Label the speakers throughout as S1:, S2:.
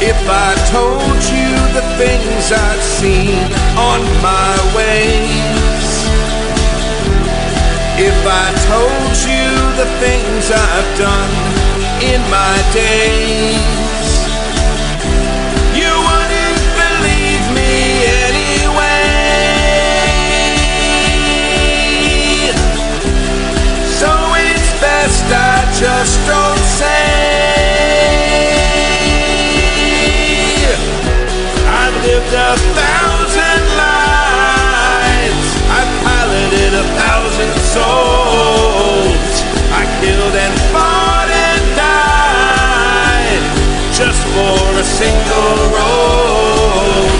S1: If I told you the things I've seen on my waves, if I told you the things I've done in my days, you wouldn't believe me anyway. So it's best I just don't say. I've lived a thousand lives. I've piloted a thousand souls. I killed and fought and died just for a single role.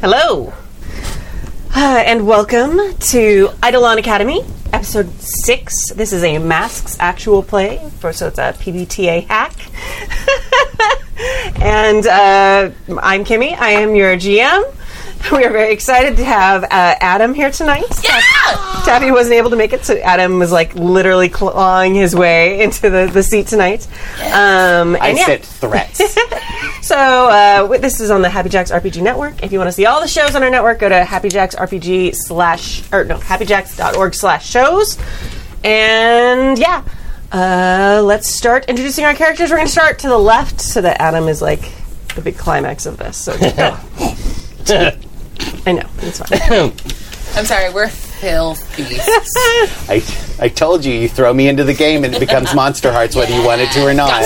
S2: Hello. Uh, and welcome to Eidolon Academy, episode six. This is a masks actual play, for, so it's a PBTA hack. and uh, I'm Kimmy, I am your GM. We are very excited to have uh, Adam here tonight. Taffy wasn't able to make it, so Adam was like literally clawing his way into the, the seat tonight. Um,
S3: I
S2: and yeah.
S3: sent threats.
S2: So uh, w- this is on the Happy Jacks RPG network. If you want to see all the shows on our network, go to happyjacksrpg slash or no happyjacks.org slash shows. And yeah, uh, let's start introducing our characters. We're going to start to the left so that Adam is like the big climax of this. So just go. I know it's fine.
S4: I'm sorry, we're filthy.
S3: I, I told you, you throw me into the game and it becomes Monster Hearts, whether you want it to or not.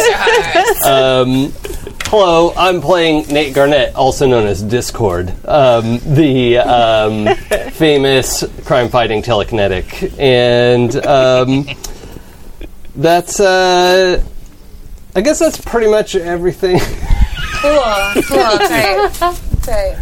S5: Hello, I'm playing Nate Garnett, also known as Discord, um, the um, famous crime fighting telekinetic. And um, that's, uh, I guess that's pretty much everything.
S4: cool, cool, tight, tight.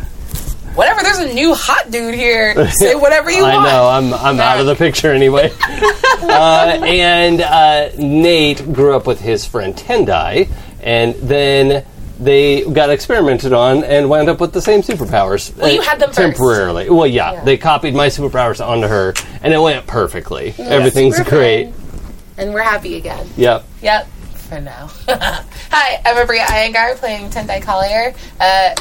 S4: Whatever, there's a new hot dude here. Say whatever you
S5: I
S4: want.
S5: know, I'm, I'm out of the picture anyway. uh, and uh, Nate grew up with his friend Tendai, and then they got experimented on and wound up with the same superpowers. Well,
S4: you had them first.
S5: temporarily. Well, yeah, they copied my superpowers onto her, and it went perfectly. Everything's
S4: We're
S5: great.
S4: fine. And we're happy again.
S5: Yep.
S4: Yep, for now. Hi, I'm Abria Iyengar playing Tendai Collier. Uh,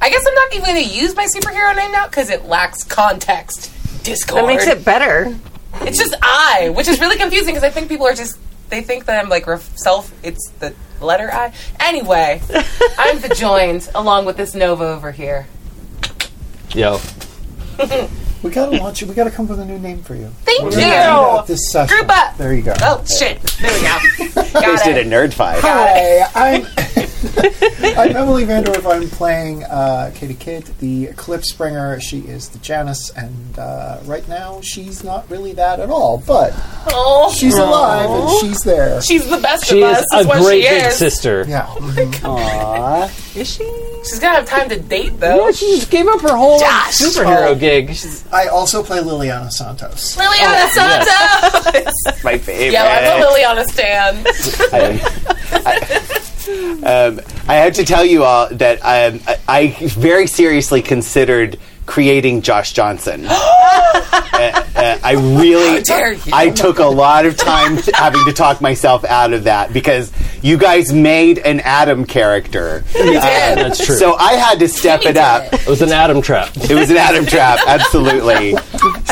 S4: I guess I'm not even going to use my superhero name now because it lacks context. Discord.
S2: That makes it better.
S4: It's just I, which is really confusing because I think people are just they think that I'm like ref- self. It's the letter I. Anyway, I'm the joined along with this Nova over here.
S5: Yo.
S6: We gotta launch it. We gotta come up with a new name for you.
S4: Thank
S6: We're gonna end
S4: you.
S6: up This session.
S4: Group up.
S6: There you go.
S4: Oh shit! There we go.
S3: Just
S4: Got
S3: did
S4: it.
S3: a nerd fight.
S6: Hi, I'm I'm Emily Vandorf. I'm playing uh, Katie Kidd, the Eclipse Bringer. She is the Janice, and uh, right now she's not really that at all, but
S4: Oh,
S6: she's alive and she's there.
S4: she's the best
S5: She
S4: of us.
S5: is a
S4: what
S5: great
S4: she
S5: big
S4: is.
S5: sister.
S6: Yeah.
S2: Is she?
S4: She's gonna have time to date though.
S5: She just gave up her whole like,
S4: Josh.
S5: superhero gig.
S6: I also play Liliana Santos.
S4: Liliana Santos.
S3: My favorite.
S4: Yeah, I'm a Liliana stan.
S3: Um, I, um, I have to tell you all that um, I, I very seriously considered creating Josh Johnson. Uh, uh, I really,
S4: dare you.
S3: I took a lot of time t- having to talk myself out of that because you guys made an Adam character. Uh,
S5: That's true.
S3: So I had to step it up.
S5: it was an atom trap.
S3: It was an Adam trap, absolutely.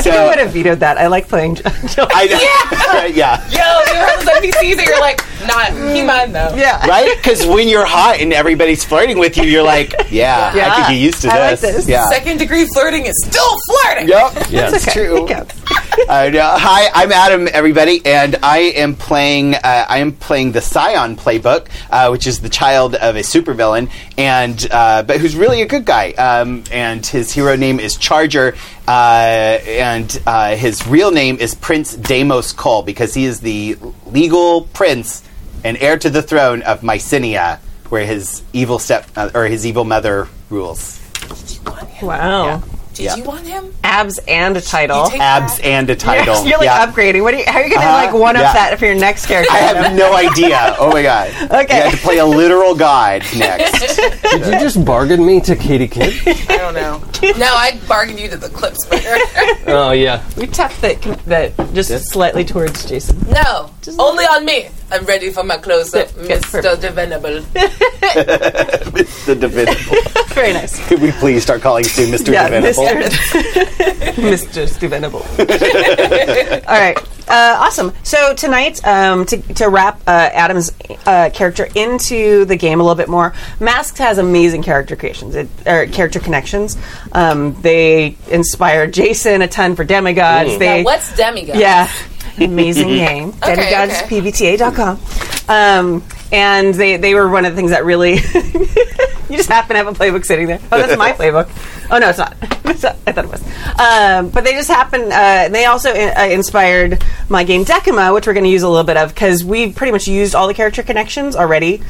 S3: So
S2: I would have vetoed that. I like playing.
S3: I know, yeah,
S4: Yo, you heard those NPCs that you're like not he mine though.
S2: yeah.
S3: right. Because when you're hot and everybody's flirting with you, you're like, yeah,
S2: Yeah.
S3: I could get used to
S2: I like
S3: this.
S2: this.
S3: Yeah.
S4: Second degree flirting is still flirting.
S3: Yep.
S5: Yes.
S3: True.
S2: Yeah.
S3: I know. Uh, hi, I'm Adam, everybody, and I am playing. Uh, I am playing the Scion playbook, uh, which is the child of a supervillain, and uh, but who's really a good guy. Um, and his hero name is Charger, uh, and uh, his real name is Prince Deimos Cole because he is the legal prince and heir to the throne of Mycenae, where his evil step uh, or his evil mother rules.
S2: Wow.
S4: Did
S3: Yeah.
S4: you want him?
S2: abs and a title.
S4: You take-
S3: abs and a title.
S2: You're like
S3: yeah.
S2: upgrading. What are you, how are you going to
S3: Uh-huh.
S2: like one up
S3: Yeah.
S2: that for your next character?
S3: I have no idea. Oh my god.
S2: Okay.
S3: You have to play a literal god next.
S5: Did you just bargain me to Katie Kidd?
S4: I don't know. no, I bargained you to the clip springer.
S5: oh yeah.
S2: we tapped that that just slightly towards Jason.
S4: no, only on me. I'm ready for my close up,
S2: Good, good,
S4: Mr. Devenable.
S3: the Divinable.
S2: Very nice.
S3: Could we please start calling Stu Mr.
S2: Yeah,
S3: Divinable?
S2: Mr. Stuvenable. All right. Uh, awesome. So tonight, um, to, to wrap uh, Adam's uh, character into the game a little bit more, Masks has amazing character creations, it, or character connections. Um, they inspire Jason a ton for demigods.
S3: Mm.
S2: They,
S4: Now, what's demigod?
S2: Yeah. Amazing game.
S4: Okay,
S2: DemigodsPBTA.com. Um, and they, they were one of the things that really. you just happen to have a playbook sitting there. Oh, that's my playbook. Oh, no, it's not. It's not- I thought it was. Um, but they just happen. Uh, they also in, uh, inspired my game Decima, which we're going to use a little bit of because we pretty much used all the character connections already.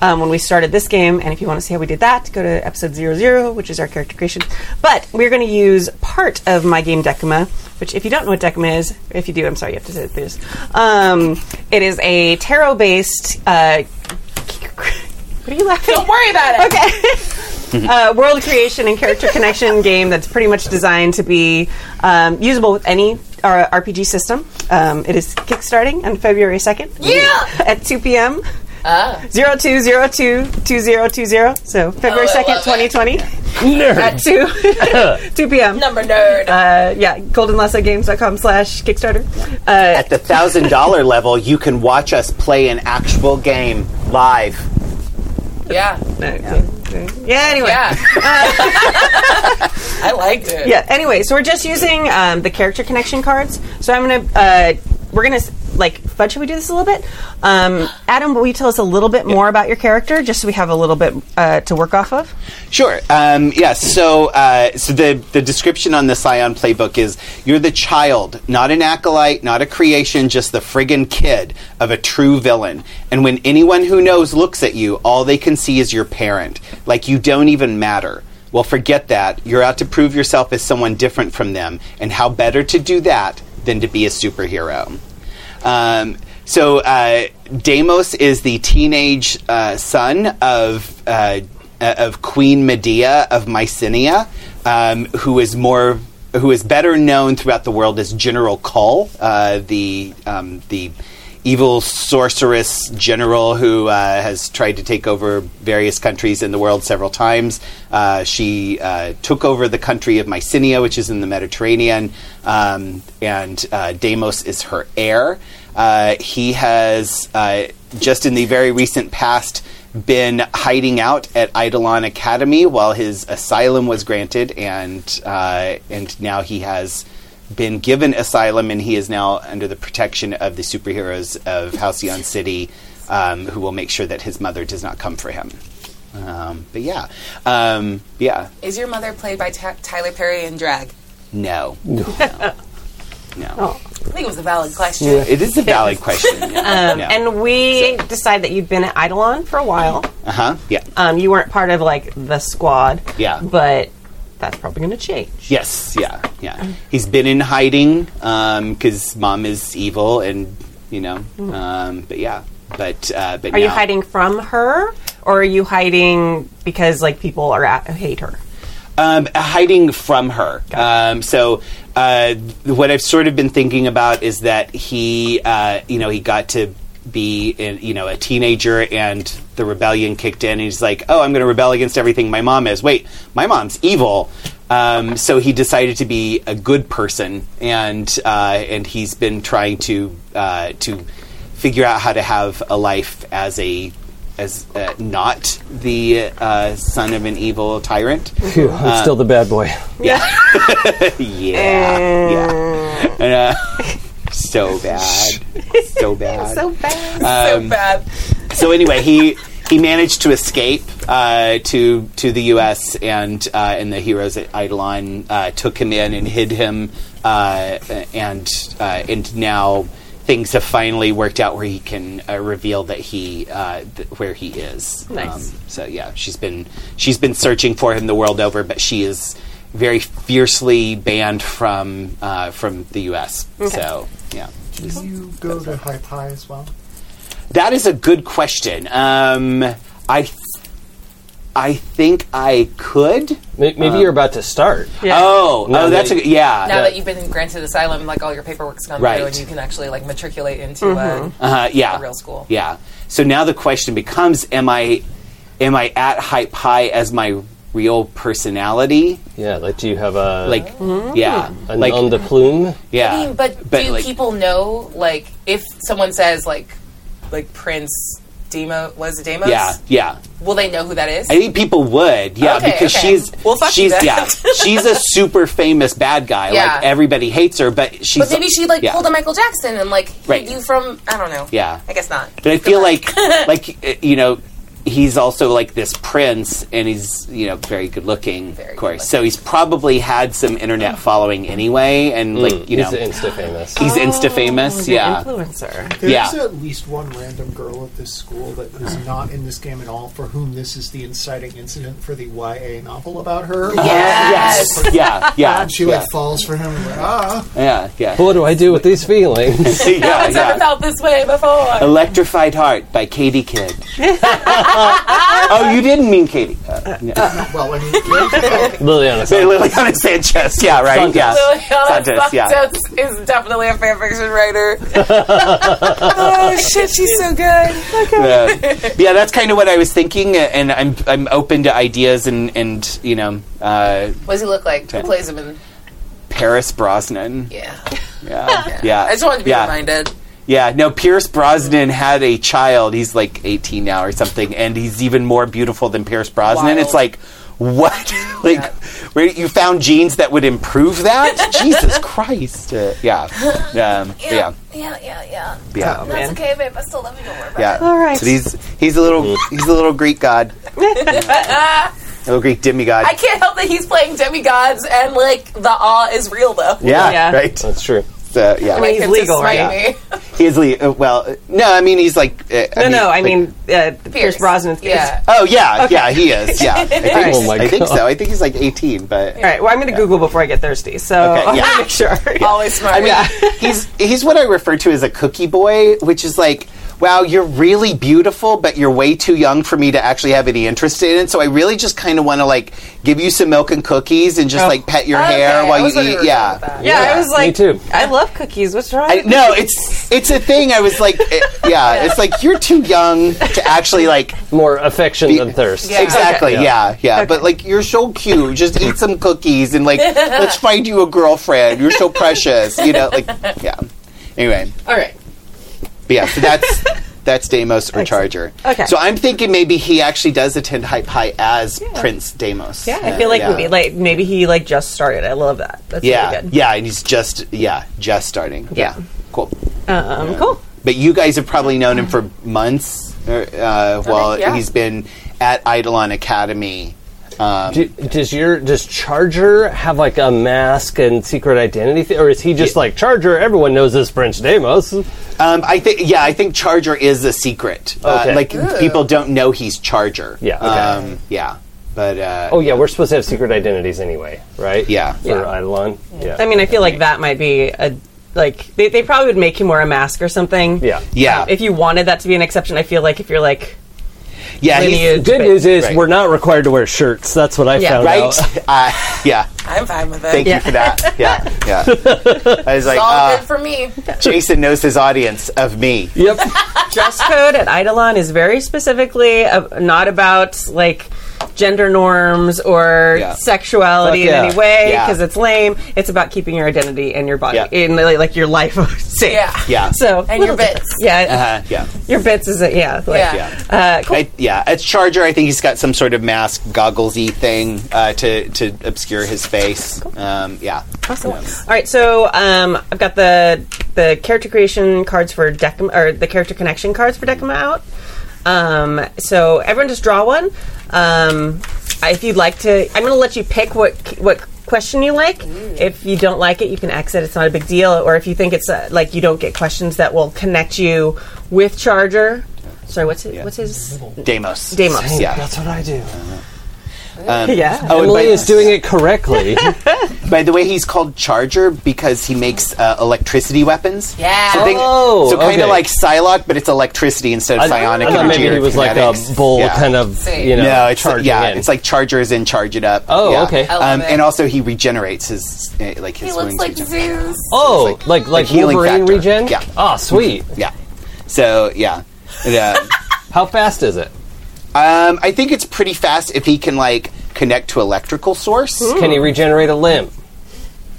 S2: Um, when we started this game, and if you want to see how we did that, go to episode 00, which is our character creation. But we're going to use part of my game Decima which if you don't know what Decima is, if you do, I'm sorry, you have to sit through this. Um, it is a tarot-based. Uh, what are you laughing?
S4: Don't worry about it.
S2: Okay. uh, world creation and character connection game that's pretty much designed to be um, usable with any uh, RPG system. Um, it is kickstarting on February 2nd.
S4: Yeah.
S2: At 2 p.m.
S4: Ah.
S2: 02022020. So February
S4: Oh, I
S2: 2nd,
S4: love it.
S2: 2020
S5: Nerd.
S2: at 2, 2 p.m.
S4: Number nerd.
S2: Uh, yeah, goldenlassogames.com slash Kickstarter.
S3: At the thousand dollar level, you can watch us play an actual game live.
S4: yeah.
S2: Yeah. yeah, anyway.
S4: Yeah. I liked it.
S2: Yeah, anyway, so we're just using um, the character connection cards. So I'm going to, uh, we're going to, like, Fud, should we do this a little bit? Um, Adam, will you tell us a little bit more about your character, just so we have a little bit uh, to work off of?
S3: Sure. Um, yeah. So, uh, so the the description on the Scion playbook is you're the child, not an acolyte, not a creation, just the friggin' kid of a true villain. And when anyone who knows looks at you, all they can see is your parent. Like you don't even matter. Well, forget that. You're out to prove yourself as someone different from them, and how better to do that than to be a superhero. Um, so uh, Deimos is the teenage uh, son of uh, uh, of Queen Medea of Mycenae, um, who is more who is better known throughout the world as General Cull, uh, the um, the evil sorceress general who uh, has tried to take over various countries in the world several times. Uh, she uh, took over the country of Mycenae, which is in the Mediterranean, um, and uh, Deimos is her heir. Uh, he has uh, just in the very recent past been hiding out at Eidolon Academy while his asylum was granted, and uh, and now he has been given asylum, and he is now under the protection of the superheroes of Halcyon City, um, who will make sure that his mother does not come for him. Um, but yeah, um, yeah,
S4: Is your mother played by Ta- Tyler Perry in drag?
S3: no, no, no.
S2: Oh.
S4: I think it was a valid question.
S3: It is a valid question. Yeah. no.
S2: Um, And we decide that you've been at Eidolon for a while.
S3: uh-huh. Yeah.
S2: Um, you weren't part of, like, the squad.
S3: Yeah.
S2: But that's probably going to change.
S3: Yes, yeah, yeah. He's been in hiding because mom is evil, and you know. Um, but yeah, but uh, but
S2: Mm. Are you
S3: now-
S2: hiding from her, or are you hiding because, like, people are at, hate her?
S3: Um, hiding from her. Um, so uh, what I've sort of been thinking about is that he, uh, you know, he got to be, in, you know, a teenager and the rebellion kicked in, and he's like, oh, I'm going to rebel against everything my mom is. Wait, my mom's evil. Um, so he decided to be a good person, and uh, and he's been trying to uh, to figure out how to have a life as a as uh, not the uh, son of an evil tyrant.
S5: Phew, I'm still the bad boy.
S3: Yeah, yeah. And, uh, so bad, so bad. so
S2: bad.
S4: so bad.
S3: anyway, he he managed to escape uh, to to the U.S. and uh, and the heroes at Eidolon uh, took him in and hid him, uh, and uh, and now. Things have finally worked out where he can uh, reveal that he uh, th- where he is. Um,
S2: Nice.
S3: so yeah, she's been she's been searching for him the world over, but she is very fiercely banned from uh, from the U.S. So yeah.
S6: Do you go to High Pie as well?
S3: That is a good question. Um, I th- I think I could.
S5: May- Maybe
S3: Um,
S5: you're about to start.
S2: Yeah.
S3: Oh,
S5: Now
S3: oh, that's
S5: that-
S3: a good- yeah.
S4: Now
S5: Yeah.
S4: that you've been granted asylum, like all your paperwork's gone
S3: Right.
S4: through, and you can actually like matriculate into
S2: Mm-hmm.
S4: a,
S3: Uh, yeah.
S4: a real school.
S3: Yeah. So now the question becomes: Am I am I at Hype High as my real personality?
S5: Yeah, like do you have a
S3: Like, yeah,
S5: a
S3: like
S5: nom de plume?
S3: yeah.
S4: I mean, but, do
S3: like,
S4: people know like if someone says like like Prince Demo was it Demos?
S3: Yeah, yeah.
S4: Will they know who that is?
S3: I think people would, yeah,
S4: Okay,
S3: because
S4: okay.
S3: she's
S4: Well, fuck you
S3: she's
S4: then.
S3: yeah, she's a super famous bad guy.
S4: Yeah.
S3: Like everybody hates her, but she's
S4: but maybe she like
S3: yeah.
S4: pulled a Michael Jackson and like hit
S3: Right.
S4: you from I don't know.
S3: Yeah.
S4: I guess not.
S3: But I feel like, like uh, you know, he's also like this prince, and he's you know very good looking,
S4: Very
S3: of course.
S4: good-looking.
S3: So he's probably had some internet following anyway, and like you know,
S5: Mm. He's insta famous.
S3: he's insta famous. Yeah,
S2: Influencer.
S6: There's
S3: Yeah.
S6: at least one random girl at this school that is not in this game at all, for whom this is the inciting incident for the YA novel about her.
S4: Yes.
S3: yeah, yeah,
S6: She like falls for him and like, ah.
S3: yeah, yeah,
S5: What do I do with these feelings?
S3: yeah,
S4: Never
S3: yeah.
S4: felt this way before.
S3: Electrified Heart by Katie Kidd. oh, you didn't mean Katie. Uh, yeah.
S6: Well, I mean,
S5: Liliana.
S3: Say Liliana Sanchez. Yeah, right.
S5: Sanchez.
S3: Yeah.
S4: Liliana
S3: Sanchez, yeah.
S4: Sanchez is definitely a fanfiction writer. oh shit, she's so good.
S3: yeah, Yeah, that's kind of what I was thinking, uh, and I'm I'm open to ideas and and you know uh,
S4: What does he look like? Who plays him in?
S3: Paris Brosnan.
S4: Yeah,
S3: Yeah, yeah.
S4: I just wanted to be
S3: yeah.
S4: reminded.
S3: Yeah, no, Pierce Brosnan had a child. He's like 18 now or something, and he's even more beautiful than Pierce Brosnan.
S4: Wild.
S3: It's like, what? like, where you found genes that would improve that? Jesus Christ! Uh, yeah, um, yeah,
S4: yeah, yeah, yeah.
S3: yeah.
S2: man.
S4: okay, babe. I still love you. Don't worry about
S3: Yeah.
S2: All right.
S3: So he's he's a little he's a little Greek god, a little Greek demigod.
S4: I can't help that he's playing demigods and like the awe is real though.
S3: yeah,
S2: Yeah.
S3: right.
S5: That's true.
S3: So, yeah,
S2: mean- He's
S4: It's just
S2: legal, right?
S4: frightening.
S3: he's le- uh, well. uh, No, I mean he's like. Uh,
S2: No, no, I
S3: like-
S2: mean uh, Pierce Brosnan.
S4: Yeah.
S3: Oh yeah, yeah, he is. Yeah, I think,
S2: Alright.
S5: Oh my
S3: I think
S5: God.
S3: so. I think he's like 18, but
S2: All right. Well, I'm going to Google before I get thirsty, so
S3: Okay,
S2: I'll
S3: yeah.
S2: make sure.
S4: Always smart.
S3: I mean, he's he's what I refer to as a cookie boy, which is like, wow, you're really beautiful, but you're way too young for me to actually have any interest in it. So I really just kind of want to like give you some milk and cookies and just like pet your
S4: Oh. Okay,
S3: hair
S4: I
S3: while
S4: was
S3: you
S4: wondering
S3: eat.
S4: where you were going with
S3: Yeah.
S4: that.
S2: Yeah, I was
S5: me
S2: like,
S5: too.
S2: I love cookies. What's wrong?
S3: I, no, it's it's a thing. I was like, it- yeah, it's like you're too young to actually like
S5: More affection than thirst.
S4: Yeah.
S3: exactly,
S5: Okay.
S3: yeah, yeah. But like, you're so cute. Just eat some cookies and like, let's find you a girlfriend. You're so precious, you know. Like, yeah. Anyway,
S4: All right.
S3: But yeah, so that's that's Deimos or Charger.
S2: Okay.
S3: So I'm thinking maybe he actually does attend Hype High as Prince Deimos.
S2: Yeah, I feel like
S3: yeah.
S2: maybe, like maybe he like just started. I love that. That's
S3: yeah,
S2: really good.
S3: yeah, and he's just yeah, just starting. Yeah, cool.
S2: Um, Cool.
S3: But you guys have probably known him for months. Or, uh, while
S4: yeah.
S3: he's been at Eidolon Academy. Um,
S5: Do, does your does Charger have like a mask and secret identity, thi- or is he just like Charger? Everyone knows this Prince Deimos.
S3: um, I think yeah, I think Charger is a secret.
S5: Okay.
S3: Uh, like people don't know he's Charger.
S5: Yeah, okay.
S3: Um, yeah. But uh,
S5: Oh yeah, we're supposed to have secret identities anyway, right?
S3: Yeah.
S5: For
S2: Yeah.
S5: Eidolon. Yeah.
S2: I mean, I feel like that might be a like they, they probably would make him wear a mask or something.
S5: yeah.
S3: yeah,
S2: If you wanted that to be an exception, I feel like if you're like
S3: yeah, he's-
S2: lineage,
S5: uh, Good
S2: but-
S5: news is
S3: Right.
S5: we're not required to wear shirts. That's what I
S2: Yeah.
S5: found
S3: right.
S5: out.
S3: Uh, yeah.
S4: I'm fine with it.
S3: Thank you for that. Yeah, yeah. I was like,
S4: It's all
S3: uh,
S4: good for me.
S3: Jason knows his audience of me.
S5: Yep.
S2: dress code at Eidolon is very specifically uh, not about like gender norms or
S3: Yeah.
S2: sexuality
S5: Fuck yeah.
S2: in any way
S3: Yeah.
S2: because it's lame. It's about keeping your identity and your body
S3: Yeah.
S2: in like, like, your life safe.
S4: Yeah.
S3: Yeah.
S2: So
S4: And your bits.
S2: Yeah,
S3: Uh, yeah.
S2: your bits is it? Yeah, like,
S4: Yeah.
S3: Yeah.
S2: Uh, cool.
S3: I, yeah. It's Charger. I think he's got some sort of mask, goggles-y thing uh, to to obscure his face. Um, yeah.
S2: Awesome. All right, so um, I've got the the character creation cards for Decima, or the character connection cards for Decima out. Um, so everyone just draw one. Um, I- if you'd like to, I'm going to let you pick what what question you like.
S3: Mm.
S2: If you don't like it, you can exit. It's not a big deal. Or if you think it's uh, like you don't get questions that will connect you with Charger. Sorry, what's his, what's his
S3: Deimos.
S2: Deimos?
S3: Yeah.
S5: That's what I do.
S3: Um,
S2: Yeah.
S3: Oh, and by,
S5: Emily is doing it correctly.
S3: by the way, he's called Charger because he makes uh, electricity weapons.
S4: Yeah.
S3: So, think-
S5: Oh,
S3: so kind of
S5: okay.
S3: like Psylocke, but it's electricity instead of
S5: I,
S3: psionic.
S5: I thought
S3: energy
S5: maybe
S3: or
S5: he was like a
S3: kinetics.
S5: bull,
S3: Yeah.
S5: kind of
S4: See.
S5: you know,
S3: no, it's
S5: charging
S3: yeah,
S5: in.
S3: it's like Chargers and Charge It Up.
S5: Oh,
S3: Yeah.
S5: okay. I
S4: love
S3: Um,
S4: it.
S3: and also he regenerates his uh, like his
S4: He looks
S3: wounds
S4: like
S3: regen-
S4: Zeus.
S5: oh,
S3: it's like-
S5: like like,
S3: like healing
S5: Wolverine
S3: factor.
S5: regen.
S3: Yeah.
S5: Oh, sweet.
S3: Yeah. So yeah. Yeah.
S5: How fast is it?
S3: Um, I think it's pretty fast if he can like connect to electrical source.
S4: Hmm.
S5: Can he regenerate a limb?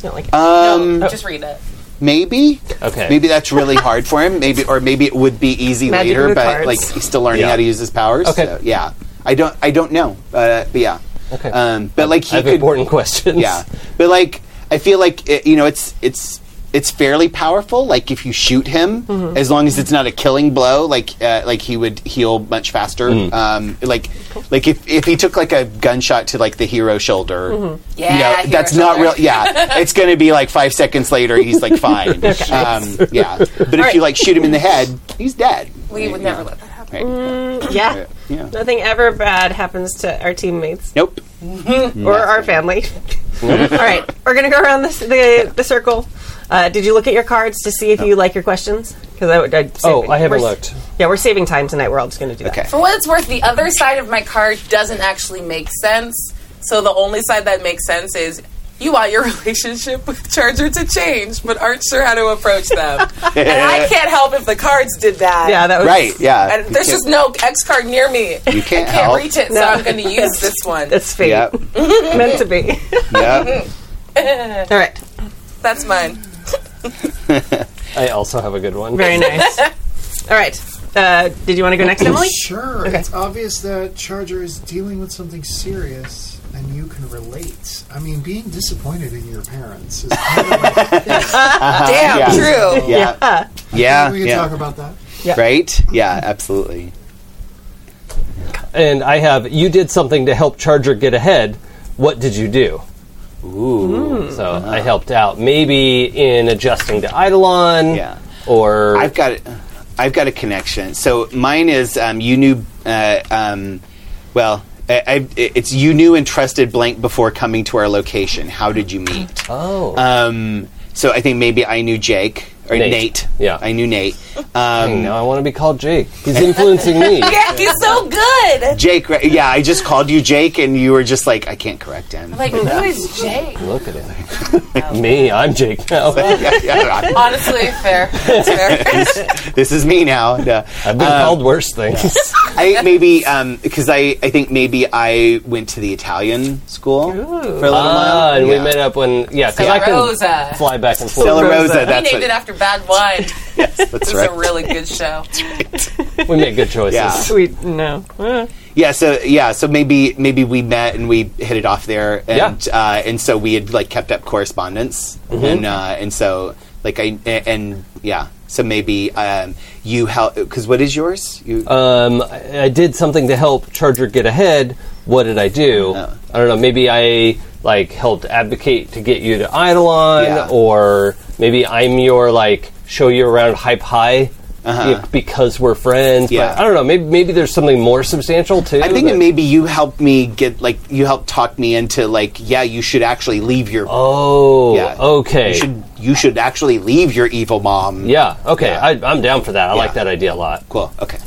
S2: Not like
S3: Um,
S4: No, just read it.
S3: maybe.
S5: Okay.
S3: Maybe that's really hard for him. Maybe, or maybe it would be easy
S2: Magic
S3: later.
S2: mood
S3: But
S2: cards.
S3: like he's still learning
S5: Yeah.
S3: how to use his powers.
S5: Okay.
S3: So, yeah. I don't. I don't know. Uh, but yeah.
S5: Okay.
S3: Um, but like he
S5: I have
S3: could.
S5: important questions.
S3: Yeah. But like I feel like it, you know it's it's it's fairly powerful. Like if you shoot him,
S2: Mm-hmm.
S3: as long as it's not a killing blow, like uh, like he would heal much faster.
S5: Mm.
S3: Um, like like if if he took like a gunshot to like the hero shoulder.
S2: Mm-hmm.
S4: Yeah,
S3: you know,
S4: hero
S3: that's not
S4: shoulder.
S3: real. Yeah, it's going to be like five seconds later. He's like fine. um, yeah, but if you like shoot him in the head, he's dead.
S4: We would never let that happen.
S3: Right.
S2: yeah.
S3: Yeah.
S2: Nothing ever bad happens to our teammates
S3: Nope.
S2: or our family. All right, we're gonna go around this, the the circle. Uh, did you look at your cards to see if you like your questions? Because I would. I'd
S5: Oh,
S2: save-
S5: I haven't
S2: we're s-
S5: looked.
S2: Yeah, we're saving time tonight. We're all just gonna do that.
S3: Okay.
S4: For what it's worth, the other side of my card doesn't actually make sense. So the only side that makes sense is you want your relationship with Charger to change, but aren't sure how to approach them. and I can't help if the cards did that.
S2: Yeah, that was
S3: Right. Yeah.
S4: And there's just no X card near me.
S3: you can't,
S4: Can't
S3: help.
S4: reach it, so
S2: No.
S4: I'm going to use this one.
S2: That's fate
S3: Yep.
S2: meant to be.
S3: Yep.
S2: All right,
S4: That's mine.
S5: I also have a good one.
S2: very nice. All right, uh, did you want to go next, Emily?
S6: Sure. It's obvious that Charger is dealing with something serious, and you can relate. I mean, being disappointed in your parents is kind of like,
S4: Damn,
S3: Uh, yeah.
S4: true.
S3: Yeah.
S2: Uh,
S3: Yeah.
S6: we can
S3: yeah.
S6: talk about that.
S3: Right? Yeah, absolutely.
S5: And I have you did something to help Charger get ahead. What did you do?
S4: Mm-hmm.
S3: Ooh.
S5: So I
S3: Uh-huh.
S5: helped out, maybe in adjusting to Eidolon.
S3: Yeah.
S5: Or
S3: I've got I've got a connection. So mine is um, you knew uh, um, well I, I, it's you knew and trusted blank before coming to our location. How did you meet?
S5: oh,
S3: Um, so I think maybe I knew Jake or
S5: Nate.
S3: Nate.
S5: Yeah.
S3: I knew Nate.
S5: dang,
S3: Um,
S5: now I want to be called Jake. He's influencing me.
S4: Yeah, he's so good.
S3: Jake, right? Yeah, I just called you Jake, and you were just like, I can't correct him.
S4: Like, who is Jake?
S5: Look at him. me, I'm Jake now.
S3: Yeah, yeah,
S4: Honestly, fair. That's fair.
S3: this is me now. No.
S5: I've been called worse things.
S3: I think maybe um 'cause because I, I think maybe I went to the Italian school for a little
S5: Ah,
S3: while.
S5: and we
S3: Yeah.
S5: met up when yeah, because I can
S4: Rosa.
S5: fly back and forth.
S3: Della Rosa.
S2: Rosa.
S4: We
S3: That's
S4: named
S3: what,
S4: it after Bad Wine.
S3: that's
S4: It's
S3: right.
S4: a really good show.
S5: We make good choices.
S3: Yeah.
S2: sweet. No. Uh,
S3: yeah. So yeah. So maybe maybe we met and we hit it off there. And,
S5: Yeah. Mm-hmm.
S3: Uh, and so we had like kept up correspondence. And uh, and so like I and, and yeah. So maybe um, you help because what is yours? You
S5: Um, I I did something to help Charger get ahead. What did I do?
S3: Oh.
S5: I don't know. Maybe I like helped advocate to get you to Eidolon,
S3: Yeah.
S5: or maybe I'm your like show you around hype high.
S3: Uh-huh.
S5: y- Because we're friends,
S3: Yeah.
S5: but I don't know. Maybe maybe there's something more substantial too.
S3: I'm
S5: that-
S3: thinking maybe you helped me get like you helped talk me into like yeah you should actually leave your
S5: Oh,
S3: Yeah.
S5: okay.
S3: you should you should actually leave your evil mom.
S5: yeah, okay.
S3: Yeah.
S5: I, I'm down for that. I like
S3: Yeah.
S5: that idea a lot.
S3: Cool. Okay.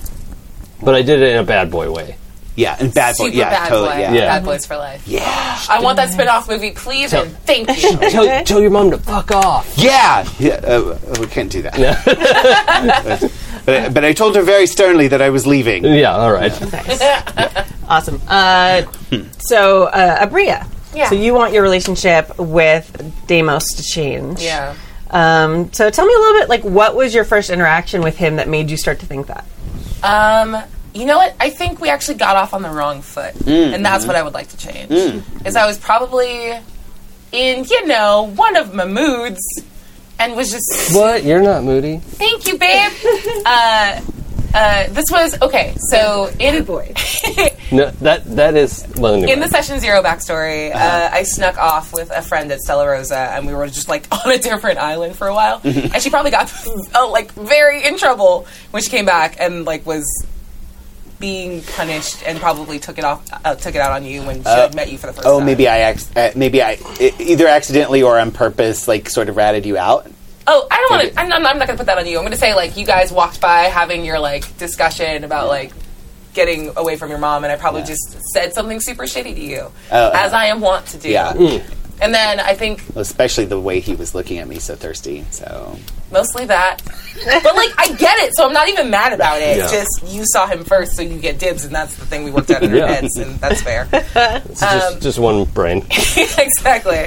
S5: But I did it in a bad boy way.
S3: Yeah, and bad boy.
S4: Super
S3: Yeah,
S4: bad
S3: totally.
S4: boy.
S3: Yeah.
S5: Yeah.
S4: Bad boys for life. Yeah. I want that spin-off movie, please, and thank you.
S5: Tell, tell your mom to fuck off.
S3: Yeah, yeah. Uh, uh, we can't do that. but, but I told her very sternly that I was leaving.
S5: Yeah, all right.
S2: awesome. Uh,
S3: Hmm.
S2: so, uh, Abria.
S4: Yeah.
S2: So you want your relationship with Deimos to change?
S4: yeah.
S2: Um, so tell me a little bit, like, what was your first interaction with him that made you start to think that?
S4: Um, you know what? I think we actually got off on the wrong foot,
S3: Mm,
S4: and that's
S3: mm-hmm.
S4: what I would like to change. Is I was probably in, you know, one of my moods, and was just
S5: What? You're not moody.
S4: Thank you, babe. uh, uh, this was okay. So in boy.
S5: No, that that is well. Anyway.
S4: in the session zero backstory, uh, I snuck off with a friend at Stella Rosa, and we were just like on a different island for a while.
S3: Mm-hmm.
S4: and she probably got uh, like very in trouble when she came back, and like was being punished and probably took it off, uh, took it out on you when she like, met you for the first
S3: Oh,
S4: time.
S3: maybe I ac- uh, maybe I e- either accidentally or on purpose, like sort of ratted you out.
S4: Oh, I don't want to. I'm, not- I'm not going to put that on you. I'm going to say like you guys walked by having your like discussion about like getting away from your mom, and I probably just said something super shitty to you,
S3: Oh.
S4: as I am wont to do.
S3: Yeah,
S4: And then I think
S3: especially the way he was looking at me, so thirsty. So
S4: mostly that, but like I get it, so I'm not even mad about it. It's
S5: Yeah.
S4: just you saw him first, so you get dibs, and that's the thing we worked out in our
S5: Yeah.
S4: heads, and that's fair.
S5: It's
S2: Um,
S5: just, just one brain.
S4: exactly.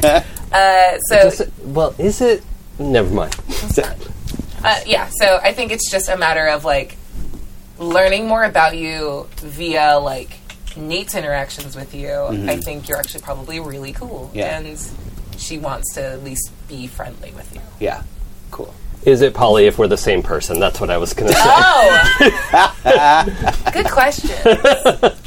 S4: Uh, so
S5: Just- well, is it? Never mind.
S4: Uh, yeah, so I think it's just a matter of like learning more about you via like Nate's interactions with you.
S5: Mm-hmm.
S4: I think you're actually probably really cool,
S3: Yeah.
S4: and she wants to at least be friendly with you.
S3: yeah, cool.
S5: Is it Polly if we're the same person? That's what I was going to
S2: Ah.
S5: say.
S4: Oh, good question.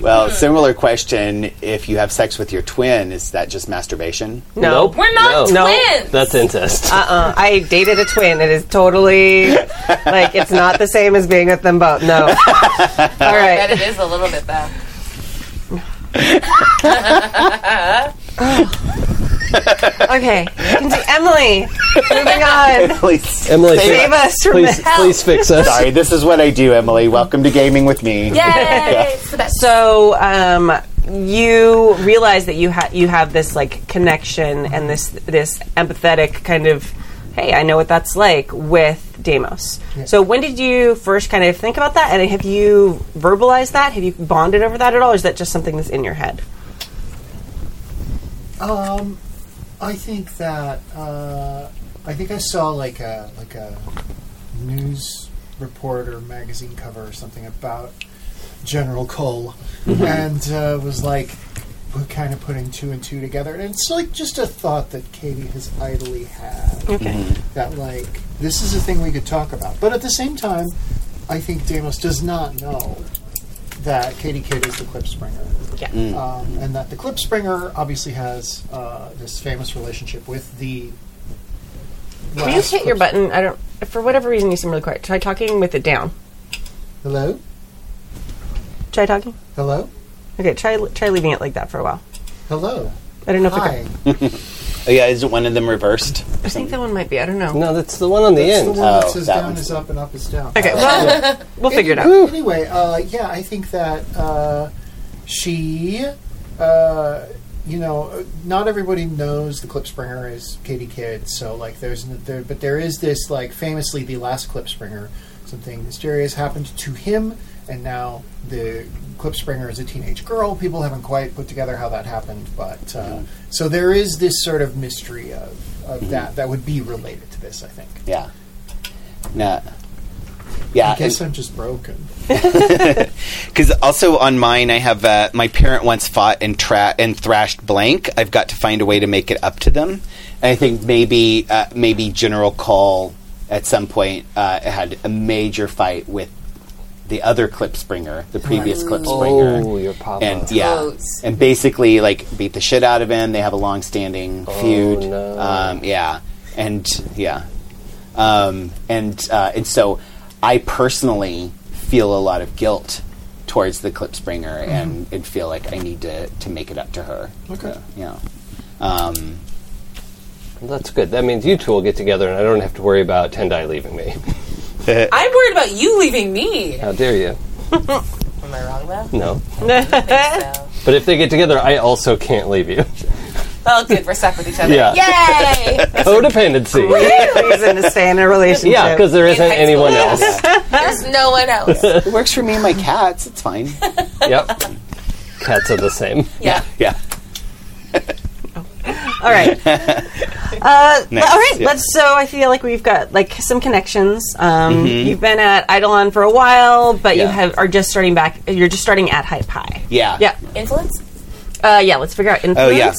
S3: Well, similar question: If you have sex with your twin, is that just masturbation?
S2: No.
S5: Nope.
S4: We're not
S5: No.
S4: twins.
S5: That's incest.
S2: Uh-uh. I dated a twin. It is totally like it's not the same as being with them both. No. All
S4: I bet
S2: right.
S4: it is a little bit though.
S2: Okay. Conti- Emily, moving on.
S3: Please.
S5: Emily,
S2: Save us from
S5: please,
S2: the hell.
S5: please fix us.
S3: Sorry, this is what I do, Emily. Welcome to gaming with me.
S4: Yay! it's the best.
S2: So, um, you realize that you have you have this like connection and this this empathetic kind of hey, I know what that's like with Deimos. So, when did you first kind of think about that, and have you verbalized that? Have you bonded over that at all, or is that just something that's in your head?
S6: Um, I think that uh, I think I saw like a like a news report or magazine cover or something about General Cole, and uh, was like pu- kind of putting two and two together, and it's like just a thought that Katie has idly had.
S2: Okay.
S6: that like this is a thing we could talk about. But at the same time, I think Damos does not know that Katie Kidd is the Clip Springer,
S2: Yeah.
S6: um, and that the Clip Springer obviously has uh, this famous relationship with the.
S2: Can you
S6: last
S2: hit your
S6: Clip-
S2: button? I don't. For whatever reason, you seem really quiet. Try talking with it down.
S6: Hello,
S2: Try talking.
S6: hello,
S2: Okay. Try try leaving it like that for a while.
S6: hello.
S2: I don't know if
S6: Hi.
S2: it.
S3: Oh, yeah, isn't one of them reversed?
S2: I think that one might be. I don't know.
S5: No, that's the one on the
S6: That's
S5: end.
S6: the one that
S3: Oh,
S6: says
S3: that
S6: down
S3: one's-
S6: is up and up is down.
S2: Okay. Well, we'll figure it out.
S6: Anyway, uh, yeah, I think that uh, she, uh, you know, not everybody knows the Clip Springer is Katie Kidd, so like there's n- there, but there is this like famously the last Clip Springer, something mysterious happened to him, and now the Clip Springer is a teenage girl. People haven't quite put together how that happened, but uh, so there is this sort of mystery of, of that that would be related to this. I think.
S3: Yeah. No. Yeah.
S6: I guess I'm just broken.
S3: Because also on mine, I have uh, my parent once fought and, tra- and thrashed blank. I've got to find a way to make it up to them. And I think maybe uh, maybe General Call at some point uh, had a major fight with the other Clip Springer, the previous Clip Springer.
S5: Oh, your papa.
S3: and yeah,
S4: Gross.
S3: and basically like beat the shit out of him. They have a long-standing feud.
S5: no.
S3: Um, yeah, and yeah, um, and uh, and so I personally feel a lot of guilt towards the Clip Springer and, and feel like I need to to make it up to her.
S6: Okay.
S3: Yeah. Um,
S5: Well, that's good. That means you two will get together, and I don't have to worry about Tendai leaving me.
S4: I'm worried about you leaving me.
S5: How dare you?
S4: Am I wrong though?
S5: No.
S4: So,
S5: But if they get together, I also can't leave you.
S4: well, good. We're stuck with each other.
S5: Yeah.
S4: Yay!
S5: Codependency.
S2: reason to stay in a relationship.
S5: Yeah, because there
S4: In
S5: isn't
S4: high
S5: anyone
S4: school.
S5: else.
S4: There's no one else.
S3: it works for me and my cats. It's fine.
S5: Yep. Cats are the same.
S4: Yeah.
S3: yeah.
S2: all right.
S3: Next,
S2: all right.
S3: yeah.
S2: Let's. So I feel like we've got like some connections. Um, You've been at Eidolon for a while, but you
S3: Mm-hmm. Yeah.
S2: have are just starting back. You're just starting at Hype High.
S3: Yeah. Oh,
S2: Yeah.
S4: Influence.
S2: Uh, yeah. Let's figure out influence.
S3: yeah.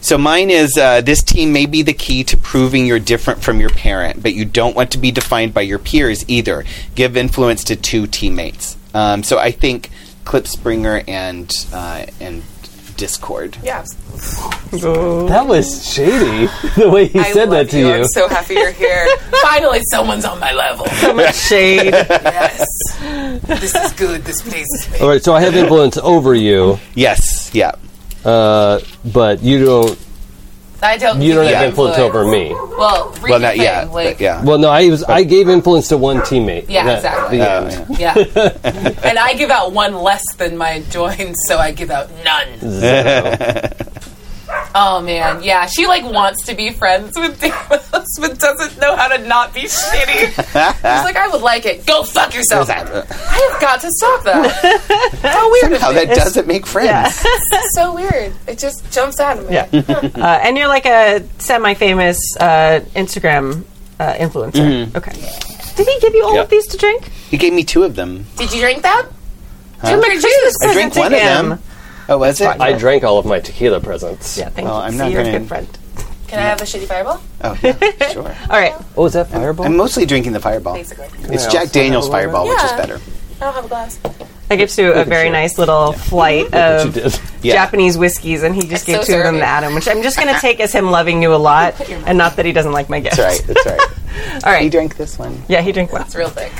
S3: So mine is uh, this team may be the key to proving you're different from your parent, but you don't want to be defined by your peers either. Give influence to two teammates. Um, so I think Clip Springer and uh, and discord.
S4: Yeah.
S5: That was shady. The way he
S4: I
S5: said
S4: love
S5: that to you.
S4: I'm so happy you're here. Finally, someone's on my level.
S2: Shade.
S4: Yes. This is good. This pleases me.
S5: All right, so I have influence over you,
S3: Yes, yeah.
S5: uh, but you don't.
S4: I don't.
S5: You don't
S4: think
S5: have influence over me.
S4: Well, really
S3: Well, not yet,
S4: Like,
S3: but yeah.
S5: Well, no, I was. I gave influence to one teammate.
S4: Yeah,
S5: That-
S4: exactly.
S5: the
S3: Oh,
S5: end.
S3: yeah.
S4: yeah. and I give out one less than my joins, so I give out none. Oh man, yeah. She like wants to be friends with Deimos, but doesn't know how to not be shitty. She's like, I would like it. Go fuck yourself. I have got to stop that. How weird
S3: Somehow
S4: is it?
S3: that doesn't make friends.
S4: It's so weird. It just jumps out of me.
S2: Yeah. Uh, and you're like a semi-famous uh, Instagram uh, influencer. Okay. Did he give you all
S3: Mm-hmm. Yeah.
S2: of these to drink?
S3: He gave me two of them.
S4: Did you drink that? Drink my juice.
S3: I drank
S2: Present
S3: one
S2: to
S3: of them.
S2: him.
S3: Oh, was it?
S5: I drank all of my tequila presents.
S2: Yeah, thank
S3: Well,
S2: you.
S3: I'm
S2: See,
S3: not
S2: you're a
S3: gonna-
S2: good friend.
S4: Can I have a shitty fireball?
S3: oh, yeah, sure.
S2: All right.
S5: Oh, is that Fireball?
S3: I'm mostly drinking the Fireball.
S4: Basically,
S3: It's
S5: Yeah,
S3: Jack
S5: so
S3: Daniel's
S5: that was-
S3: Fireball, which is
S4: Yeah.
S3: better.
S4: I don't have a glass.
S2: That gives you a very
S5: sure.
S2: nice little flight
S5: That you
S2: of
S5: did.
S3: Yeah.
S2: Japanese whiskeys, and he just
S4: That's
S2: gave
S4: so
S2: two of them
S4: serving.
S2: to Adam, which I'm just going to take as him loving you a lot,
S4: your mouth-
S2: and not that he doesn't like my gift.
S3: That's right. That's right.
S2: All
S3: He
S2: right.
S3: drank this one.
S2: yeah, he drank one.
S4: It's real thick.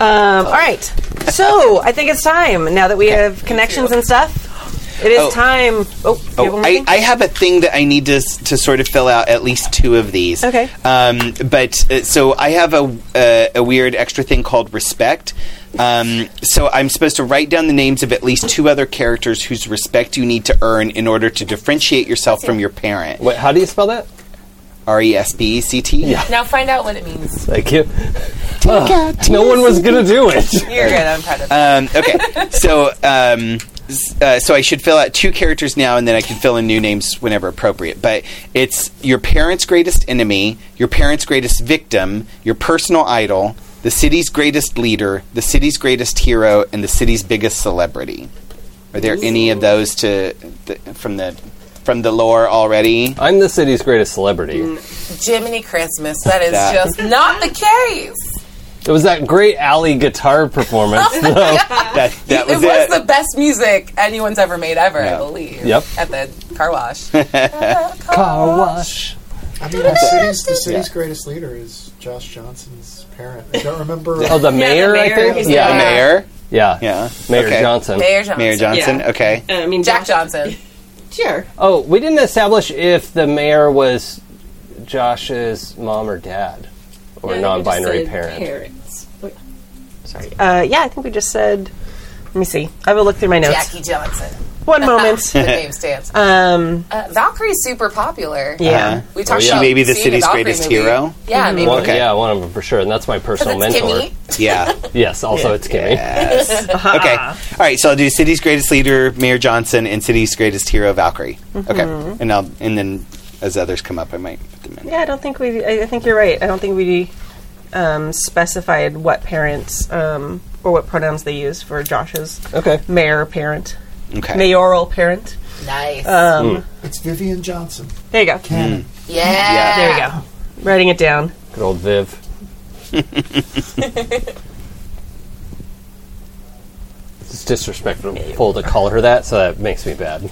S2: Um, all right. So I think it's time now that we have connections and stuff. It is
S3: Oh.
S2: time. Oh, you have
S3: Oh,
S2: one more
S3: I,
S2: thing?
S3: I have a thing that I need to s- to sort of fill out at least two of these.
S2: Okay.
S3: Um, but uh, so I have a uh, a weird extra thing called respect. Um, so I'm supposed to write down the names of at least two other characters whose respect you need to earn in order to differentiate yourself from your parent.
S5: Wait, how do you spell that?
S3: R e s b e c t. Yeah.
S4: Now find out what it means.
S5: Thank you. Ah, no one was gonna do it.
S4: You're good. I'm proud of you.
S3: Um, okay, so um, s- uh, so I should fill out two characters now, and then I can fill in new names whenever appropriate. But it's your parents' greatest enemy, your parents' greatest victim, your personal idol, the city's greatest leader, the city's greatest hero, and the city's biggest celebrity. Are there any of those to th- from the from the lore already?
S5: I'm the city's greatest celebrity.
S4: Jiminy Christmas. That is
S3: That-
S4: just not the case.
S5: It was that great alley guitar performance. though.
S3: That that was
S4: it
S3: it.
S4: was the best music anyone's ever made ever, I
S3: Yeah.
S4: believe.
S5: Yep.
S4: At the car wash.
S5: Car wash.
S6: I mean, the city's, the city's greatest leader is Josh Johnson's parent. I don't remember.
S5: Oh, the mayor,
S2: mayor,
S5: I
S2: he's
S5: think.
S2: the
S5: Yeah,
S3: the mayor.
S5: yeah,
S3: Yeah.
S5: Mayor
S3: Okay.
S5: Johnson.
S4: Mayor Johnson.
S3: Mayor Johnson.
S2: Yeah.
S3: Okay.
S2: Uh, I mean,
S4: Jack Johnson.
S2: Sure.
S5: Oh, we didn't establish if the mayor was Josh's mom or dad or non-binary parent.
S7: Parents. Wait,
S2: Sorry. Uh, yeah, I think we just said. Let me see. I will look through my notes.
S4: Jackie Johnson.
S2: One moment.
S4: the name stands.
S2: Um,
S4: Uh, Valkyrie's super popular.
S3: Uh-huh.
S2: yeah.
S4: We talked
S5: yeah.
S4: about
S3: Oh, Maybe the
S4: seeing a
S3: city's
S4: Valkyrie
S3: greatest
S4: movie.
S3: hero?
S4: Yeah, maybe.
S5: One-
S3: Okay.
S5: Yeah, one of them for sure, and that's my personal
S4: That's
S5: mentor.
S4: Kimmy.
S3: Yeah.
S5: Yes, also it's Kimmy.
S3: Okay.
S4: Ah.
S3: All right. So I'll do city's greatest leader, Mayor Johnson, and city's greatest hero, Valkyrie.
S4: Mm-hmm.
S3: Okay. And I'll and then as others come up, I might put them in.
S2: Yeah, I don't think we. I I think you're right. I don't think we um, specified what parents um, or what pronouns they use for Josh's
S5: Okay.
S2: mayor parent,
S3: Okay.
S2: mayoral parent.
S4: Nice.
S6: it's Vivian Johnson.
S2: There you go.
S8: Hmm.
S4: yeah.
S2: There we go. Writing it down.
S5: Good old Viv. it's disrespectful to call her that, so that makes me bad.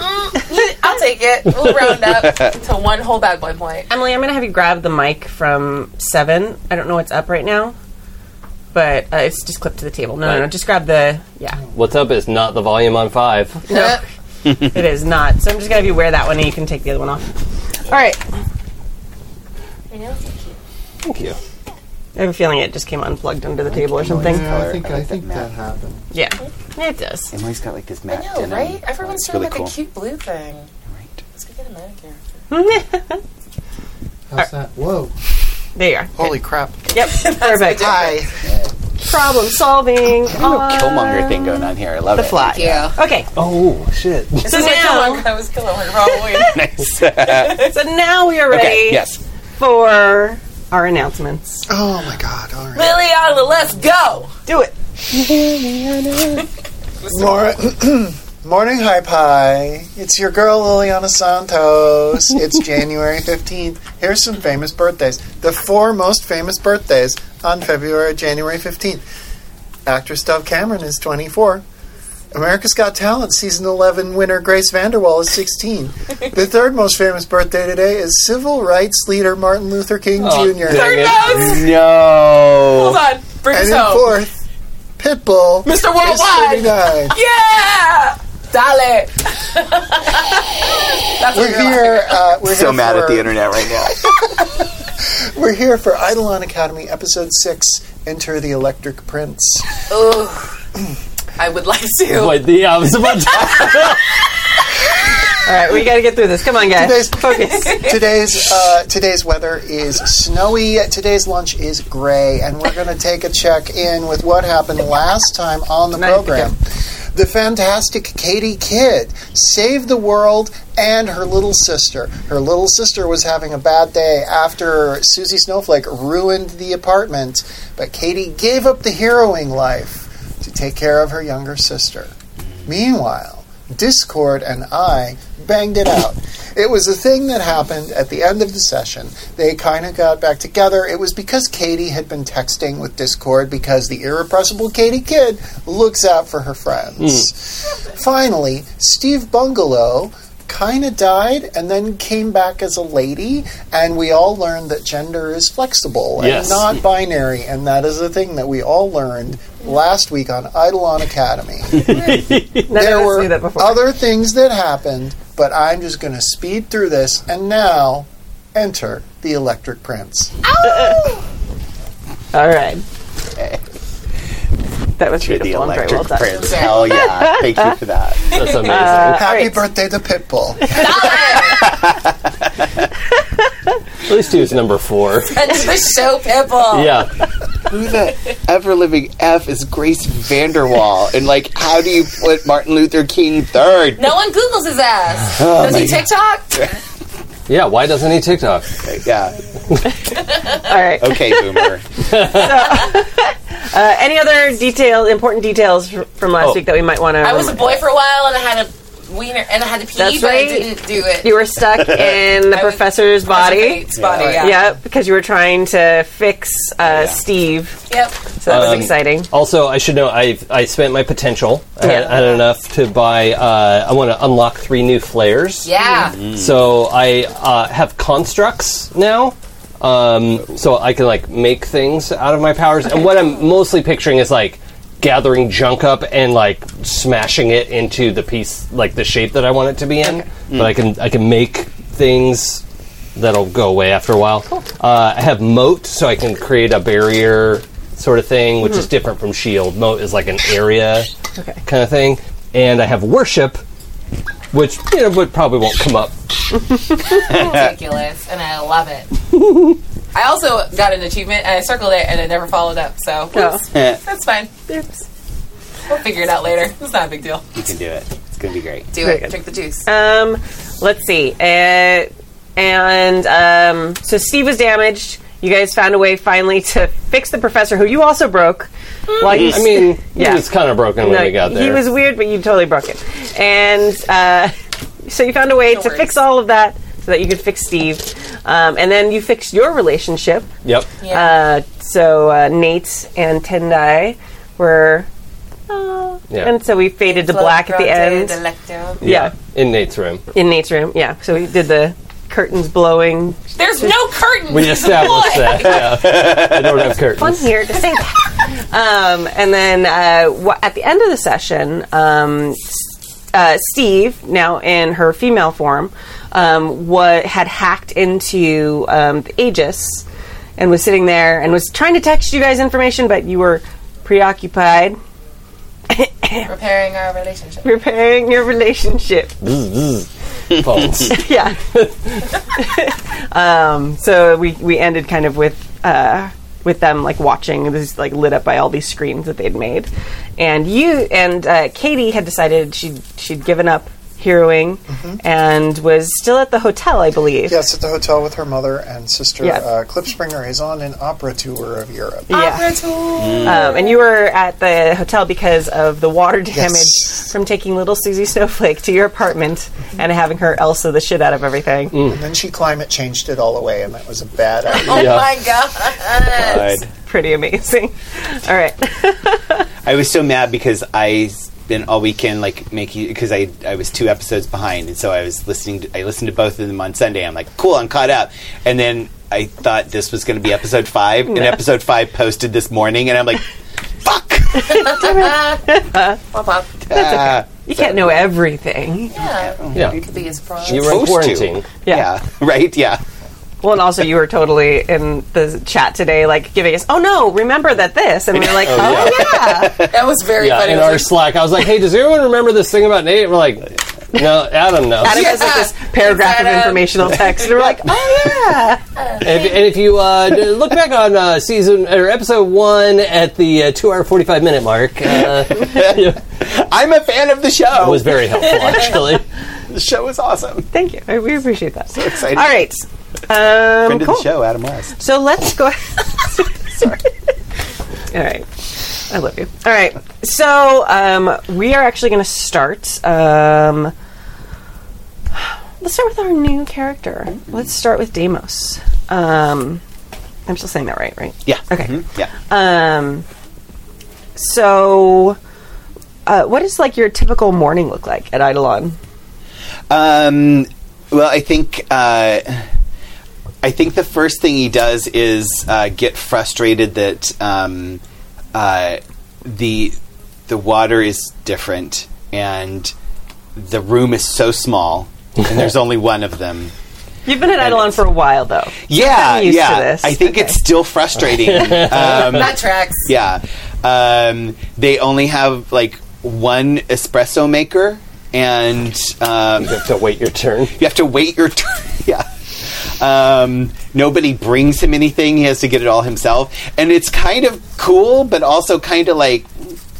S4: I'll take it. We'll round up to one whole bad boy point.
S2: Emily, I'm going to have you grab the mic from seven. I don't know what's up right now, but uh, it's just clipped to the table. No, no, no. Just grab the. Yeah,
S5: What's up is not the volume on five.
S2: it is not. So I'm just going to have you wear that one and you can take the other one off. All right.
S5: Thank you.
S2: I have a feeling it just came unplugged under the table or something.
S8: Oh,
S6: Yeah, I
S3: color.
S6: think
S3: I
S6: I,
S3: like that
S6: think that,
S3: map.
S6: happened.
S2: Yeah. It does.
S3: Emily's got like this
S4: I
S3: matte
S4: know,
S3: denim.
S4: right? Everyone's
S3: It's
S4: doing
S3: really
S4: like
S3: cool.
S4: a cute blue thing.
S3: Right.
S4: Let's go get a manicure.
S6: How's that? Whoa.
S2: There you are.
S8: Holy crap.
S2: Yep. Perfect.
S8: Hi.
S2: Problem solving. on
S3: Killmonger thing going on here. I love
S2: The
S3: it.
S2: fly.
S4: Yeah.
S2: Okay.
S5: Oh shit!
S2: So now,
S4: I was killing her probably.
S3: Nice. okay.
S2: so now we are ready
S3: Yes.
S2: for our announcements.
S8: Oh my god. All right.
S4: Liliana, let's go.
S2: Do it.
S8: Mor- Morning, Hi Pie. It's your girl, Liliana Santos. It's January 15th. Here's some famous birthdays. The four most famous birthdays on February, January 15th. Actress Dove Cameron is 24. America's Got Talent season 11 winner Grace Vanderwall is 16. the third most famous birthday today is civil rights leader Martin Luther King
S5: Oh,
S8: Jr.
S5: dang it.
S4: Hold
S3: No.
S4: on. Bring
S8: And
S4: us
S8: in
S4: home.
S8: fourth, Pitbull
S4: Mr.
S8: is
S4: Worldwide.
S8: 39.
S4: Yeah. Dale. That's what
S8: We're
S4: you're like.
S8: here. Uh, we're
S3: So
S8: here
S3: mad
S8: for,
S3: at the internet right now.
S8: We're here for Eidolon Academy, episode six. Enter the Electric Prince.
S4: Ugh. I would like to.
S5: Wait, the, yeah, I was about to.
S2: All right, we got to get through this. Come on, guys.
S8: Today's-
S2: Focus.
S8: Today's uh, today's weather is snowy. Today's lunch is gray, and we're going to take a check in with what happened last time on the
S2: Nice
S8: program. The fantastic Katie Kidd saved the world and her little sister. Her little sister was having a bad day after Susie Snowflake ruined the apartment, but Katie gave up the heroing life to take care of her younger sister. Meanwhile, Discord and I banged it out. It was a thing that happened at the end of the session. They kind of got back together. It was because Katie had been texting with Discord because the irrepressible Katie Kid looks out for her friends. Finally, Steve Bungalow kind of died and then came back as a lady, and we all learned that gender is flexible
S5: Yes.
S8: and not binary, and that is a thing that we all learned last week on Eidolon Academy
S2: None
S8: there
S2: of us
S8: were
S2: knew that before.
S8: other things that happened, but I'm just going to speed through this. And now, enter the Electric Prince.
S2: All right. That was
S3: You're the
S2: beautiful. and very well
S3: electric
S2: done.
S3: prince. Hell yeah. Thank you for that.
S5: That's amazing.
S8: Happy
S2: right.
S8: birthday to Pitbull.
S5: At least he was number four.
S4: That's the show, people.
S5: Yeah.
S3: Who the ever living F is Grace Vanderwall? And like, how do you put Martin Luther King third?
S4: No one Googles his ass. Does he TikTok?
S5: Yeah, why doesn't he TikTok?
S3: Yeah.
S2: All right.
S3: Okay, boomer.
S2: Uh, any other detail, important details fr- from last
S5: Oh.
S2: week that we might want to?
S4: I was a boy for a while, and I had a wiener, and I had to pee,
S2: That's
S4: but
S2: right.
S4: I didn't do it.
S2: You were stuck in the
S4: I was-
S2: professor's body.
S4: It's body, yeah.
S2: Yep, because you were trying to fix uh, Steve.
S4: Yep.
S2: So that was
S5: Um,
S2: exciting.
S5: Also, I should know I I spent my potential. I, had,
S2: Yeah.
S5: I had enough to buy. Uh, I want to unlock three new flares.
S4: Yeah.
S5: Mm. So I uh, have constructs now. Um, so I can like make things out of my powers. And what I'm mostly picturing is like gathering junk up and like smashing it into the piece, like the shape that I want it to be in. But I can I can make things that'll go away after a while. Uh, I have moat, so I can create a barrier sort of thing, which is different from shield. Moat is like an area kind of thing. And I have worship, which you know, but probably won't come up
S4: Ridiculous, and I love it. I also got an achievement, and I circled it, and it never followed up. So
S2: Oh.
S4: that's fine.
S2: Oops.
S4: We'll figure it out later. It's not a big deal.
S3: You can do it. It's gonna be great.
S4: Do
S2: Very
S4: it.
S2: good.
S4: Drink the juice.
S2: Um, let's see. Uh, and um, so Steve was damaged. You guys found a way finally to fix the professor, who you also broke. While you,
S5: I mean,
S2: Yeah.
S5: he was kind of broken when
S2: No,
S5: we got Hmm. there.
S2: He was weird, but you totally broke it. And uh, so you found a way
S4: No
S2: to
S4: worries.
S2: fix all of that so that you could fix Steve. Um, and then you fixed your relationship.
S5: yep.
S4: Yeah.
S2: Uh, so uh, Nate and Tendai were. Uh,
S5: Yeah.
S2: And so we faded to black at the end. yeah.
S5: In Nate's room.
S2: in Nate's room. Yeah, so we did the curtains blowing.
S4: There's no curtain.
S5: We established that. Yeah. I don't have
S2: Fun
S5: curtains.
S2: here to say that. um, and then uh, wh- at the end of the session, um, S- uh, Steve, now in her female form, um, wa had hacked into um, the Aegis and was sitting there and was trying to text you guys information, but you were preoccupied
S4: Repairing our relationship.
S2: Oh, repairing your relationship.
S5: Phones.
S2: yeah. um, so we we ended kind of with uh, with them like watching this like lit up by all these screens that they'd made, and you and uh, Katie had decided she she'd given up heroing and was still at the hotel, I believe.
S8: Yes, at the hotel with her mother and sister.
S2: Yeah.
S8: Uh, Clipspringer is on an opera tour of Europe.
S2: Yeah. Um, and you were at the hotel because of the water damage
S8: Yes.
S2: from taking little Susie Snowflake to your apartment and having her Elsa the shit out of everything.
S8: And then she climate changed it all away, and that was a bad idea.
S4: Oh
S5: Yeah.
S4: my god.
S3: Good.
S2: Pretty amazing. All right.
S3: I was so mad because I s- been all weekend like making because I I was two episodes behind, and so I was listening. To, I listened to both of them on Sunday. I'm like, cool, I'm caught up. And then I thought this was going to be episode five, and episode five posted this morning, and I'm like, fuck.
S4: Pop, pop.
S3: Ah,
S2: You can't know everything.
S4: Yeah.
S5: Yeah.
S4: Could be his problem.
S5: You were in
S3: Supposed to.
S5: quarantine.
S2: Yeah.
S3: yeah, right, yeah.
S2: Well, and also you were totally in the chat today, like giving us, oh no, remember that this, and we are like, oh, yeah.
S4: that was very
S5: Yeah,
S4: funny.
S5: in
S4: It was
S5: our Slack, I was like, "Hey, does everyone remember this thing about Nate?" And we're like, "No, Adam knows."
S2: Adam has like this paragraph
S4: Adam.
S2: of informational text, and we're like, oh yeah.
S5: And if, and if you uh, d- look back on uh, season or episode one at the uh, two hour forty five minute mark, uh, it
S3: I'm a fan of the show.
S5: was very helpful actually.
S3: the show is awesome.
S2: Thank you. I, we appreciate that.
S3: excited.
S2: All right. Um,
S3: Friend
S2: cool.
S3: of the show, Adam West.
S2: So let's go. Sorry. All right. I love you. All right. So um, we are actually going to start. Um, let's start with our new character. Let's start with Deimos. Um, I'm still saying that right, right?
S3: Yeah.
S2: Okay.
S3: Yeah.
S2: Um, so, uh, what does like your typical morning look like at Eidolon?
S3: Um, well, I think uh, I think the first thing he does is uh, get frustrated that um, uh, the the water is different and the room is so small and there's only one of them.
S2: You've been at Eidolon for a while, though.
S3: Yeah,
S2: I'm used to
S3: yeah.
S2: this.
S3: I think it's still frustrating. um,
S4: that tracks.
S3: yeah. Um, they only have like one espresso maker and um,
S5: You have to wait your turn.
S3: you have to wait your turn. yeah. Um, nobody brings him anything. He has to get it all himself. And it's kind of cool, but also kind of like,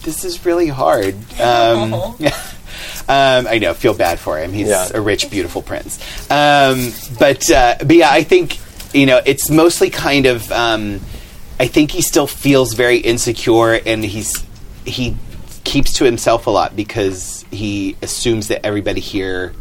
S3: this is really hard. Um, yeah. Um, I know, feel bad for him. He's
S5: Yeah.
S3: a rich, beautiful prince. Um, but, uh, but yeah, I think, you know, it's mostly kind of, um, I think he still feels very insecure and he's, he keeps to himself a lot because he assumes that everybody here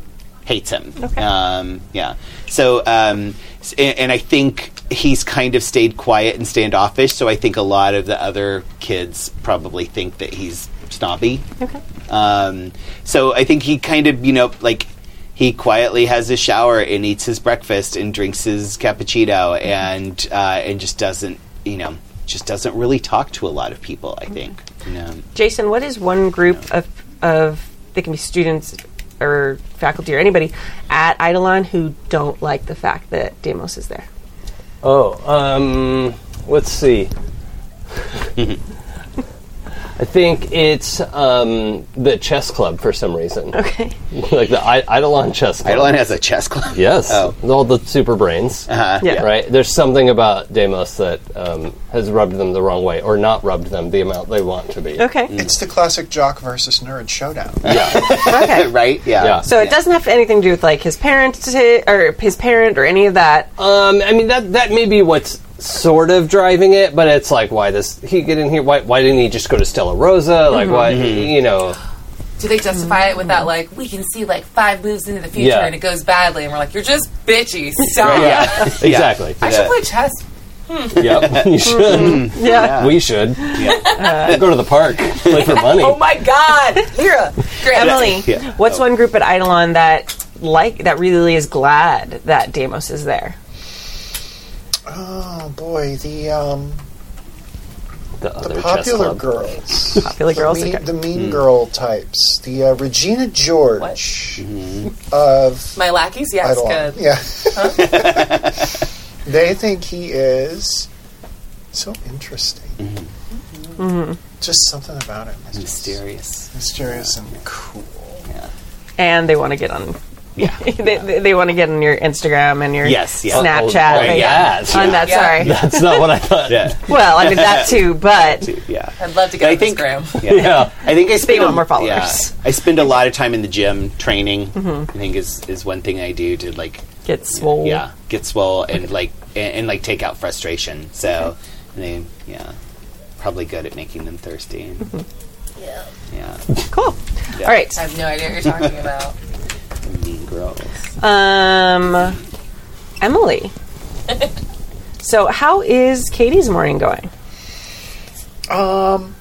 S3: hates him. Um, yeah. So, um, s- and, and I think he's kind of stayed quiet and standoffish. So I think a lot of the other kids probably think that he's snobby. Okay. Um, so I think he kind of, you know, like he quietly has his shower and eats his breakfast and drinks his cappuccino and uh, and just doesn't, you know, just doesn't really talk to a lot of people. I think. You know.
S2: Jason, what is one group of of they can be students or faculty or anybody at Eidolon who don't like the fact that Demos is there?
S5: Oh, um, let's see. I think it's um, the chess club for some reason.
S2: Okay.
S5: like the I- Eidolon chess club.
S3: Eidolon has a chess club.
S5: Yes.
S3: Oh.
S5: All the super brains.
S3: Uh,
S2: Yeah.
S5: Right? There's something about Deimos that um, has rubbed them the wrong way, or not rubbed them the amount they want to be.
S2: Okay.
S8: It's the classic jock versus nerd showdown.
S2: Okay.
S3: Right.
S5: Yeah.
S2: So it doesn't have anything to do with like his parent t- or his parent or any of that.
S5: Um, I mean, that that may be what's sort of driving it, but it's like, why does he get in here? Why, why didn't he just go to Stella Rosa?
S2: Mm-hmm.
S5: Like, why,
S3: Mm-hmm.
S5: you know.
S4: Do they justify it with that, like, we can see like five moves into the future
S5: Yeah.
S4: and it goes badly? And we're like, you're just bitchy. Stop.
S3: Yeah.
S5: Exactly.
S4: I should play chess.
S5: Yep. you should.
S2: Yeah.
S5: We should. go to the park. Play for money.
S4: Oh my God. Lyra. Great.
S2: Emily,
S3: Yeah.
S2: what's one group at Eidolon that like that really is glad that Demos is there?
S8: Oh boy, the um,
S5: the other chess
S8: popular
S5: club.
S8: girls,
S2: Popular
S8: the
S2: girls, Hmm.
S8: mean,
S2: okay.
S8: the mean girl types, the uh, Regina George
S5: Mm-hmm.
S8: of
S4: My lackeys? Yes,
S8: Idol.
S4: good.
S8: Yeah, they think he is so interesting.
S4: Mm-hmm.
S8: Just something about him is just
S3: Mysterious.
S8: mysterious and cool.
S2: And they want to get on.
S3: Yeah.
S2: they they, they want to get on your Instagram and your
S3: Yes, yeah.
S2: Snapchat.
S5: Oh, oh,
S2: They-
S5: yes.
S2: On that,
S4: Yeah.
S2: sorry.
S5: That's not what I thought.
S3: Yeah.
S2: Well, I mean that too, but
S3: Yeah.
S4: I'd love to get
S3: I
S4: on
S3: think-
S4: Instagram.
S3: Yeah.
S5: Yeah.
S3: I think I spend
S2: want
S3: a-
S2: more followers. Mm-hmm.
S3: yeah. I spend a lot of time in the gym training. I think is is one thing I do to like
S2: get swole.
S3: yeah get swole and like and, and like take out frustration. So and then yeah, probably good at making them thirsty. Mm-hmm. Yeah,
S2: Cool. All right.
S4: I have no idea what you're talking about.
S3: yeah, mean girls.
S2: Um, Emily. so, how is Katie's morning going?
S8: Um,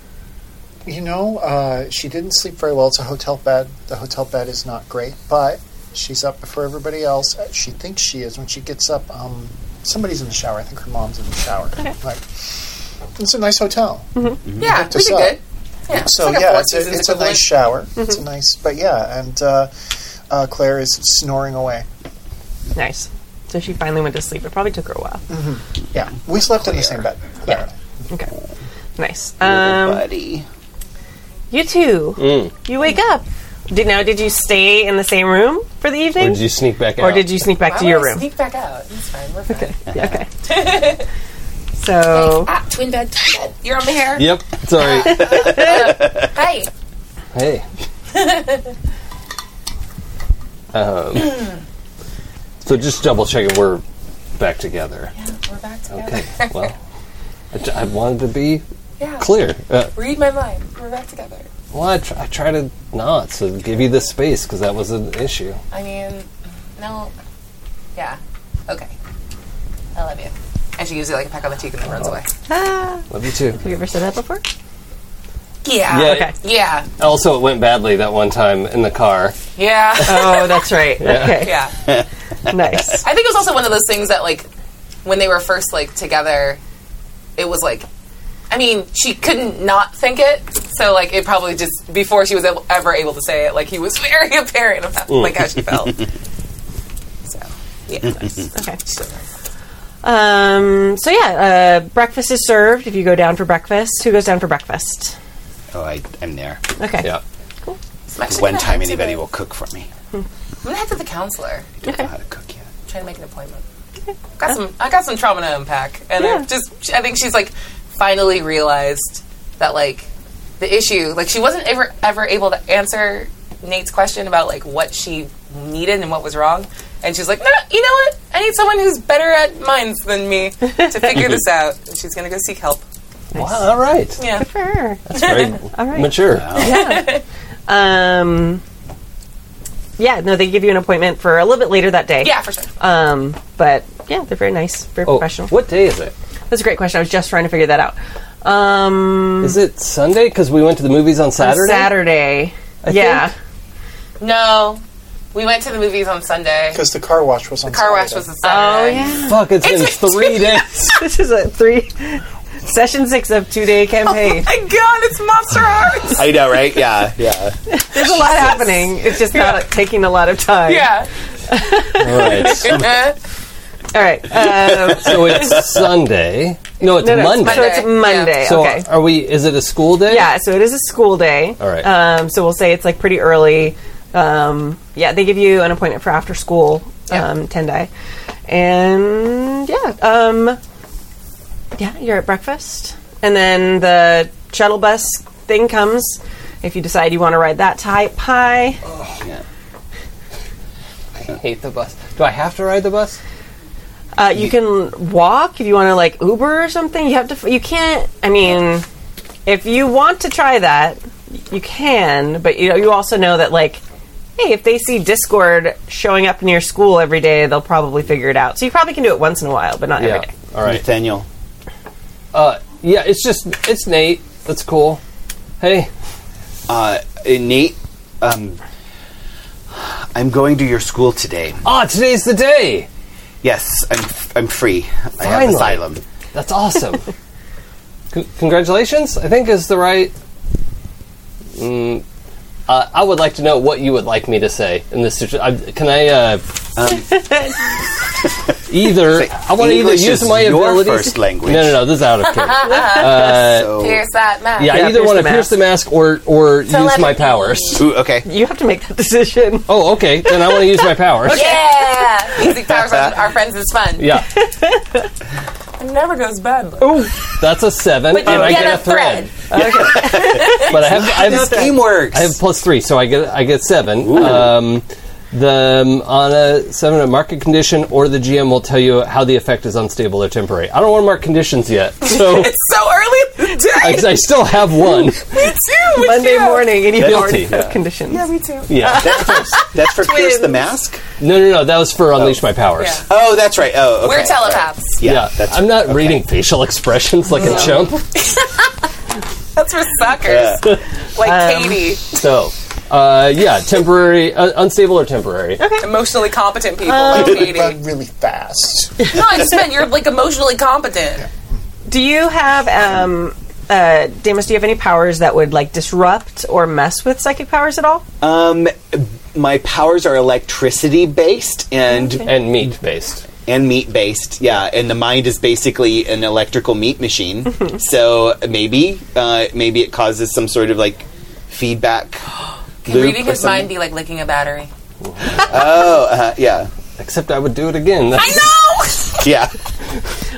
S8: you know, uh, she didn't sleep very well. It's a hotel bed. The hotel bed is not great, but she's up before everybody else. Uh, She thinks she is. When she gets up, um, somebody's in the shower. I think her mom's in the shower. Like, it's a nice hotel.
S4: Yeah, we
S8: us
S4: did
S8: up.
S4: good. Yeah, it's
S8: So
S4: like a
S8: yeah,
S4: Four
S8: it's a,
S4: Seasons
S8: it's a
S4: equivalent. Mm-hmm.
S8: nice shower. It's a nice, but yeah, and uh, uh, Claire is snoring away.
S2: Nice. So she finally went to sleep. It probably took her a while.
S8: Yeah, we slept in the same bed. Claire and I.
S2: Okay. Nice.
S3: Little
S2: Um,
S3: buddy.
S2: you two, you wake up. Did, now, did you stay in the same room for the evening?
S5: Or did you sneak back out?
S2: Or did you sneak back
S4: Why
S2: to
S4: would
S2: your
S4: I
S2: room?
S4: Sneak back out. It's fine. We're fine.
S2: Okay. so,
S4: Ah, twin bed, twin bed. You're on the hair.
S5: Yep. Sorry.
S4: Hey,
S5: hey. um, so just double checking we're back together.
S4: we're back together.
S5: Okay. Well, I, j- I wanted to be
S4: Yeah.
S5: clear. Uh,
S4: Read my mind. We're back together.
S5: well, I, tr- I try to not so give you the space because that was an issue.
S4: I mean, no. Yeah. Okay. I love you. And she gives you like a peck on the cheek and then runs away.
S2: ah,
S5: Love you too.
S2: have you ever said that before?
S4: Yeah.
S5: Yeah.
S2: Ah, Okay.
S4: Yeah.
S5: Also, it went badly that one time in the car.
S4: Yeah.
S2: Oh, that's right. Okay,
S4: yeah.
S2: nice.
S4: I think it was also one of those things that like when they were first like together, it was like I mean, she couldn't not think it. So like it probably just before she was able, ever able to say it, like he was very apparent about
S3: Mm.
S4: like how she felt. so yeah, nice.
S2: Okay. Um, so yeah, uh, breakfast is served. If you go down for breakfast, who goes down for breakfast?
S3: Oh, I, I'm there.
S2: Okay.
S5: Yeah.
S4: I'm actually
S3: One
S4: gonna
S3: time
S4: head to
S3: anybody
S4: the-
S3: will cook for me.
S4: I'm gonna head to the counselor.
S3: Don't know how to cook yet.
S4: I'm trying to make an appointment. Got some. I got some trauma to unpack, and
S2: Yeah.
S4: I just. I think she's like finally realized that like the issue. Like she wasn't ever ever able to answer Nate's question about like what she needed and what was wrong, and she's like, no, you know what? I need someone who's better at minds than me to figure this out. And she's gonna go seek help.
S5: Wow. All right.
S4: Yeah.
S2: Sure.
S5: That's very
S2: All right.
S5: mature.
S2: Um, yeah, no, they give you an appointment for a little bit later that day.
S4: Yeah, for sure.
S2: Um, but yeah, they're very nice, very
S5: Oh,
S2: professional.
S5: what day is it?
S2: That's a great question. I was just trying to figure that out. Um,
S5: Is it Sunday? Because we went to the movies on Saturday.
S2: Saturday. yeah.
S4: No, we went to the movies on Sunday.
S8: because the car wash was on.
S4: Car wash was
S8: Saturday.
S4: a Saturday.
S5: Fuck, it's been three days.
S2: this is a three session six of two day campaign.
S4: My God, it's Monster Hearts.
S3: I know, right? Yeah, yeah.
S2: There's a lot happening. It's just not uh, taking a lot of time.
S4: yeah. Uh-huh.
S5: All right.
S2: All right. Um,
S5: So it's Sunday. No, it's
S2: no, no, it's-
S5: Monday.
S2: So it's
S4: Monday.
S2: Monday.
S5: So
S2: okay.
S5: are we? Is it a school day?
S2: Yeah. So it is a school day.
S5: All right.
S2: Um, so we'll say it's like pretty early. Um, yeah. They give you an appointment for after school.
S4: Yeah.
S2: Um, Tendai. And yeah. Um, yeah. You're at breakfast, and then the shuttle bus thing comes. If you decide you want to ride that type high,
S5: I hate the bus. Do I have to ride the bus?
S2: Uh, you can walk if you want to, like Uber or something. You have to. f- You can't. I mean, if you want to try that, you can. But you know, you also know that, like, hey, if they see Discord showing up near school every day, they'll probably figure it out. So you probably can do it once in a while, but not every day.
S5: All right.
S3: Nathaniel.
S5: Uh, yeah. It's just it's Nate. That's cool. Hey.
S3: Uh, Nate, um, I'm going to your school today.
S5: Ah, today's the day.
S3: Yes, I'm, I'm free. I have
S5: Finally.
S3: asylum.
S5: That's awesome. C- congratulations. I think is the right. Mm, uh, I would like to know what you would like me to say in this situation. Can I? Uh, either I want to either
S3: English
S5: use
S3: is
S5: my
S3: your
S5: abilities.
S3: first language.
S5: No, no, no. This is out of character.
S3: so,
S4: Here's that map.
S2: Yeah,
S5: Yeah, I either
S2: pierce
S5: want
S2: the
S5: to
S2: mask.
S5: pierce the mask or or use my
S4: Telepathy.
S5: powers.
S3: Ooh, okay.
S2: You have to make that decision.
S5: Oh, okay. Then I want to use my powers.
S4: Yeah, music powers on our friends is fun.
S5: Yeah,
S4: It never goes bad.
S5: that's a seven,
S4: But
S5: and
S4: you
S5: I
S4: get
S5: get
S4: a
S5: a thread. but I have I have,
S3: Teamwork.
S5: I have plus three, so I get I get seven. Um, the um, on a seven a market condition, or the GM will tell you how the effect is unstable or temporary. I don't want to mark conditions yet, so
S4: It's so early in the
S5: I,
S4: day.
S5: I still have one.
S4: too. We
S2: Monday
S4: do.
S2: morning, and you
S5: Guilty,
S2: already have
S5: yeah.
S2: conditions.
S5: Yeah,
S3: That's for Pierce the Mask?
S5: no, no, no. That was for unleash my powers.
S4: Yeah.
S3: Oh, that's right. Oh, okay.
S4: We're telepaths.
S3: Yeah, that's
S5: I'm not reading facial expressions like a chump.
S4: That's for suckers. Like Katie.
S5: So, uh, yeah, temporary, uh, unstable or temporary.
S4: Emotionally competent people like Katie.
S8: Run really fast.
S4: No, I just meant you're like emotionally competent.
S2: Do you have, um, uh, Damus, do you have any powers that would like disrupt or mess with psychic powers at all?
S3: Um, my powers are electricity based and
S5: And meat based.
S3: and meat based. Yeah, and the mind is basically an electrical meat machine. so maybe, uh, maybe it causes some sort of like feedback.
S4: Can reading his mind be like licking a battery?
S3: Uh, yeah,
S5: Except I would do it again. That's,
S4: No!
S3: yeah,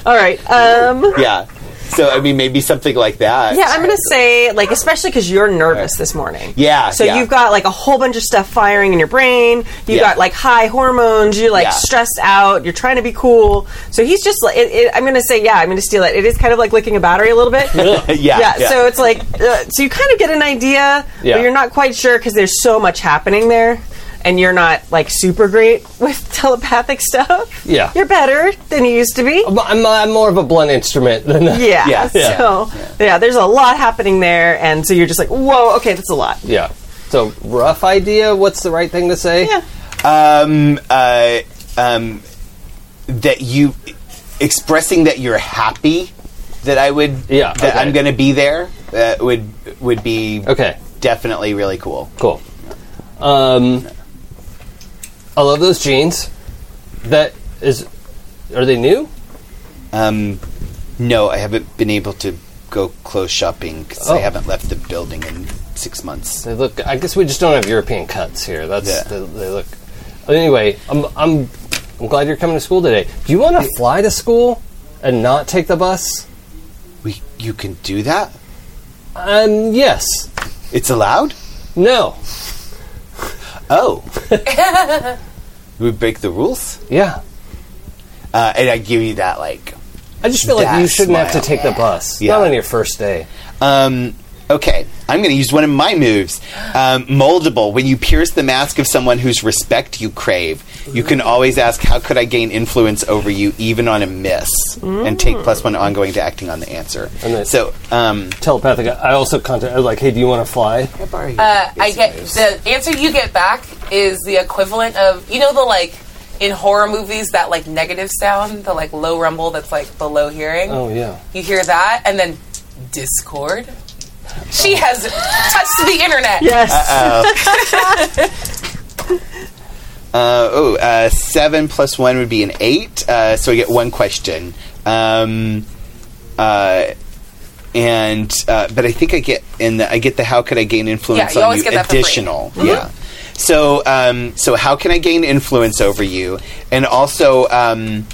S2: All right. Um,
S3: yeah. So I mean, maybe something like that.
S2: yeah, I'm going to say, like, especially because you're nervous this morning.
S3: Yeah,
S2: So
S3: yeah.
S2: you've got like a whole bunch of stuff firing in your brain. You've
S3: Yeah.
S2: got like high hormones. You're like
S3: Yeah.
S2: stressed out. You're trying to be cool. So he's just. like- It, it, I'm going to say, yeah, I'm going to steal it. It is kind of like licking a battery a little bit. yeah,
S3: yeah,
S2: So it's like, uh, so you kind of get an idea,
S5: Yeah.
S2: but you're not quite sure because there's so much happening there, and you're not like super great with telepathic stuff.
S5: Yeah.
S2: You're better than you used to be.
S5: But I'm, I'm more of a blunt instrument than a,
S2: Yeah.
S3: Yeah.
S2: So yeah. there's a lot happening there, and so you're just like, whoa, okay, that's a lot.
S5: Yeah. So rough idea. What's the right thing to say?
S2: Yeah.
S3: um, uh, um, that you expressing that you're happy that I would
S5: Yeah,
S3: that
S5: okay.
S3: I'm going to be there uh, would would be
S5: Okay.
S3: definitely really cool.
S5: Cool. Um, I love those jeans. That is, are they new?
S3: Um, no, I haven't been able to go clothes shopping because I
S5: Oh. Uh,
S3: haven't left the building in six months.
S5: They look. I guess we just don't have European cuts here. That's
S3: Yeah.
S5: they, they look. Anyway, I'm I'm I'm glad you're coming to school today. Do you want to fly to school and not take the bus?
S3: We you can do that?
S5: Um, yes.
S3: It's allowed?
S5: No.
S3: Oh, we break the rules,
S5: Yeah.
S3: uh, and I give you that like
S5: I just feel like
S3: That
S5: you shouldn't have to
S3: smile.
S5: take the bus.
S3: Yeah.
S5: Not on your first day.
S3: Um, okay, I'm going to use one of my moves. Um, moldable. When you pierce the mask of someone whose respect you crave, you can always ask, "How could I gain influence over you, even on a miss?" And take plus one ongoing to acting on the answer.
S5: And then-
S3: so, um,
S5: Telepathic. I also contact. I was like, hey, do you want to fly?
S4: Uh, I get the answer you get back is the equivalent of you know the like in horror movies that like negative sound, the like low rumble that's like below hearing.
S5: Oh yeah.
S4: You hear that and then discord. She has touched the internet.
S2: Yes.
S3: uh, oh, uh, seven plus one would be an eight. Uh, so I get one question. Um, uh, and uh, but I think I get in the I get the how could I gain influence
S4: Yeah, you
S3: on
S4: always
S3: you
S4: get that for free. Mm-hmm.
S3: additional yeah. So um, so how can I gain influence over you? And also, um,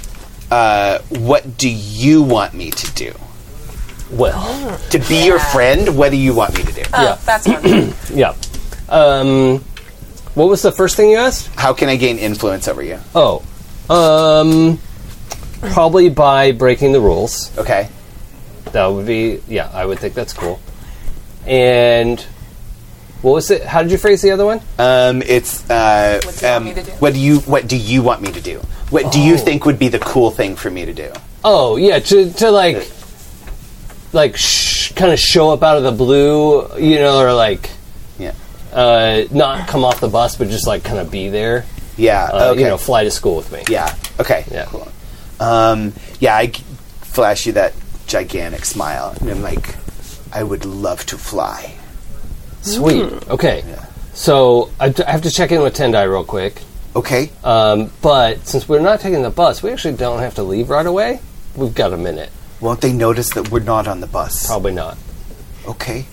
S3: uh, what do you want me to do?
S5: Well.
S3: To be your friend, what do you want me to do?
S4: Oh, that's one.
S5: Yeah. Um, what was the first thing you asked?
S3: How can I gain influence over you?
S5: Oh, um, probably by breaking the rules.
S3: Okay.
S5: That would be yeah. I would think that's cool. And what was it? How did you phrase the other one?
S3: Um, it's uh,
S4: What do you want
S3: um,
S4: me to do?
S3: what do you what do you want me to do? What do you think would be the cool thing for me to do?
S5: Oh yeah, to to like like sh- kind of show up out of the blue, you know, or like
S3: Yeah,
S5: uh, not come off the bus, but just like kind of be there.
S3: yeah,
S5: Uh,
S3: okay,
S5: You know, fly to school with me.
S3: yeah, okay,
S5: Yeah.
S3: cool. Um, yeah, I g- flash you that gigantic smile, and I'm like, I would love to fly.
S5: Sweet.
S3: Mm.
S5: Okay. So I, d- I have to check in with Tendai real quick.
S3: Okay,
S5: Um, but since we're not taking the bus, we actually don't have to leave right away. We've got a minute.
S3: won't they notice that we're not on the bus?
S5: Probably not.
S3: Okay,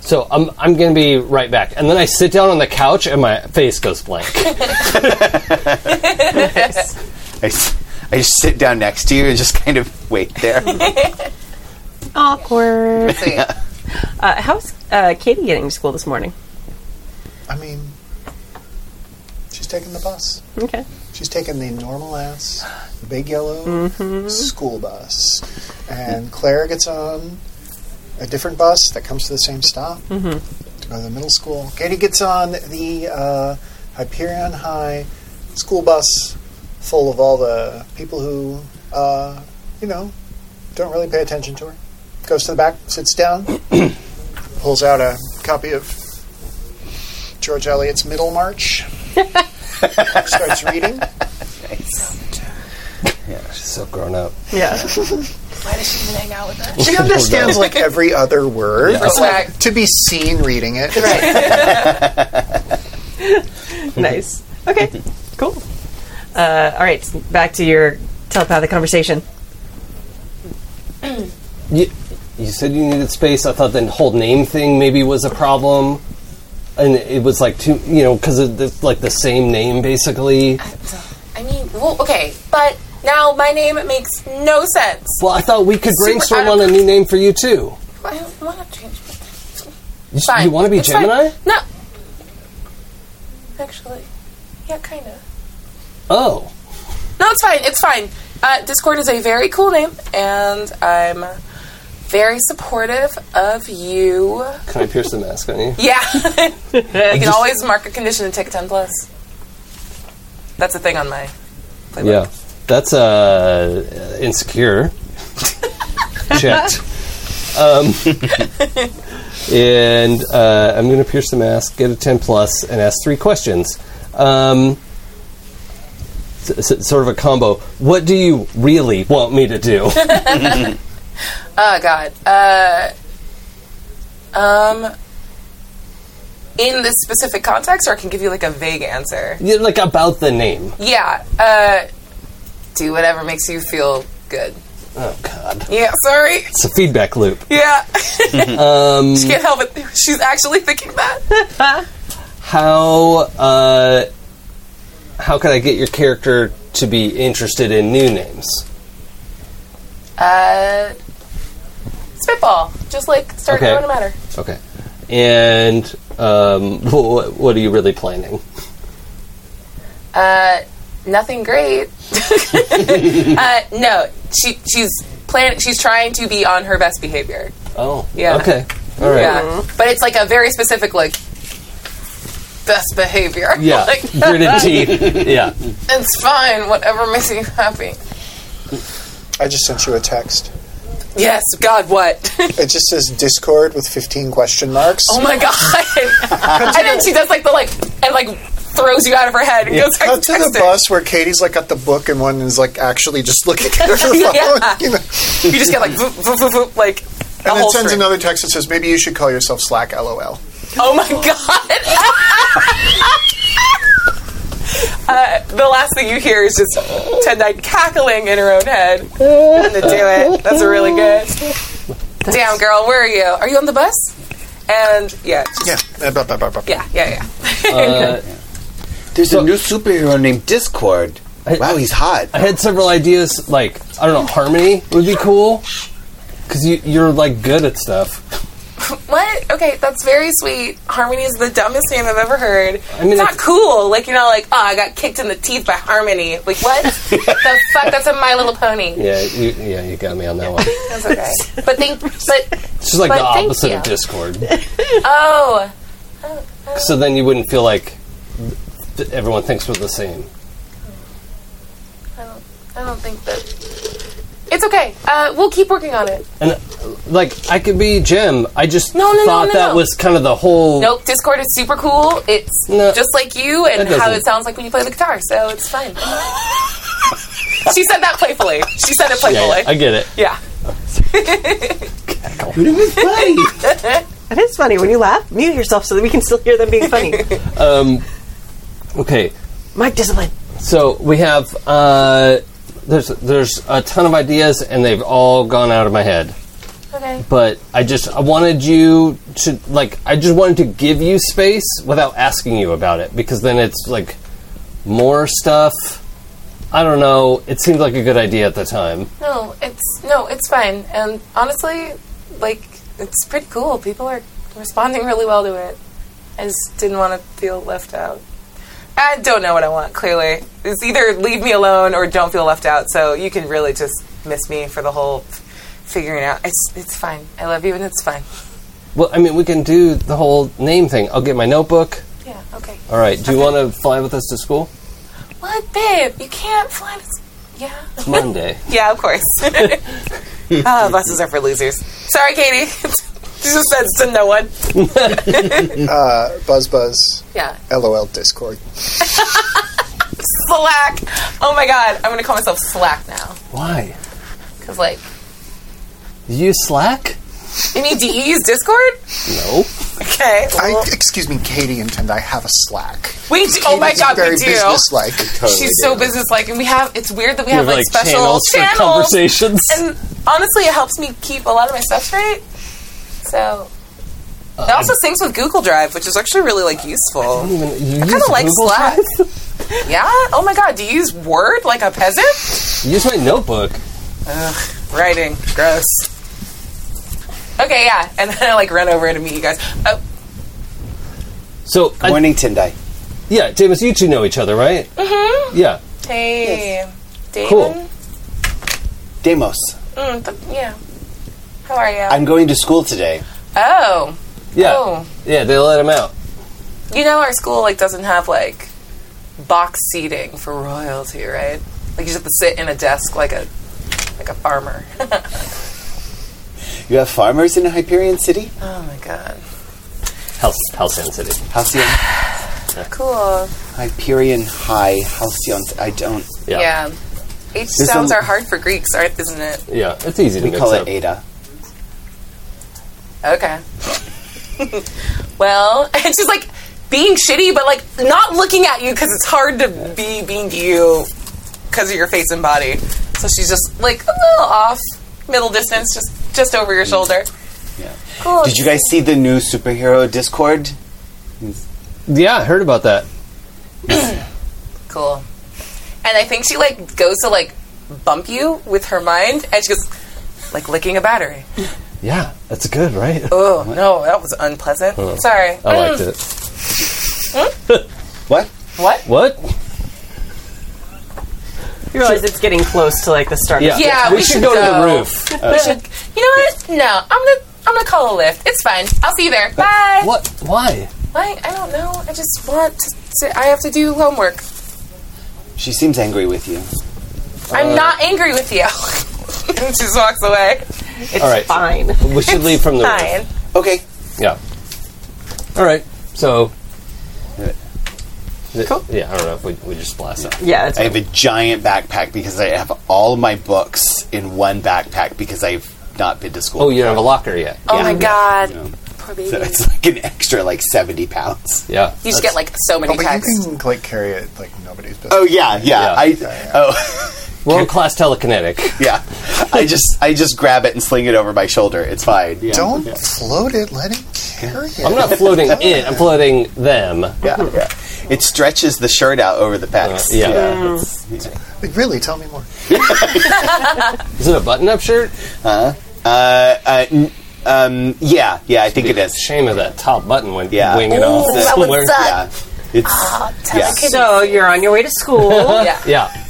S5: So I'm, I'm going to be right back. And then I sit down on the couch and my face goes blank.
S3: I, s- I just sit down next to you and just kind of wait there.
S2: Awkward.
S4: Sweet.
S2: Uh, how's uh, Katie getting to school this morning?
S8: I mean, she's taking the bus.
S2: Okay.
S8: She's taking the normal ass, big yellow school bus. And Claire gets on a different bus that comes to the same stop to go to the middle school. Katie gets on the uh, Hyperion High school bus full of all the people who, uh, you know, don't really pay attention to her. goes to the back, sits down, pulls out a copy of George Eliot's Middlemarch, starts reading.
S5: She's so grown up.
S2: Yeah.
S4: Why does she even hang out with us?
S8: She understands like every other word. It's like to be seen reading it.
S2: nice. Okay. Cool. Uh, all right. Back to your telepathic conversation.
S5: You, you said you needed space. I thought the whole name thing maybe was a problem, and it was like too, you know, because it's like the same name basically.
S4: I mean, well, okay, but now my name makes no sense.
S5: Well, I thought we could
S4: Super
S5: brainstorm
S4: out of-
S5: on a new name for you too.
S4: I don't want to change. my-
S5: You, s-
S4: Fine.
S5: you want to be
S4: It's fine.
S5: Gemini?
S4: No. Actually, yeah, kind of.
S5: Oh,
S4: No, it's fine. It's fine. Uh, Discord is a very cool name, and I'm very supportive of you.
S5: can I pierce the mask on you?
S4: Yeah. you can always mark a condition and take a 10 plus. That's a thing on my playbook.
S5: Yeah, that's uh, insecure. Checked. Um, and uh, I'm going to pierce the mask, get a 10 plus, and ask three questions. Um, s- s- sort of a combo. What do you really want me to do?
S4: Oh God. Uh, um, in this specific context, or I can give you like a vague answer.
S5: Yeah, like about the name.
S4: Yeah. Uh, do whatever makes you feel good.
S5: Oh God,
S4: Yeah. Sorry.
S5: it's a feedback loop.
S4: Yeah.
S5: Um,
S4: Can't help it. She's actually thinking that.
S5: how uh, how can I get your character to be interested in new names?
S4: Uh, spitball. Just like start
S5: Okay.
S4: throwing them at her.
S5: Okay. And um, what, what are you really planning?
S4: Uh, nothing great. uh, no, she she's plan. She's trying to be on her best behavior.
S5: Oh,
S4: Yeah.
S5: Okay. All right.
S4: Yeah, but it's like a very specific like best behavior.
S5: Yeah.
S4: like,
S5: Gritted teeth. Yeah.
S4: it's fine. Whatever makes you happy.
S8: I just sent you a text.
S4: Yes. God, what?
S8: It just says Discord with 15 question marks.
S4: oh my God. and then she does like the like and like throws you out of her head and goes
S8: Cut
S4: like
S8: to the bus where Katie's like got the book and one is like actually just looking at her phone.
S4: Yeah.
S8: you know.
S4: You just get like voop, voop, voop, voop, like. a
S8: And
S4: whole
S8: then sends
S4: string.
S8: another text that says, maybe you should call yourself Slack LOL.
S4: Oh my god! uh, the last thing you hear is just Ted Knight cackling in her own head. I'm gonna do it. That's really good. Damn, girl, where are you? Are you on the bus? And yeah, just-
S8: Yeah. Uh, blah, blah, blah, blah.
S4: yeah, yeah, yeah.
S5: Uh,
S3: There's a new superhero named Discord.
S5: I-
S3: wow, he's hot.
S5: I had several ideas. Like I don't know, harmony would be cool because you you're like good at stuff.
S4: what? Okay, that's very sweet. Harmony is the dumbest name I've ever heard.
S5: mean,
S4: it's not
S5: it's-
S4: cool. Like you're not like, oh, I got kicked in the teeth by Harmony. Like what? the fuck? That's a My Little Pony.
S5: Yeah. You, yeah. You got me on that one.
S4: That's okay. But think, but
S5: It's just like
S4: But
S5: the
S4: thank
S5: opposite of
S4: you.
S5: Discord.
S4: oh.
S5: So then you wouldn't feel like th- everyone thinks we're the same.
S4: I don't, I don't think that. It's okay. Uh, we'll keep working on it.
S5: And uh, like I could be Jim. I just
S4: No, no, no,
S5: thought
S4: no,
S5: that
S4: no.
S5: was kind of the whole.
S4: Nope, Discord is super cool. It's
S5: No.
S4: just like you and
S5: Uh, That
S4: how
S5: doesn't-
S4: it sounds like when you play the guitar, so it's fine. she said that playfully. She said it
S5: Yeah, yeah, I
S4: playfully.
S5: get it.
S4: Yeah.
S2: That is funny. When you laugh, mute yourself so that we can still hear them being funny.
S5: Um, okay,
S2: Mike discipline.
S5: so we have uh, there's there's a ton of ideas, and they've all gone out of my head.
S4: Okay.
S5: But I just I wanted you to like I just wanted to give you space without asking you about it because then it's like more stuff. I don't know. It seemed like a good idea at the time.
S4: No, it's no, it's fine. And honestly, like it's pretty cool. People are responding really well to it. I just didn't want to feel left out. I don't know what I want. Clearly, it's either leave me alone or don't feel left out. So you can really just miss me for the whole f- figuring out. It's it's fine. I love you, and it's fine.
S5: Well, I mean, we can do the whole name thing. I'll get my notebook.
S4: Yeah. Okay.
S5: All right. Do you want to fly with us to school
S4: What, babe? You can't fly. To- yeah.
S5: Monday?
S4: Yeah, of course. Ah, buses are for losers. Sorry, Katie. this is sense to no one.
S8: Uh, buzz buzz.
S4: Yeah.
S8: LOL Discord.
S4: Slack. Oh my god, I'm gonna call myself Slack now.
S5: Why?
S4: Cause like,
S5: You use Slack?
S4: you need to use Discord.
S5: No.
S4: Okay.
S8: I,
S4: well,
S8: E-, excuse me, Katie and Tim, I have a Slack.
S4: we do, oh my
S8: Katie's
S4: god,
S8: very
S4: we do.
S8: businesslike.
S3: Totally
S4: She's so
S3: do.
S4: businesslike, and we have. It's weird that we
S5: You
S4: have like, special channels.
S5: for conversations.
S4: And honestly, it helps me keep a lot of my stuff straight. So. It also syncs with Google Drive, which is actually really like useful.
S5: Even- you
S4: I kind
S5: use
S4: of like
S5: Google
S4: Slack.
S5: Drive?
S4: yeah. Oh my God. Do you use Word like a peasant?
S5: Use my notebook.
S4: Writing. Gross. Okay. Yeah. And then I like run over to meet you guys. Oh,
S5: So, I-
S3: Morning, Tendai.
S5: yeah, Davis, you two know each other, right? Mm-hmm. Yeah.
S4: hey, Damon.
S5: Cool.
S3: Demos.
S4: Mm, th- yeah. How are you?
S3: I'm going to school today.
S4: oh.
S5: Yeah.
S4: Oh.
S5: Yeah, they let him out.
S4: You know our school like doesn't have like box seating for royalty, right? Like you just have to sit in a desk like a like a farmer.
S3: You have farmers in Hyperion City?
S4: oh my god.
S5: Health, health sensitive.
S3: Halcyon.
S4: Cool.
S3: Hyperion High. Halcyon. I don't.
S5: Yeah.
S4: Yeah. H
S3: There's
S4: sounds
S3: a-
S4: are hard for Greeks, aren't isn't it?
S5: Yeah, it's easy to
S3: We
S5: mix
S3: call
S5: up.
S3: it Ada.
S4: Okay. well, and she's like being shitty, but like not looking at you because it's hard to be being you because of your face and body. So she's just like a little off, middle distance, just just over your shoulder.
S3: Yeah.
S4: Cool.
S3: Did you guys see the new superhero Discord?
S5: Yeah, I heard about that.
S4: Cool. And I think she like goes to like bump you with her mind, and she goes like licking a battery.
S5: Yeah, that's good, right?
S4: Oh no, that was unpleasant.
S3: Oh.
S4: Sorry.
S5: I liked it.
S3: What?
S4: What?
S5: What?
S2: You realize it's getting close to like the start. of-
S5: Yeah,
S4: Yeah,
S5: we,
S4: we
S5: should
S4: should
S5: go, to
S4: go.
S5: the roof.
S4: We should. You know what? No, I'm gonna I'm gonna call a lift. It's fine. I'll see you there. Bye.
S5: What? Why?
S4: Why? I don't know. I just want to. Sit. I have to do homework.
S3: She seems angry with you. Uh,
S4: I'm not angry with you. and she just walks away.
S2: It's
S5: All right.
S2: fine.
S5: We should leave from the roof.
S4: Fine.
S3: Okay.
S5: Yeah. All right. So. th-
S2: Cool.
S5: Yeah, I don't know if we, we just blast out.
S2: Yeah, it's
S3: I have a giant backpack because I have all my books in one backpack because I've not been to school.
S5: Oh, you don't have a locker yet.
S4: Oh my god.
S3: Yeah.
S4: Poor baby.
S3: So it's like an extra like 70 pounds.
S5: Yeah.
S4: you just get like so many
S8: Oh, but
S4: texts.
S8: you can like carry it like nobody's business.
S3: Oh yeah, yeah.
S5: Yeah.
S3: I
S8: yeah.
S3: oh
S5: world class telekinetic.
S3: yeah. I just I just grab it and sling it over my shoulder. It's fine.
S4: Oh.
S3: Yeah.
S8: Don't
S3: Yeah.
S8: float it. Let it carry it.
S5: I'm not floating it. I'm floating them.
S3: Yeah, yeah. It stretches the shirt out over the pecs.
S5: Uh, yeah.
S3: It's- yeah.
S8: Like, really, tell me more.
S5: Is it a button up shirt?
S3: Uh, uh, n- um, yeah, yeah, I think it is.
S5: Shame of that top button went
S3: Yeah.
S5: winging
S3: Ooh,
S5: off
S4: that would
S5: somewhere.
S4: suck.
S3: Yeah. It's yeah.
S2: So you're on your way to school.
S4: Yeah.
S5: Yeah.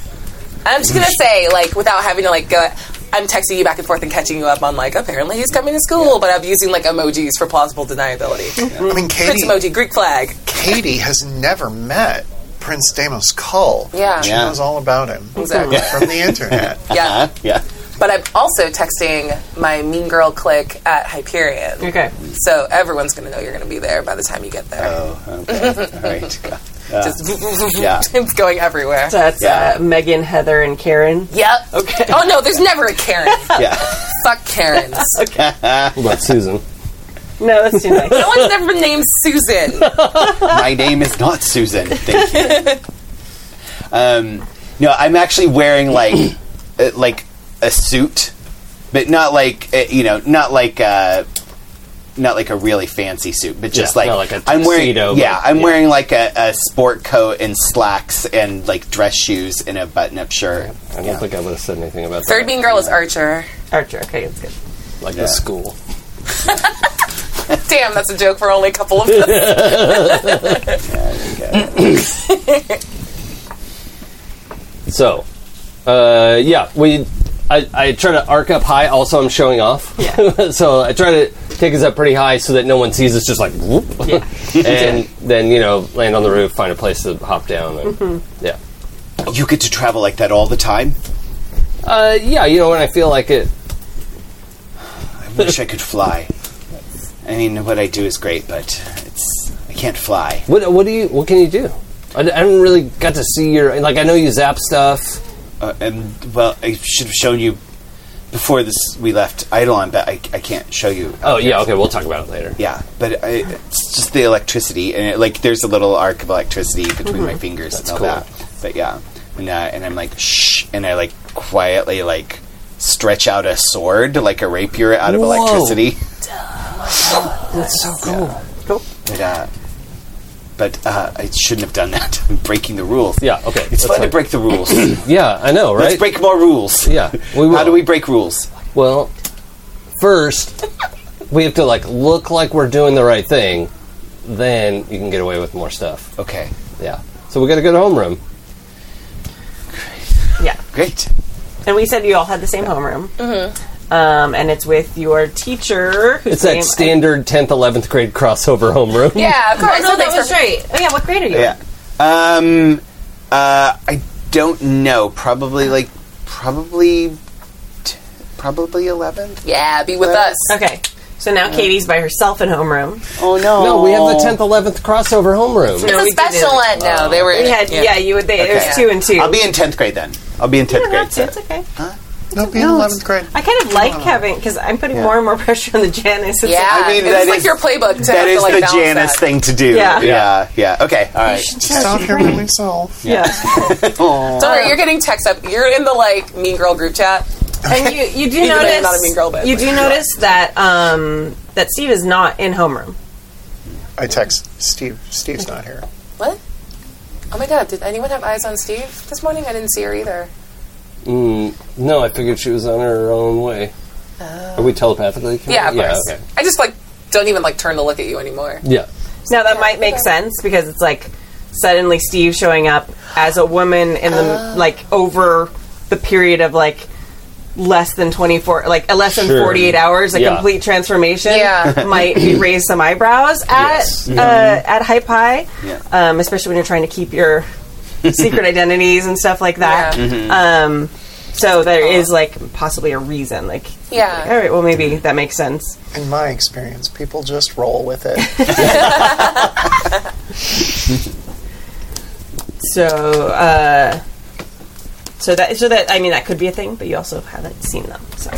S4: I'm just gonna say, like, without having to like go. I'm texting you back and forth and catching you up on like apparently he's coming to school, but I'm using like emojis for plausible deniability.
S8: I mean,
S4: Prince
S8: Katie.
S4: emoji, Greek flag.
S8: Katie has never met Prince Damos Cull.
S4: Yeah.
S8: She
S3: Yeah.
S8: knows all about him
S4: Exactly.
S8: from the internet.
S4: Yeah.
S3: Uh-huh. yeah.
S4: But I'm also texting my mean girl clique at Hyperion,
S2: Okay.
S4: so everyone's gonna know you're gonna be there by the time you get there.
S3: Oh, okay. All right. God. Uh,
S4: Just
S3: yeah.
S4: it's going everywhere.
S2: So that's
S3: Yeah.
S2: uh, Megan, Heather, and Karen.
S4: Yep.
S2: Okay.
S4: Oh no, there's never a Karen.
S3: yeah.
S4: Fuck Karens.
S5: What about Susan?
S2: No, that's too nice.
S4: No one's never been named Susan.
S3: My name is not Susan. Thank you. Um, no, I'm actually wearing like uh, like a suit, but not like uh, you know, not like uh, not like a really fancy suit, but just
S5: Yeah,
S3: like,
S5: not like a
S3: I'm wearing
S5: tuxedo,
S3: yeah,
S5: but-
S3: I'm
S5: yeah.
S3: wearing like a, a sport coat and slacks and like dress shoes and a button-up shirt.
S5: I don't think I would have said anything about
S4: Third
S5: that.
S4: mean girl is Archer.
S2: Archer. Okay, that's good.
S5: Like
S3: Yeah.
S5: the school.
S4: Damn, that's a joke for only a couple of us.
S5: So, uh, yeah, we. I, I try to arc up high. Also, I'm showing off.
S2: Yeah.
S5: so I try to take us up pretty high so that no one sees us. Just like whoop,
S2: Yeah.
S5: and then you know land on the roof, find a place to hop down. And,
S2: Mm-hmm.
S5: Yeah.
S3: You get to travel like that all the time.
S5: Uh, yeah. You know when I feel like it.
S3: I wish I could fly. I mean, what I do is great, but it's I can't fly.
S5: What what do you what can you do? I, I haven't really got to see your like. I know you zap stuff.
S3: Uh, and well, I should have shown you before this. We left Eidolon, but I, I can't show you.
S5: Oh yeah, okay. We'll talk about it later.
S3: Yeah, but I, it's just the electricity, and it, like there's a little arc of electricity between my fingers and all
S5: Mm-hmm. cool.
S3: that. But yeah, and, uh, and I'm like shh, and I like quietly like stretch out a sword, like a rapier out of
S5: Whoa.
S3: electricity.
S5: That's so cool.
S3: But uh, but uh, I shouldn't have done that. I'm breaking the rules.
S5: Yeah, okay,
S3: It's
S5: that's
S3: fun to
S5: fine.
S3: break the rules.
S5: Yeah, I know, right?
S3: Let's break more rules.
S5: Yeah, we
S3: How
S5: will.
S3: do we break rules?
S5: Well, first we have to like look like we're doing the right thing. Then you can get away with more stuff.
S3: Okay,
S5: Yeah. So we got to go to homeroom.
S2: Yeah.
S3: great.
S2: And we said you all had the same homeroom.
S4: Mm-hmm.
S2: Um, and it's with your teacher. whose
S5: It's that
S2: name-
S5: standard tenth, eleventh grade crossover homeroom.
S4: Yeah, of
S2: Oh,
S4: course.
S2: no, that
S4: makes
S2: was
S4: sense.
S2: right. Oh, yeah. What grade are you?
S3: Yeah. Um. Uh. I don't know. Probably like. Probably. T- probably eleventh.
S4: Yeah, be with us.
S2: in? Okay. So now Katie's by herself in homeroom.
S3: Oh no.
S5: No, we have the tenth, eleventh crossover homeroom.
S2: No,
S4: It's
S2: we
S4: a special
S2: didn't.
S4: one. No, they were.
S2: We had, yeah, you would. They, There's two and two.
S3: I'll be in tenth grade then. I'll be in
S2: You
S3: tenth
S2: don't
S3: grade.
S2: have to.
S3: so-
S2: It's okay.
S8: No, be in eleventh grade.
S2: I kind of like having because I'm putting more and more pressure on the Janice. It's
S4: Yeah,
S3: I mean,
S4: it's
S3: that
S4: like
S3: is-
S4: your playbook. To have
S3: That
S4: to,
S3: is
S4: like,
S3: the
S4: balance
S3: Janice
S4: that.
S3: thing to do.
S2: Yeah.
S3: Yeah. Yeah. Okay. All right.
S8: Stop your moving soul.
S2: Like, yeah.
S4: Don't worry, you're getting text up. You're in the like Mean Girl group chat.
S2: and you, you do
S4: Even though
S2: notice
S4: you're not a mean girl, but-
S2: you do notice that um, that Steve is not in homeroom.
S8: I text Steve. Steve's not here.
S4: What? Oh my god, did anyone have eyes on Steve this morning? I didn't see her either.
S5: Mm, no, I figured she was on her own way. Are we telepathically?
S4: Yeah, of
S5: yeah,
S4: course.
S5: okay.
S4: I just like don't even like turn to look at you anymore.
S5: Yeah.
S2: Now that might make sense because it's like suddenly Steve showing up as a woman in
S4: Oh.
S2: the like over the period of like less than 24 like uh, less than
S5: Sure.
S2: 48 hours a
S5: Yeah.
S2: complete transformation
S4: Yeah.
S2: might raise some eyebrows at
S5: Yes. Mm-hmm.
S2: uh, at hype high
S3: Yeah.
S2: um, especially when you're trying to keep your secret identities and stuff like that
S4: Yeah.
S5: Mm-hmm.
S2: um, so there is like possibly a reason like all
S4: Yeah.
S2: right well maybe that makes sense
S8: In my experience, people just roll with it.
S2: So, uh, so that so that I mean that could be a thing, but you also haven't seen them, so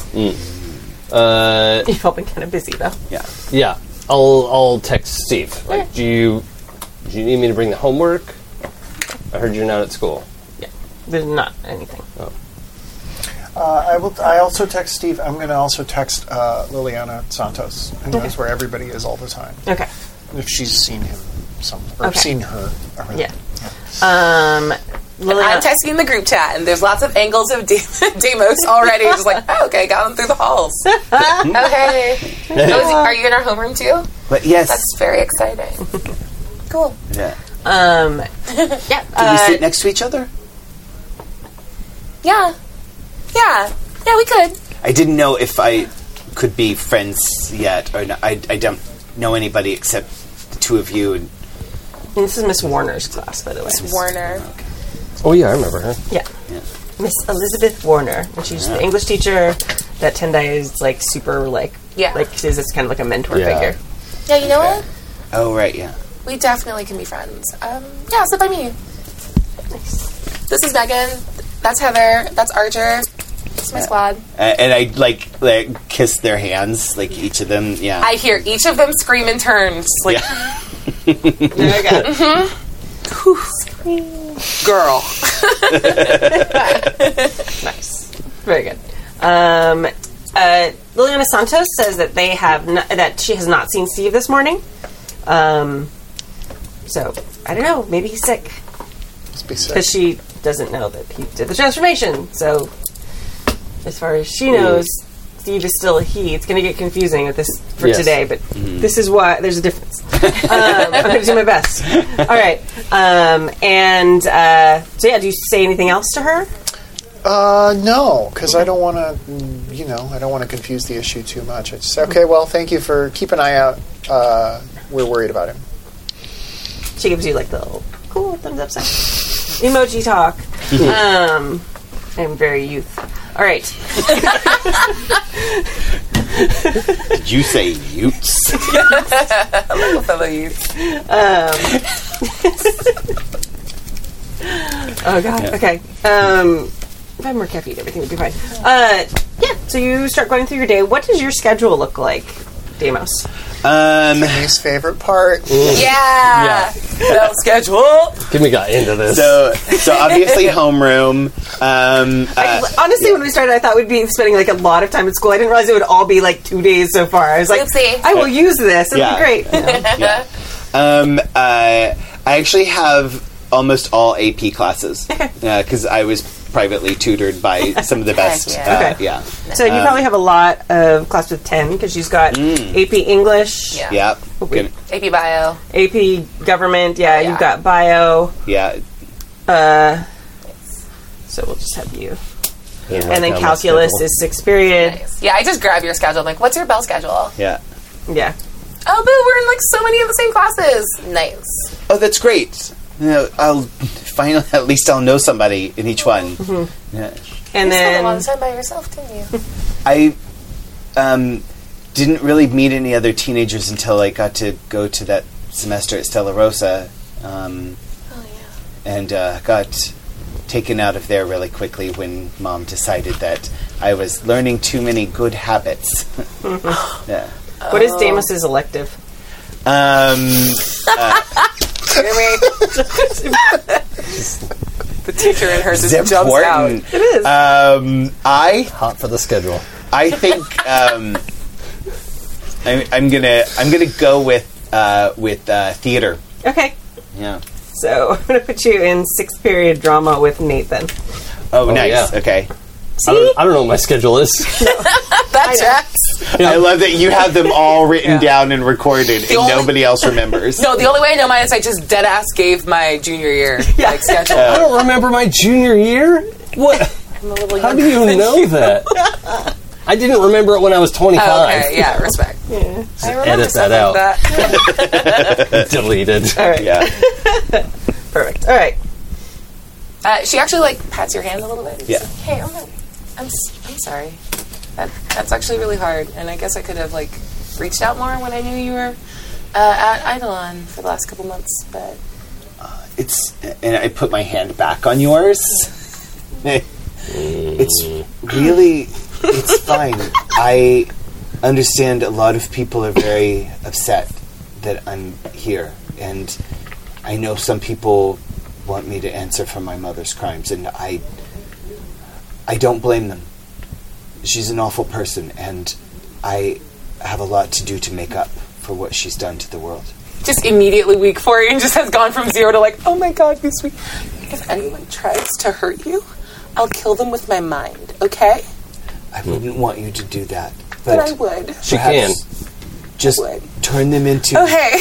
S5: Uh,
S2: you've all been kind of busy though.
S3: Yeah.
S5: yeah. I'll I'll text Steve. Like, do you do you need me to bring the homework? I heard you're not at school.
S2: There's not anything.
S8: Uh, I will. I also text Steve. I'm going to also text uh, Liliana Santos, who knows where everybody is all the time.
S2: Okay.
S8: If she's seen him, some or
S2: Okay.
S8: seen her. around.
S2: Yeah. Um,
S4: I'm
S2: Liliana,
S4: texting in the group chat, and there's lots of angles of de- Demos already. Just like, oh, okay, got him through the halls. okay. Oh, is- are you in our homeroom too?
S3: But yes.
S4: That's very exciting. Cool.
S3: yeah.
S2: um, yeah,
S3: Did we
S2: uh,
S3: sit next to each other?
S4: Yeah. Yeah. Yeah, we could.
S3: I didn't know if I could be friends yet, or not. I, I don't know anybody except the two of you. And
S2: this is Miss Warner's class, by the way.
S4: Warner.
S5: Oh yeah, I remember her.
S2: Yeah. Miss Elizabeth Warner, and she's the English teacher that Tendai is like super like
S4: Yeah.
S2: like is it's kind of like a mentor
S5: Yeah.
S2: figure.
S4: Yeah, you know what?
S3: oh right, yeah.
S4: We definitely can be friends. Um, yeah, sit by me. This is Megan. That's Heather. That's Archer. That's my squad.
S3: Uh, and I like like kiss their hands, like each of them. Yeah.
S4: I hear each of them scream in turn. Just like,
S3: yeah.
S2: Okay.
S4: girl.
S2: Nice. Very good. Um, uh, Liliana Santos says that they have n- that she has not seen Steve this morning. Um, so I don't know. Maybe he's sick
S8: Must be sick.
S2: because she doesn't know that he did the transformation. So as far as she knows, Steve is still a he. It's going to get confusing with this for
S5: Yes.
S2: today, but this is why there's a difference. um, I'm going to do my best. All right. Um, and uh, so yeah, do you say anything else to her?
S8: Uh, no, because I don't want to, you know, I don't want to confuse the issue too much. I just okay. Well, thank you for keep an eye out. Uh, we're worried about him.
S2: She gives you like the little cool thumbs up sign. Emoji talk. um, I'm very youth. All right.
S3: Did you say Utes?
S4: fellow youth.
S2: Oh god. Okay. Um, if I had more caffeine, everything would be fine. Uh, yeah. So you start going through your day. What does your schedule look like, Demos?
S3: Um,
S8: His favorite part.
S4: Yeah. No schedule.
S5: Give me got into this.
S3: so, so obviously homeroom. Um, uh,
S2: Honestly, when we started, I thought we'd be spending like a lot of time at school. I didn't realize it would all be like two days so far. I was like,
S4: Oopsie.
S2: I will use this. It'll
S3: Yeah.
S2: be great.
S3: yeah. Um, uh, I actually have almost all AP classes because I was privately tutored by some of the best.
S4: yeah.
S3: Uh,
S2: Okay.
S3: yeah.
S2: So you probably have a lot of class with ten because she's got
S3: Mm.
S2: AP English,
S4: Yeah.
S3: Yeah.
S2: wait.
S3: Good.
S4: AP Bio.
S2: AP Government. Yeah,
S4: Yeah.
S2: you've got Bio.
S3: Yeah.
S2: Uh, so we'll just have you,
S5: Didn't write
S2: and then
S5: down my
S2: calculus
S5: schedule.
S2: is sixth period.
S4: Nice. Yeah, I just grab your schedule. I'm like, what's your bell schedule?
S3: Yeah.
S2: Yeah.
S4: Oh, boo, we're in like so many of the same classes. Nice.
S3: Oh, that's great. You know, I'll finally at least I'll know somebody in each one.
S4: Mm-hmm.
S3: Yeah.
S2: And
S4: you spent
S2: then
S4: a long time by yourself, didn't you?
S3: I um, didn't really meet any other teenagers until I got to go to that semester at Stella Rosa. Um, And uh, got taken out of there really quickly when mom decided that I was learning too many good habits. yeah.
S2: What
S4: Oh.
S2: is Damos's elective?
S3: Um,
S4: The teacher in hers
S3: it's
S4: just jumps out.
S3: important. It is. Um, I
S5: hot for the schedule.
S3: I think um, I'm, I'm gonna I'm gonna go with uh, with uh, theater.
S2: Okay,
S3: Yeah.
S2: so I'm gonna put you in sixth period drama with Nathan.
S3: Oh, nice.
S5: yeah.
S3: Okay.
S5: I don't, I don't know what my schedule is.
S4: That tracks.
S3: I love that you have them all written down and recorded, and
S4: only-
S3: nobody else remembers.
S4: No, the only way I know mine is I just dead ass gave my junior year like schedule.
S5: I don't remember my junior year. What?
S4: I'm a little
S5: How
S4: young.
S5: do you know that? I didn't remember it when I was 25.
S4: Oh, okay, yeah, respect. I remember
S5: edit
S4: stuff
S5: that
S4: like
S5: out.
S4: that.
S5: Deleted.
S3: Yeah.
S2: Perfect. All right.
S4: Uh, she actually like pats your hand a little bit. and
S3: Yeah.
S4: says, Hey, I'm, not- I'm, s- I'm sorry. That, that's actually really hard, and I guess I could have like reached out more when I knew you were uh, at Eidolon for the last couple months, but
S3: It's and I put my hand back on yours. it's really it's fine. I understand a lot of people are very upset that I'm here and I know some people want me to answer for my mother's crimes and I I don't blame them. She's an awful person and I have a lot to do to make up for what she's done to the world.
S4: just immediately weak for you, and just has gone from zero to like, oh my god, you sweet. If anyone tries to hurt you, I'll kill them with my mind. Okay,
S3: I wouldn't want you to do that.
S4: but I would.
S5: She can.
S3: Perhaps Just
S4: Would.
S3: turn them into.
S4: Oh hey,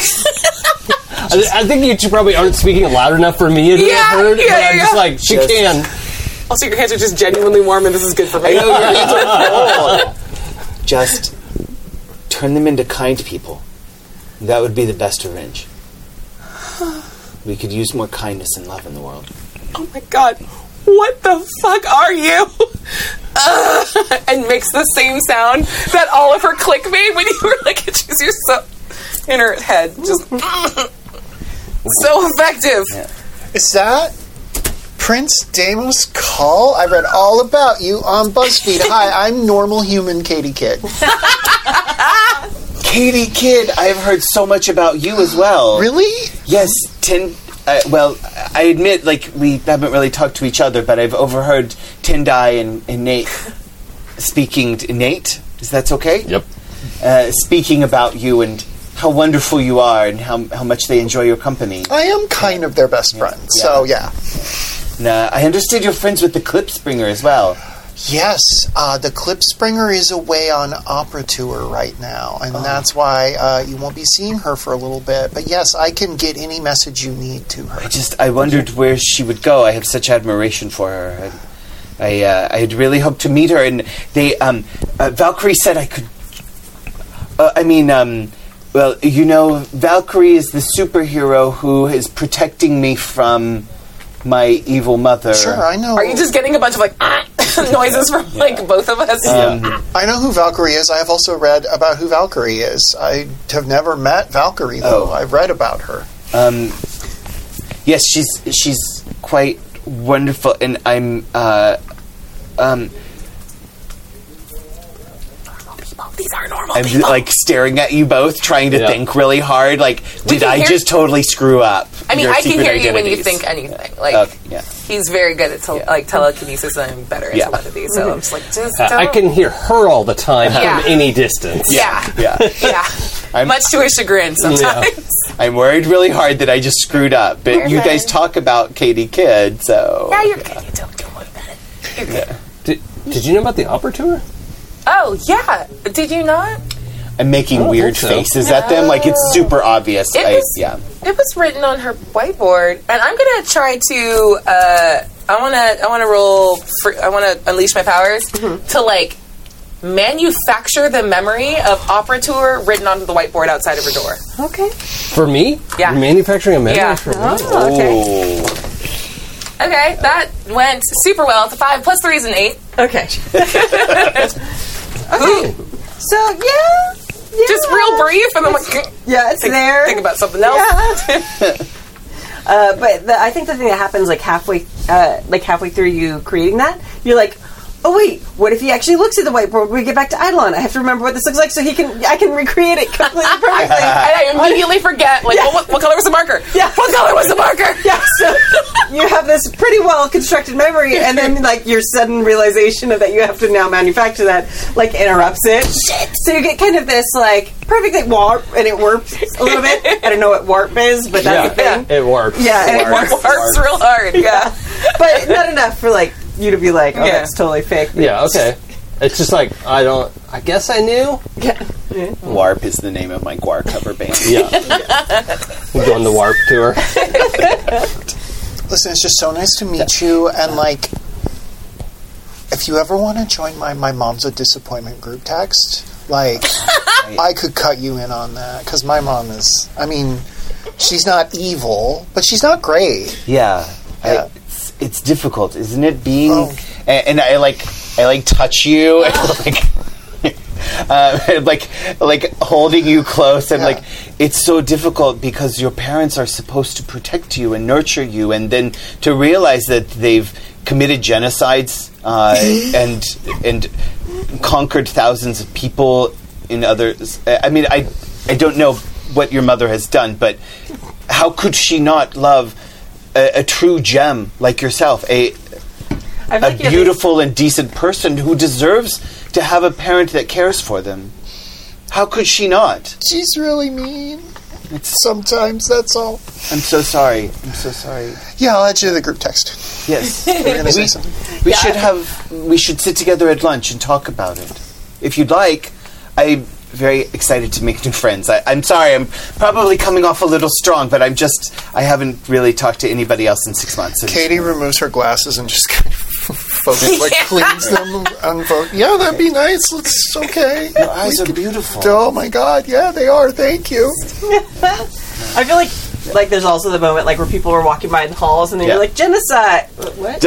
S5: I, I think you two probably aren't speaking loud enough for me to
S4: Yeah,
S5: have heard.
S4: yeah,
S5: but I'm
S4: yeah,
S5: just
S4: yeah.
S5: like, she
S3: Just-
S5: can.
S4: also your hands are just genuinely warm, and this is good for me.
S3: Just turn them into kind people. That would be the best revenge. We could use more kindness and love in the world.
S4: oh my god, what the fuck are you? Ugh. and makes the same sound that all of her click made when you were like, it's just your so- in her head. Just so effective.
S8: Is that Prince Damos Call? I read all about you on BuzzFeed. Hi, I'm normal human Katie Kidd.
S3: Katie Kidd, I've heard so much about you as well.
S8: Really?
S3: Yes, Tin. Uh, well, I admit, like, we haven't really talked to each other, but I've overheard Tendai and, and Nate speaking. To, Nate? Is that okay?
S5: Yep.
S3: uh, speaking about you and how wonderful you are and how, how much they enjoy your company.
S8: I am kind of their best friend. So, yeah.
S3: And, uh, I understood you're friends with the Clipspringer as well.
S8: Yes, uh, the Clipspringer is away on opera tour right now,
S4: Oh.
S8: and that's why uh, you won't be seeing her for a little bit. But yes, I can get any message you need to her.
S3: I just I wondered where she would go. I have such admiration for her. And I uh, I had really hoped to meet her, and they um, uh, Valkyrie said I could. Uh, I mean, um, well, you know, Valkyrie is the superhero who is protecting me from my evil mother.
S8: Sure, I know.
S4: Are you just getting a bunch of like noises from like both of us?
S8: I know who Valkyrie is. I have also read about who Valkyrie is. I have never met Valkyrie, though.
S3: Oh.
S8: I've read about her.
S3: Um, yes, she's she's quite wonderful, and I'm. Uh, um,
S4: These are normal.
S3: I'm just, like staring at you both, trying to
S5: Yeah.
S3: think really hard. Like, did
S4: can
S3: I
S4: hear-
S3: just totally screw up?
S4: I mean,
S3: your
S4: I can
S3: secret
S4: hear you when you
S3: identities?
S4: think anything. Like
S3: Okay, yeah. Uh,
S4: he's very good at tel- like telekinesis, and I'm better at
S3: Yeah. Uh,
S4: telepathy. So I'm just like, just don't.
S5: I can hear her all the time
S4: Yeah.
S5: from any distance.
S4: Yeah,
S3: Yeah,
S4: yeah.
S3: I'm-
S4: Much to his chagrin, sometimes.
S3: I'm worried really hard that I just screwed up. But you guys talk about Katie Kidd, so
S4: Yeah, you're good. You don't, don't worry about it. You're good.
S5: Did, did you know about the opera tour?
S4: Oh yeah, did you not?
S3: I'm making
S5: don't
S3: weird
S5: think Oh, so.
S3: faces at them. Like it's super obvious.
S4: It
S3: I,
S4: was-
S3: yeah.
S4: It was written on her whiteboard, and I'm gonna try to. Uh, I wanna. I wanna roll. For, I wanna unleash my powers
S3: Mm-hmm.
S4: to like manufacture the memory of opera tour written onto the whiteboard outside of her door.
S2: Okay.
S5: For me?
S4: Yeah.
S5: You're manufacturing a memory
S4: Yeah.
S5: for me?
S2: Oh, okay.
S3: Ooh.
S4: Okay, that went super well. The five plus three is an eight.
S2: Okay.
S4: Ooh,
S2: So yeah, yeah.
S4: just real brief, and I'm like,
S2: Yeah, it's there.
S4: think about something else.
S2: Uh, but the, I think the thing that happens like halfway, uh, like halfway through you creating that, you're like, oh wait, what if he actually looks at the whiteboard when we get back to Eidolon? I have to remember what this looks like so he can, I can recreate it completely perfectly.
S4: And I immediately forget, like, well, what, what color was the marker?
S2: Yeah.
S4: What color was the marker?
S2: yeah, so you have this pretty well constructed memory, and then like your sudden realization of that you have to now manufacture that like interrupts it. So you get kind of this like perfectly warp, and it warps a little bit. I don't know what warp is, but that's
S5: Yeah.
S2: a thing.
S5: It works.
S2: Yeah, and it warps.
S4: Works real hard. Yeah.
S2: but not enough for like you to be like, oh,
S4: Yeah.
S2: that's totally fake.
S5: Yeah, okay. It's just like, I don't, I guess I knew.
S2: Yeah.
S3: Warp is the name of my guar cover band.
S5: Yeah. I'm going to Warp Tour.
S8: Listen, it's just so nice to meet you. And, like, if you ever want to join my, my mom's a disappointment group text, like, I could cut you in on that. Because my mom is, I mean, she's not evil, but she's not great.
S3: Yeah, I-
S8: Yeah.
S3: it's, it's difficult, isn't it? Being
S8: Oh.
S3: a- and, I like I like touch you, and, like. Uh, like, like holding you close, and
S8: Yeah.
S3: like it's so difficult because your parents are supposed to protect you and nurture you, and then to realize that they've committed genocides uh, and and conquered thousands of people in others. I mean, I I don't know what your mother has done, but how could she not love a, a true gem like yourself, a
S2: I feel
S3: a
S2: like you have
S3: beautiful and decent person who deserves to have a parent that cares for them. How could she not?
S8: She's really mean. Sometimes, that's all.
S3: I'm so sorry. I'm so sorry.
S8: Yeah, I'll add you to the group text.
S3: Yes,
S8: We're going to say
S3: We-
S8: something.
S3: we should have we should sit together at lunch and talk about it, if you'd like. I'm very excited to make new friends. I, I'm sorry. I'm probably coming off a little strong, but I'm just I haven't really talked to anybody else in six months. and-
S8: Katie removes her glasses and just kind of focus, like cleans them. And fo- yeah, that'd be nice. It's okay.
S3: Your eyes are beautiful.
S8: Oh my god, yeah, they are. Thank you.
S2: I feel like like there's also the moment like where people were walking by in the halls and they
S3: Yeah.
S2: were like genocide. What?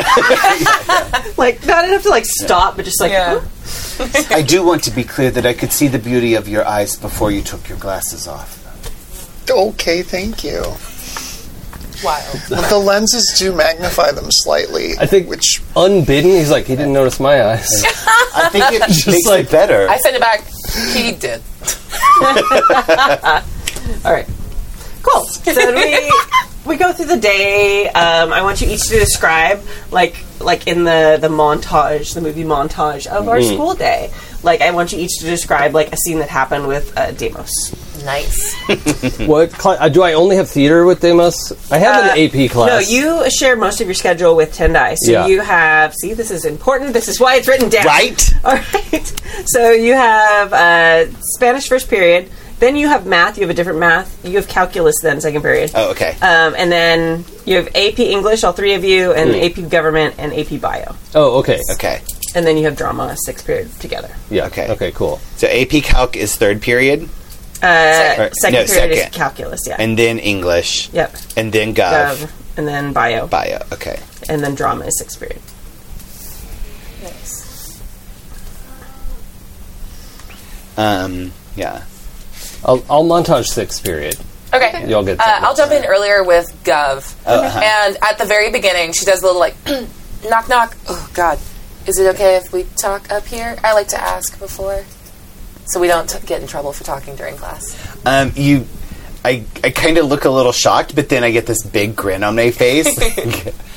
S2: like not enough to like stop, but just like
S4: Yeah.
S3: I do want to be clear that I could see the beauty of your eyes before you took your glasses off.
S8: Okay, thank you.
S4: Wild.
S8: But the lenses do magnify them slightly.
S5: I think-
S8: Which
S5: Unbidden, he's like, he didn't notice my eyes.
S3: I think it
S5: Just
S3: makes
S5: like-
S3: it better.
S4: I sent it back. He did.
S2: all right, cool. So then we we go through the day. Um, I want you each to describe like like in the the montage, the movie montage of our school day. Like I want you each to describe like a scene that happened with uh, Demos.
S4: Nice.
S5: What cla- uh, do I only have theater with Deimos? I have
S2: Uh,
S5: an AP
S2: No,
S5: class.
S2: you share most of your schedule with Tendai. So
S5: Yeah.
S2: you have, see, this is important. This is why it's written down.
S3: Right?
S2: All right. So you have uh, Spanish first period. Then you have math. You have a different math. You have calculus then second period.
S3: Oh, okay.
S4: Uh,
S2: Um, and then you have AP English, all three of you, and AP Government and AP Bio.
S5: Oh, okay.
S3: okay.
S2: And then you have drama, sixth period together.
S5: Yeah.
S3: Okay.
S5: Okay. Cool.
S3: So AP Calc is third period,
S2: Uh,
S3: Right.
S2: Second
S3: No,
S2: period is
S3: second.
S2: calculus, yeah.
S3: and then English,
S2: yep.
S3: and then Gov,
S2: Gov, and then bio,
S3: Bio. Okay.
S2: and then drama is sixth period.
S4: Nice.
S3: Um, yeah.
S5: I'll, I'll montage sixth period.
S4: Okay.
S5: You'll get
S4: Uh,
S5: something.
S4: I'll jump in earlier with Gov.
S3: Uh-huh.
S4: And at the very beginning, she does a little like, knock, knock. Oh, God. Is it okay if we talk up here? I like to ask before. So we don't t- get in trouble for talking during class.
S3: Um, you, I, I kind of look a little shocked, but then I get this big grin on my face.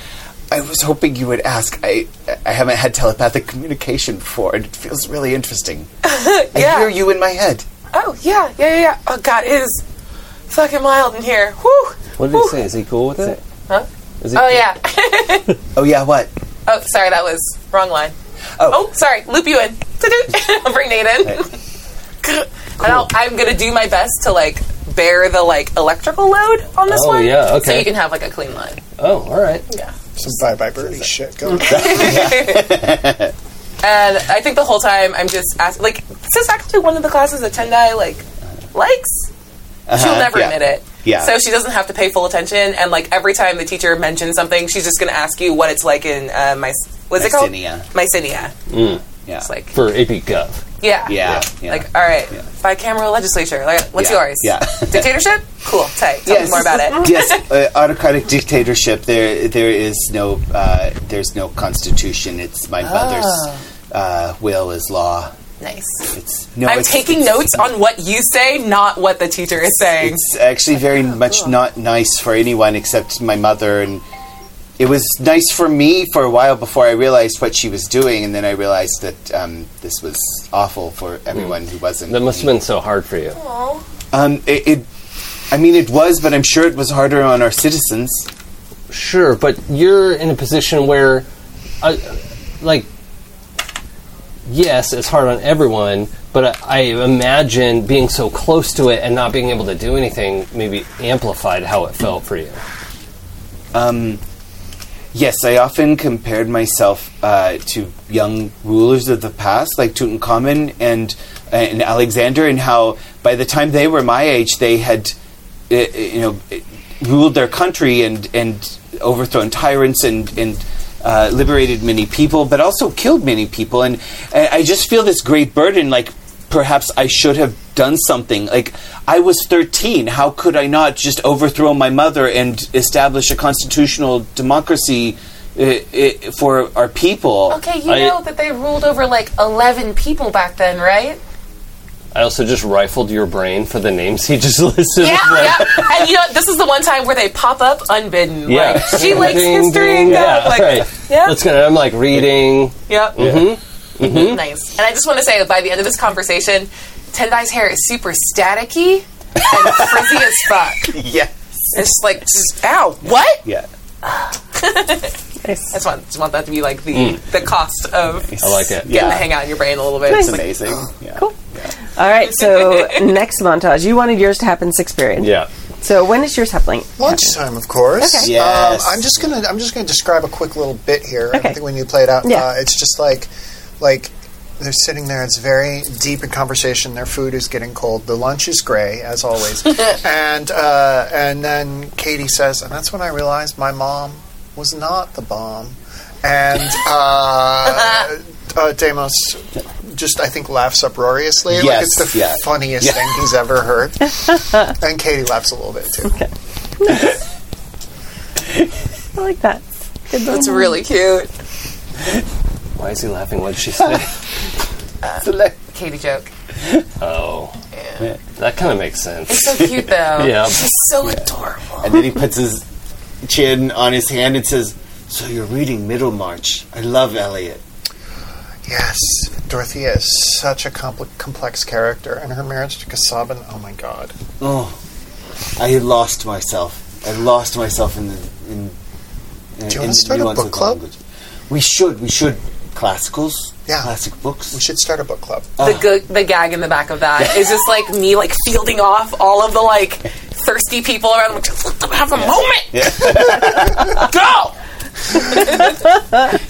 S3: I was hoping you would ask. I, I haven't had telepathic communication before, and it feels really interesting. I
S4: Yeah.
S3: hear you in my head.
S4: Oh, yeah, yeah, yeah, yeah. Oh, God, it is fucking wild in here. Whew.
S5: What did he say? Is he cool with it?
S4: Huh?
S5: Is he
S4: Oh, yeah.
S3: Oh yeah, what?
S4: oh, sorry, that was wrong line.
S3: Oh.
S4: Oh, sorry, loop you in. Ta-doot. I'll bring Nate in. And I'll, I'm going to do my best to, like, bear the, like, electrical load on this
S5: Oh,
S4: one.
S5: yeah,
S4: So
S5: okay.
S4: you can have, like, a clean line.
S5: Oh, all right.
S8: Some bye bye birdie shit going on.
S4: And I think the whole time I'm just asking, like, this is actually one of the classes that Tendai, like, likes. She'll never
S3: Uh-huh, yeah.
S4: admit it.
S3: Yeah.
S4: So she doesn't have to pay full attention. And, like, every time the teacher mentions something, she's just going to ask you what it's like in uh, my, what's
S3: Mycenae.
S4: it called? Mycenae.
S3: Yeah.
S4: It's like,
S5: For AP Gov.
S4: yeah.
S3: yeah, yeah.
S4: Like, all right, bicameral legislature. Like, what's
S3: Yeah.
S4: yours?
S3: Yeah.
S4: Dictatorship? Cool. Tight. Tell
S3: Yes.
S4: me more about it.
S3: yes, uh, autocratic dictatorship. There, there is no, uh, there's no constitution. It's my mother's uh, will is law.
S4: Nice.
S3: It's no.
S4: Ah. I'm
S3: it's,
S4: taking notes on what you say, not what the teacher is saying.
S3: It's actually very much not nice for anyone except my mother, and it was nice for me for a while before I realized what she was doing, and then I realized that um, this was awful for everyone who wasn't.
S5: That must have been so hard for you.
S3: Um, it, it, I mean, it was, but I'm sure it was harder on our citizens.
S5: Sure, but you're in a position where, uh, like, yes, it's hard on everyone, but I, I imagine being so close to it and not being able to do anything maybe amplified how it felt for you.
S3: Um, yes, I often compared myself uh, to young rulers of the past, like Tutankhamun and and Alexander, and how by the time they were my age, they had uh, uh, you know uh, ruled their country and and overthrown tyrants and and. Uh, liberated many people, but also killed many people, and, and I just feel this great burden. Like perhaps I should have done something. Like, I was 13. How could I not just overthrow my mother and establish a constitutional democracy uh, uh, for our people?
S4: Okay, you
S5: I-
S4: know that they ruled over like 11 people back then, right?
S5: I also just rifled your brain for the names he just listed.
S4: yeah. And you know, this is the one time where they pop up unbidden.
S5: Yeah.
S4: Like, she likes
S5: Ding,
S4: history
S5: ding,
S4: and
S5: yeah,
S4: God, like,
S5: right.
S4: yeah.
S5: That's good. I'm like reading.
S4: Yep.
S3: Mm-hmm.
S4: Nice. And I just want to say that by the end of this conversation, Tendai's hair is super staticky and frizzy as fuck.
S3: Yeah.
S4: It's just like, just, ow, what?
S3: Yeah.
S4: I just want, just want that to be like the,
S8: Mm.
S4: the cost of
S5: I like it.
S4: getting
S3: Yeah.
S4: to hang out in your brain a little bit.
S3: It's
S4: Like,
S3: amazing. Yeah. Cool.
S2: All right, so next montage. You wanted yours to happen sixth period.
S5: Yeah.
S2: So when is yours happening?
S8: Lunchtime, of course.
S2: Okay.
S3: Yes.
S8: Um, I'm just gonna I'm just gonna describe a quick little bit here. I
S2: Okay.
S8: don't think we need to play it out.
S2: Yeah.
S8: Uh, it's just like like they're sitting there. It's very deep in conversation. Their food is getting cold. The lunch is gray, as always. and uh, and then Katie says, and that's when I realized my mom was not the bomb. And uh, uh, Damos just I think laughs uproariously. like
S3: Yes,
S8: it's the
S3: yeah.
S8: funniest thing he's ever heard. and Katie laughs a little bit too.
S2: I like that.
S4: That's really cute.
S5: Why is he laughing? What did she say?
S4: Katie joke.
S5: oh. That kind of makes sense.
S4: So cute though.
S5: Yeah.
S4: So adorable.
S3: And then he puts his chin on his hand and says, So you're reading Middlemarch. I love Eliot.
S8: Yes, Dorothea is such a compl- complex character, and her marriage to Kasaban, oh my god.
S3: Oh, I had lost myself. I lost myself in the in. in
S8: Do you
S3: in
S8: wanna
S3: the
S8: start a
S3: nuance
S8: book
S3: of
S8: club?
S3: language. We should. We should. Classicals.
S8: Yeah.
S3: Classic books.
S8: We should start a book club.
S4: The, gu- the gag in the back of that is just like me like fielding off all of the like thirsty people around. Like, just let them have a moment. Go.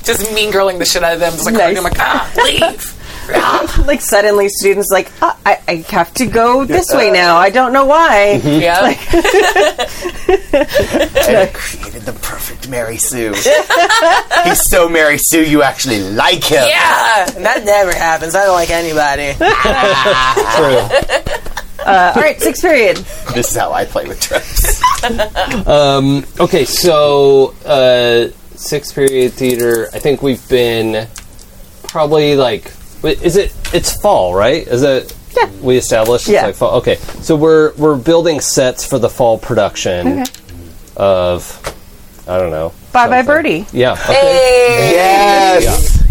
S4: just mean girling the shit out of them. Just like,
S2: Nice.
S4: I'm like, ah, leave.
S2: like suddenly students like "Ah, I, I have to go this way now. I don't know why.
S4: Yeah.
S3: I created the perfect Mary Sue. He's so Mary Sue, you actually like him.
S4: yeah. And that never happens. I don't like anybody.
S5: True.
S2: Uh, all right, sixth period.
S3: This is how I play with tropes.
S5: Um, okay, so uh, six period theater. I think we've been probably like, wait, is it? It's fall, right? Is it? Yeah. We established it's
S2: Yeah.
S5: like fall. Okay, so we're we're building sets for the fall production of, I don't know.
S2: Bye bye,
S5: something.
S2: birdie.
S5: Yeah. okay.
S4: Hey.
S3: yes.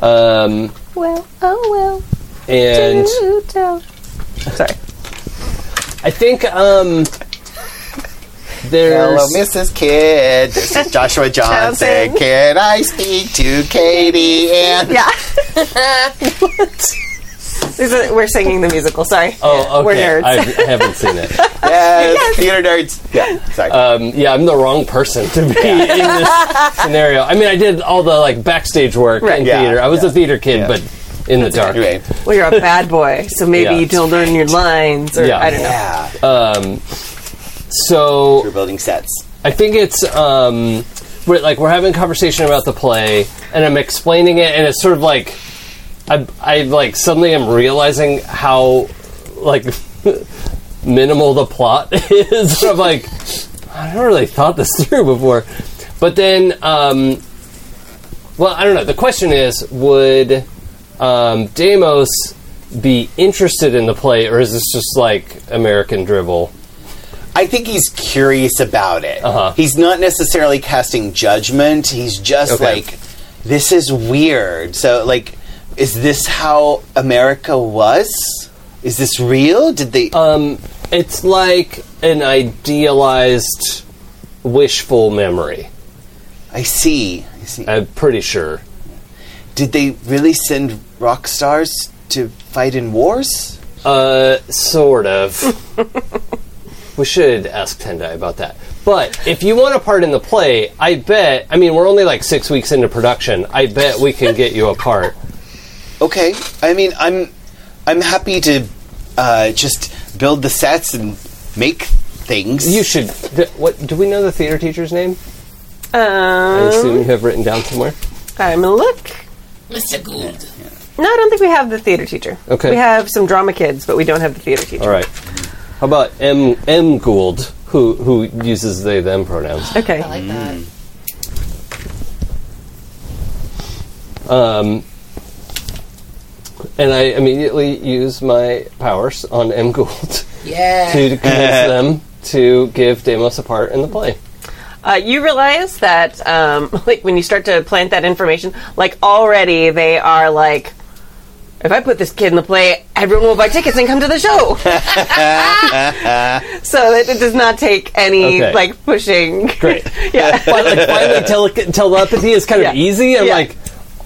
S3: Yeah.
S5: Um,
S2: Well, oh
S5: and
S2: well. do tell. Sorry.
S5: I think um, there's
S3: Hello, Mrs. Kid. This is Joshua Johnson.
S2: Johnson.
S3: Can I speak to Katie? And
S2: Yeah. These are- we're singing the musical. Sorry.
S5: Oh, okay.
S2: We're nerds.
S5: I've- I haven't seen it.
S3: yes, theater nerds. Yeah. Sorry.
S5: um, yeah, I'm the wrong person to be in this scenario. I mean, I did all the like backstage work
S2: Right.
S5: in
S3: Yeah,
S5: theater. I was a theater kid,
S3: yeah.
S5: but in the dark.
S3: anyway.
S2: well, you're a bad boy, so maybe
S5: Yeah.
S2: you don't learn your lines, or
S5: Yeah.
S2: I don't know.
S3: Yeah.
S5: Um, so
S3: We're building sets.
S5: I think it's um, we're, like we're having a conversation about the play, and I'm explaining it, and it's sort of like I, I like suddenly am realizing how like minimal the plot is. I'm like, I haven't really thought this through before, but then, um, well, I don't know. The question is, would um, Deimos be interested in the play, or is this just like American drivel?
S3: I think he's curious about it.
S5: Uh-huh.
S3: He's not necessarily casting judgment. He's just
S5: Okay.
S3: like, this is weird. So, like, is this how America was? Is this real? Did they?
S5: Um, it's like an idealized, wishful memory.
S3: I see. I see.
S5: I'm pretty sure.
S3: Did they really send rock stars to fight in wars?
S5: Uh, sort of. we should ask Tendai about that. But if you want a part in the play, I bet. I mean, we're only like six weeks into production. I bet we can get you a part.
S3: Okay. I mean, I'm, I'm happy to, uh, just build the sets and make things.
S5: You should. Th- what do we know the theater teacher's name? I assume
S2: Um,
S5: you have written down somewhere.
S2: I'm a look.
S7: Mr. Gould.
S2: No, I don't think we have the theater teacher.
S5: Okay.
S2: We have some drama kids, but we don't have the theater teacher.
S5: All right. How about M M Gould, who who uses they them pronouns?
S2: Okay.
S7: I like that.
S5: Um, and I immediately use my powers on M. Gould
S7: Yeah.
S5: to convince them to give Deimos a part in the play.
S2: Uh, you realize that, um, like, when you start to plant that information, like, already they are like, if I put this kid in the play, everyone will buy tickets and come to the show. so it, it does not take any,
S5: Okay.
S2: like, pushing.
S5: Great.
S2: yeah.
S5: But like finally, tele- telepathy is kind of
S2: Yeah.
S5: easy. I'm
S2: Yeah.
S5: like,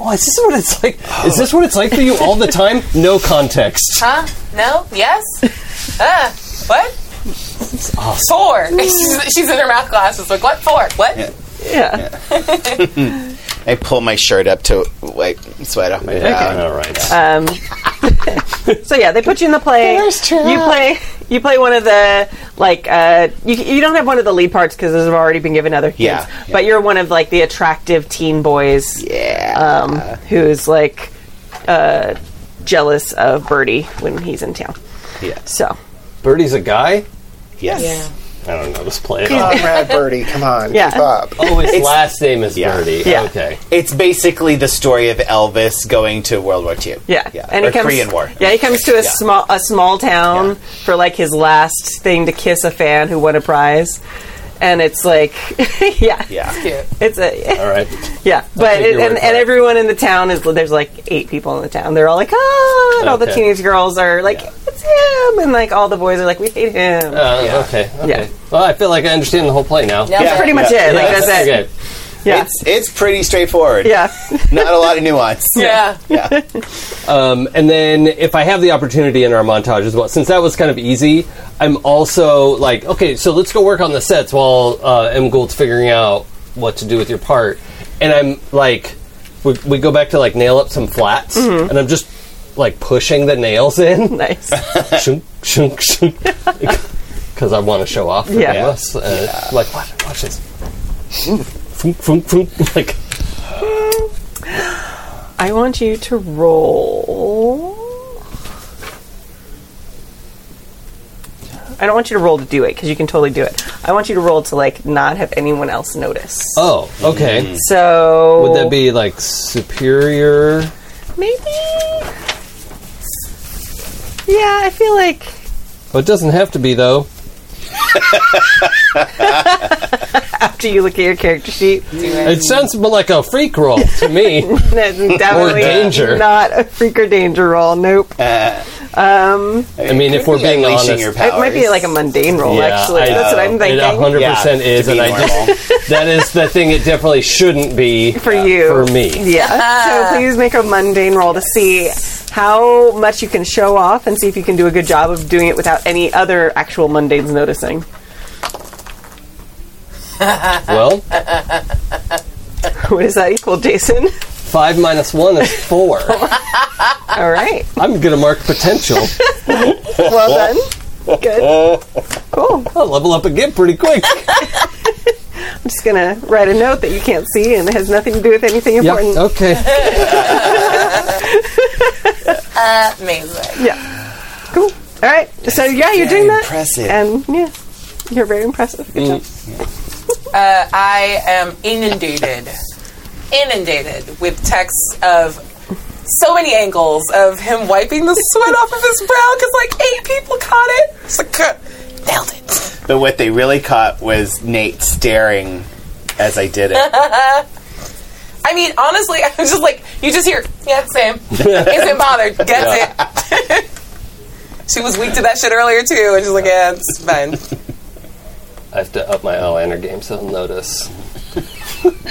S5: oh, is this what it's like? Is this what it's like for you all the time? No context.
S4: Huh? No? Yes? Uh, what? Four. she's, she's in her math classes. Like, what? Four. What?
S2: yeah.
S3: I pull my shirt up to wipe sweat off my brow.
S5: All right.
S2: Um, so yeah, they put you in the play. You play. You play one of the like. Uh, you you don't have one of the lead parts because those have already been given other kids.
S3: Yeah.
S2: But you're one of like the attractive teen boys.
S3: Yeah.
S2: Um, who's like uh, jealous of Birdie when he's in town.
S3: Yeah.
S2: So
S5: Birdie's a guy.
S3: Yes.
S4: Yeah.
S5: I don't know this play at all.
S8: Conrad Birdie, come on,
S2: Yeah.
S8: keep up.
S5: Oh, his last name is
S3: Yeah.
S5: Birdie.
S2: Yeah.
S5: Okay.
S3: It's basically the story of Elvis going to World War II.
S2: yeah,
S3: Yeah.
S2: and
S3: or
S2: he comes.
S3: Korean War.
S2: Yeah, he comes to a
S3: Yeah.
S2: small a small town
S3: Yeah.
S2: for like his last thing to kiss a fan who won a prize, and it's like, yeah,
S3: Yeah.
S4: Cute.
S2: it's a
S5: All right.
S2: Yeah, but
S5: take
S2: it,
S5: your word
S2: and,
S5: for
S2: and
S5: it.
S2: everyone in the town is there's like eight people in the town. They're all like, ah, and all the
S5: Okay.
S2: teenage girls are like, it's him, and like all the boys are like, we hate him.
S5: Uh, Okay. Okay. Well, I feel like I understand the whole play now.
S4: Now
S3: Yeah.
S4: that-
S2: Pretty much
S3: yeah,
S2: it. Like
S5: Yeah.
S2: that's it.
S5: Okay.
S2: Yeah,
S3: It's it's pretty straightforward.
S2: yeah.
S3: Not a lot of nuance.
S4: Yeah.
S3: Yeah.
S5: Um, and then if I have the opportunity in our montage as well, since that was kind of easy, I'm also like, okay, so let's go work on the sets while uh, M. Gould's figuring out what to do with your part. And I'm like, we, we go back to like nail up some flats, and I'm just like pushing the nails in,
S2: Nice.
S5: shunk, shunk, shunk, because I want to show off. For
S2: Yeah.
S5: Amos. Uh, Like watch, watch this. Funk, funk, funk. Like
S2: I want you to roll. I don't want you to roll to do it because you can totally do it. I want you to roll to like not have anyone else notice.
S5: oh, okay.
S2: So
S5: Would that be like superior?
S2: maybe? Yeah, I feel like
S5: Well, it doesn't have to be though.
S2: after you look at your character sheet,
S5: It sounds more like a freak roll to me.
S2: that's definitely
S5: danger.
S2: not a freak or danger roll. Nope,
S5: I mean, if
S3: Could
S5: we're
S3: be
S5: being
S3: unleashing
S5: honest,
S3: your
S2: it might be
S3: powers.
S2: like a mundane roll.
S5: Yeah,
S2: actually,
S5: I
S2: that's what I'm
S5: It
S2: thinking.
S5: 100 percent
S3: Yeah,
S5: is,
S3: to
S5: and
S3: be
S5: I
S3: normal.
S5: just that is the thing it definitely shouldn't be
S2: for you.
S5: for me.
S2: Yeah. so please make a mundane roll to see how much you can show off and see if you can do a good job of doing it without any other actual mundanes noticing.
S5: Well,
S2: What does that equal, Jason?
S5: five minus one is four.
S2: All right.
S5: I'm gonna mark potential.
S2: Well done. Good. Cool.
S5: I'll level up again pretty quick.
S2: I'm just going to write a note that you can't see and it has nothing to do with anything
S5: Yep.
S2: important.
S5: Okay.
S4: Amazing.
S2: Cool. All right. So, yeah, you're doing that.
S3: impressive.
S2: And, yeah, you're very impressive. Good job.
S4: Uh, I am inundated, inundated with texts of so many angles of him wiping the sweat off of his brow because like eight people caught it. It's like, "Huh, nailed it.
S3: But what they really caught was Nate staring as I did it.
S4: I mean, honestly, I'm just like, you just hear, yeah, same. Isn't bothered. Gets it. she was weak to that shit earlier too, and she's like, yeah, it's fine.
S5: I have to up my Outlander game so they'll notice.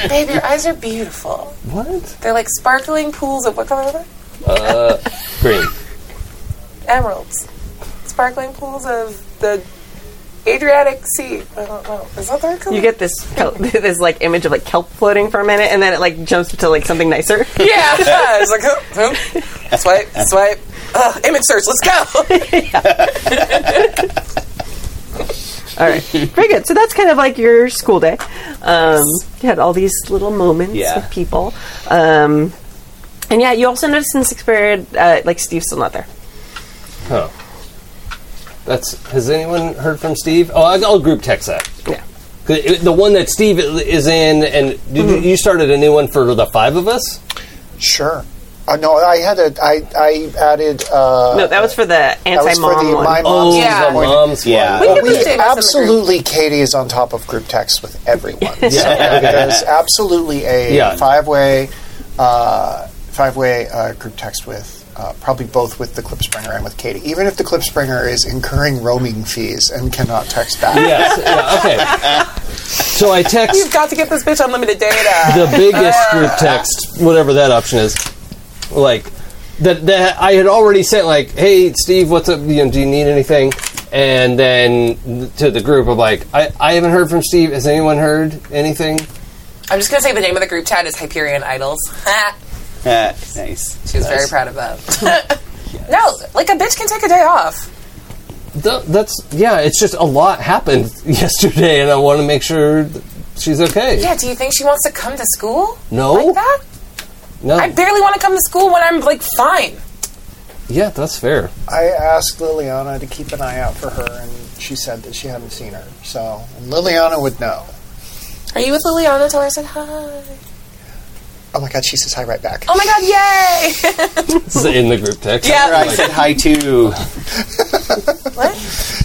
S4: Babe, your eyes are beautiful.
S5: What?
S4: They're like sparkling pools of what color are they?
S5: Green.
S4: emeralds, sparkling pools of the Adriatic Sea. I don't know. Is that their color?
S2: You get this kel- this like image of like kelp floating for a minute, and then it like jumps to like something nicer.
S4: yeah. it's like oh, oh. swipe, swipe. Ugh, image search. Let's go.
S2: All right, very good. So that's kind of like your school day. Um, you had all these little moments
S3: Yeah.
S2: with people, um, and yeah, you also noticed in sixth period, uh, like Steve's still not there.
S5: Huh. That's. Has anyone heard from Steve? Oh, I- I'll group text that.
S2: Yeah,
S5: 'Cause it- The one that Steve is in, and did you- you started a new one for the five of us.
S8: Sure. Uh, no, I had a. I I added. Uh,
S2: no, that was for the
S8: that was for
S2: anti-mom
S8: the
S2: one.
S8: my
S5: Oh,
S8: mom's
S4: Yeah.
S5: the mom's one.
S3: Yeah.
S8: But
S4: We
S8: we
S4: can put the statements in the group.
S8: absolutely, Katie is on top of group text with everyone. So
S5: Yeah.
S8: there's absolutely a
S5: Yeah.
S8: five-way, uh, five-way uh, group text with. Uh, probably both with the Clipspringer and with Katie. Even if the Clipspringer is incurring roaming fees and cannot text back,
S5: Yes. Oh, Yeah, okay. So I text
S4: You've got to get this bitch unlimited data.
S5: the biggest group text, whatever that option is. Like that, that I had already sent, like, "Hey, Steve, what's up? You know, do you need anything?" And then to the group, I'm like, "I, I haven't heard from Steve. Has anyone heard anything?"
S4: I'm just gonna say the name of the group chat is Hyperion Idols. Ha!
S3: Uh, nice.
S4: she was very proud of that. No, like a bitch can take a day off.
S5: Th- that's yeah. It's just a lot happened yesterday, and I want to make sure th- she's okay.
S4: Yeah, do you think she wants to come to school?
S5: No,
S4: Like that?
S5: no.
S4: I barely want to come to school when I'm like fine.
S5: yeah, that's fair.
S8: I asked Liliana to keep an eye out for her, and she said that she hadn't seen her. So and Liliana would know.
S4: Are you with Liliana? Tell her I said hi.
S8: Oh my God, she says hi right back.
S4: Oh my god, yay!
S5: This is in the group text.
S4: Yeah.
S3: I said hi too.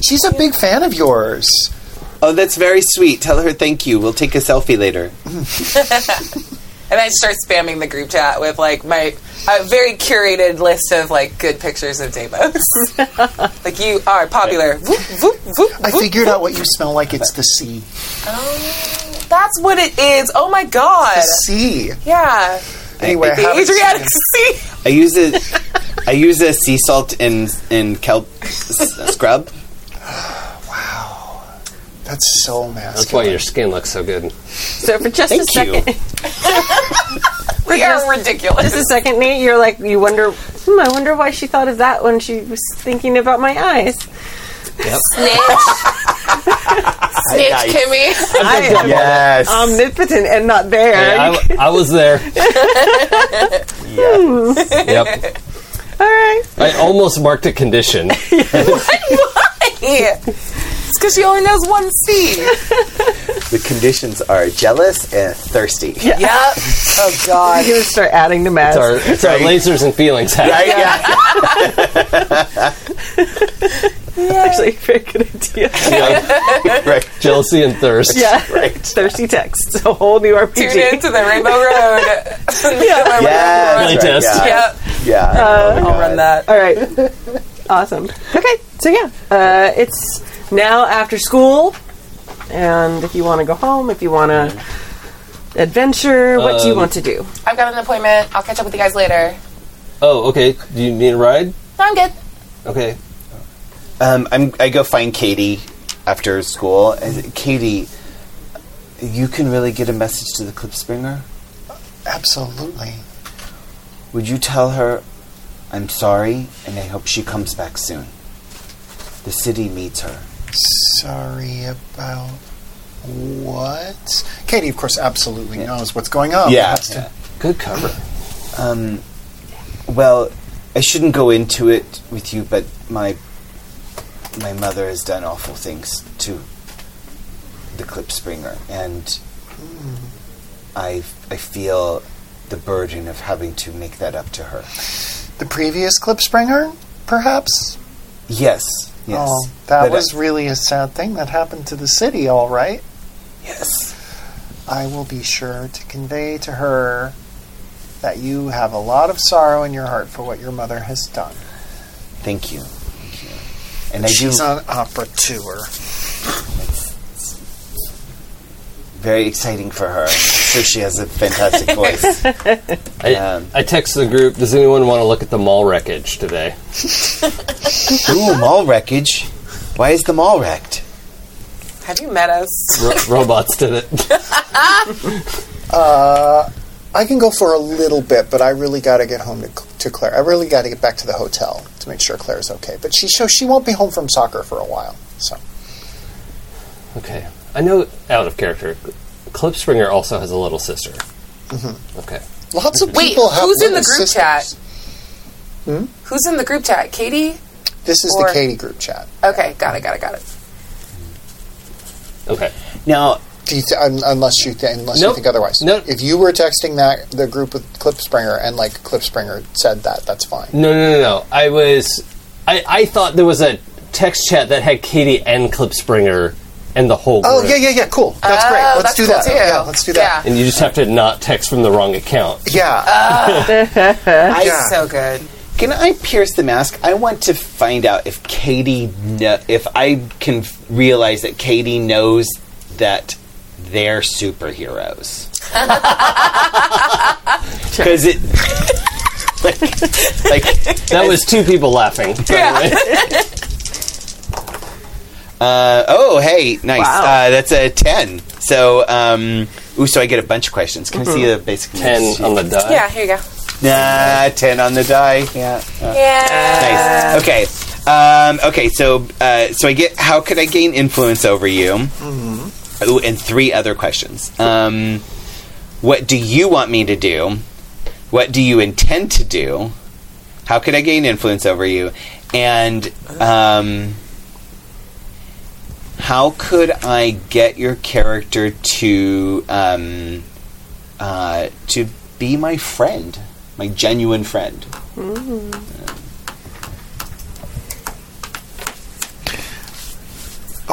S8: She's a big fan of yours.
S3: Oh, that's very sweet. Tell her thank you. We'll take a selfie later.
S4: And I start spamming the group chat with like my a very curated list of like good pictures of Deimos. like you are popular. Voop, voop, voop,
S8: I
S4: voop.
S8: figured out what you smell like. It's the sea.
S4: Oh, that's what it is. Oh my god.
S8: The sea.
S4: Yeah.
S8: Anyway, I
S4: The
S8: haven't seen
S4: Adriatic
S8: him.
S4: Sea.
S3: I use a, I use a sea salt and and kelp s- scrub.
S8: That's so
S5: That's why
S8: masculine.
S5: your skin looks so good.
S2: So for just a
S3: Thank you.
S2: second,
S4: We are ridiculous.
S2: Just a second, Nate. You're like, you wonder, hmm, I wonder why she thought of that when she was thinking about my eyes.
S4: Snitch. Snitch,
S3: Nice.
S4: Kimmy.
S2: I am
S3: Yes.
S2: Um, omnipotent and not there.
S5: Hey, I, w- I was there. Yep.
S2: All right.
S5: I almost marked a condition.
S4: Yeah. It's because she only knows one C.
S3: The conditions are jealous and thirsty.
S4: yep. That's
S8: Oh God.
S2: You're going to start adding the mask.
S5: It's our, it's our lasers and feelings. hat.
S3: Right? Yeah.
S2: actually a very good idea.
S5: Yeah.
S3: right.
S5: Jealousy and thirst.
S2: Yeah.
S3: Right.
S2: Thirsty text. It's a whole new
S4: Tune
S2: RPG.
S4: into the Rainbow Road. yeah.
S3: Yes.
S5: Play test.
S3: Yeah.
S4: Yep.
S3: Yeah. Oh my
S4: Uh, I'll run
S3: God.
S4: that.
S2: All right. awesome. Okay. So, yeah. Uh, it's now after school. And if you want to go home, if you want to adventure, what do you
S5: Um,
S2: want to do?
S4: I've got an appointment. I'll catch up with you guys later.
S5: Oh, okay. Do you need a ride?
S4: No, I'm good.
S5: Okay.
S3: Um, I'm, I go find Katie after school. And Katie, you can really get a message to the Clipspringer.
S8: Absolutely.
S3: Would you tell her I'm sorry and I hope she comes back soon? The city needs her.
S8: Sorry about what? Katie, of course, absolutely knows what's going on.
S3: Yeah.
S8: That's to-
S5: Good cover.
S3: Um, well, I shouldn't go into it with you, but my my mother has done awful things to the Clipspringer, and I I feel the burden of having to make that up to her.
S8: the previous clip springer, perhaps.
S3: Yes, yes,
S8: Oh, that
S3: But, uh,
S8: was really a sad thing that happened to the city. All right.
S3: yes.
S8: I will be sure to convey to her that you have a lot of sorrow in your heart for what your mother has done.
S3: Thank you, Thank you. and I do
S8: She's on opera tour.
S3: very exciting for her. so she has a fantastic voice.
S5: I,
S3: Um.
S5: I text the group. Does anyone want to look at the mall wreckage today?
S3: Ooh, mall wreckage. Why is the mall wrecked?
S4: Have you met us?
S5: Ro- robots did it.
S8: Uh, I can go for a little bit, but I really got to get home to, to Claire. I really got to get back to the hotel to make sure Claire's okay. But she so she won't be home from soccer for a while. So
S5: Okay. I know out of character. Clipspringer also has a little sister. Okay.
S8: lots of
S4: Wait,
S8: people have
S4: who's in the
S8: little
S4: group
S8: sisters.
S4: chat? Who's in the group chat? Katie?
S8: This is
S4: Or-
S8: the Katie group chat.
S4: Okay, got it, got it, got it.
S5: Okay.
S3: Now,
S8: Do you th- un- unless you th- unless you
S5: Nope.
S8: think otherwise.
S5: Nope.
S8: If you were texting that the group with Clipspringer and like Clipspringer said that, that's fine.
S5: No, no, no, no. I was. I, I thought there was a text chat that had Katie and Clipspringer and the whole group.
S8: Oh yeah, yeah, yeah. Cool. That's
S4: Oh,
S8: great. Let's
S4: that's
S8: do
S4: cool
S8: that.
S4: too.
S8: Yeah, let's do that.
S5: And you just have to not text from the wrong account.
S8: Yeah.
S4: Uh,
S3: I
S4: Yeah. So good.
S3: Can I pierce the mask? I want to find out if Katie, kno- if I can f- realize that Katie knows that they're superheroes. Because it, like, like,
S5: That was two people laughing. by the way.
S3: uh, oh, hey, nice. Uh, that's a ten. So, um, ooh, so I get a bunch of questions. Can I see the basic
S5: Mm-hmm. Ten on the dot.
S4: Yeah, here you go.
S3: Nah, ten on the die. Yeah. Uh,
S4: Yeah.
S3: Nice. Okay. Um, okay. So uh, so I get how could I gain influence over you? Ooh, and three other questions. Um, what do you want me to do? What do you intend to do? How could I gain influence over you? And um, how could I get your character to um, uh, to be my friend, my genuine friend?
S8: Uh,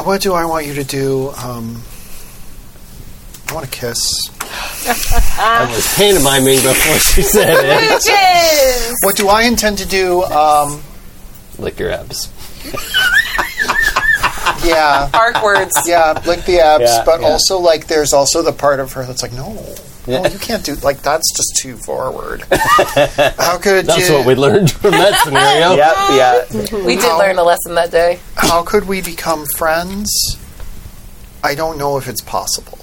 S8: What do I want you to do? Um, I want to kiss.
S5: I was pantomiming before she said it.
S8: What do I intend to do? Um,
S5: Lick your abs.
S8: yeah,
S4: Arc words.
S8: yeah, lick the abs,
S3: Yeah,
S8: but
S3: yeah.
S8: also like there's also the part of her that's like, no, no, you can't do like that's just too forward. how could
S5: That's
S8: you,
S5: what we learned from that scenario.
S3: Yep. Yeah.
S4: We did learn a lesson that day.
S8: How could we become friends? I don't know if it's possible.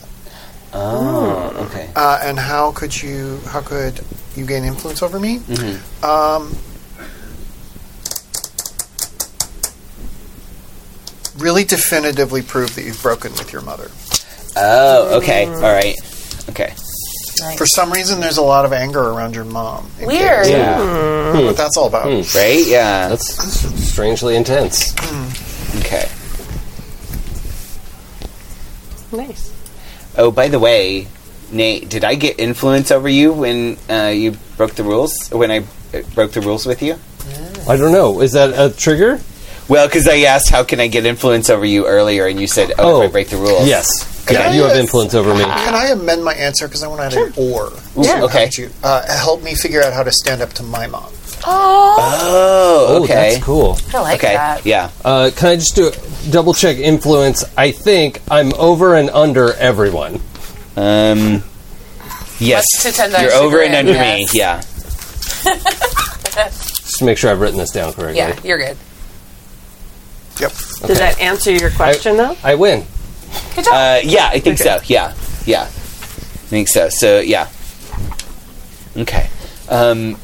S5: Oh, okay.
S8: uh, and how could you how could you gain influence over me? Um, really definitively prove that you've broken with your mother.
S3: Oh, okay. All right. Okay.
S8: For some reason, there's a lot of anger around your mom. in
S4: Weird.
S8: Katie.
S3: Yeah.
S8: What that's all about.
S3: Right? Yeah.
S5: That's strangely intense.
S3: Okay.
S2: Nice.
S3: Oh, by the way, Nate, did I get influence over you when uh, you broke the rules? When I uh, broke the rules with you?
S5: I don't know. Is that a trigger?
S3: Well, because I asked how can I get influence over you earlier, and you said, "Oh, if I break the rules."
S5: Yes.
S3: Okay.
S5: Yeah, you have influence over me.
S8: Can I amend my answer because I want to add an or?
S3: Yeah. Okay.
S8: Would you uh, help me figure out how to stand up to my mom?
S4: Oh,
S3: Oh,
S5: Oh,
S3: okay.
S5: that's cool.
S4: I like
S3: Okay.
S4: that.
S3: Yeah.
S5: Uh, can I just do double check influence? I think I'm over and under everyone.
S3: Um. Yes.
S4: Much to ten dollars
S3: You're over and
S4: grand,
S3: under
S4: yes.
S3: me. Yeah.
S5: Just to make sure I've written this down correctly.
S4: Yeah, you're good.
S8: Yep.
S2: Does that answer your question, though?
S5: I win.
S3: Uh, yeah, I think so. Yeah, yeah, I think so. So yeah, okay. Um,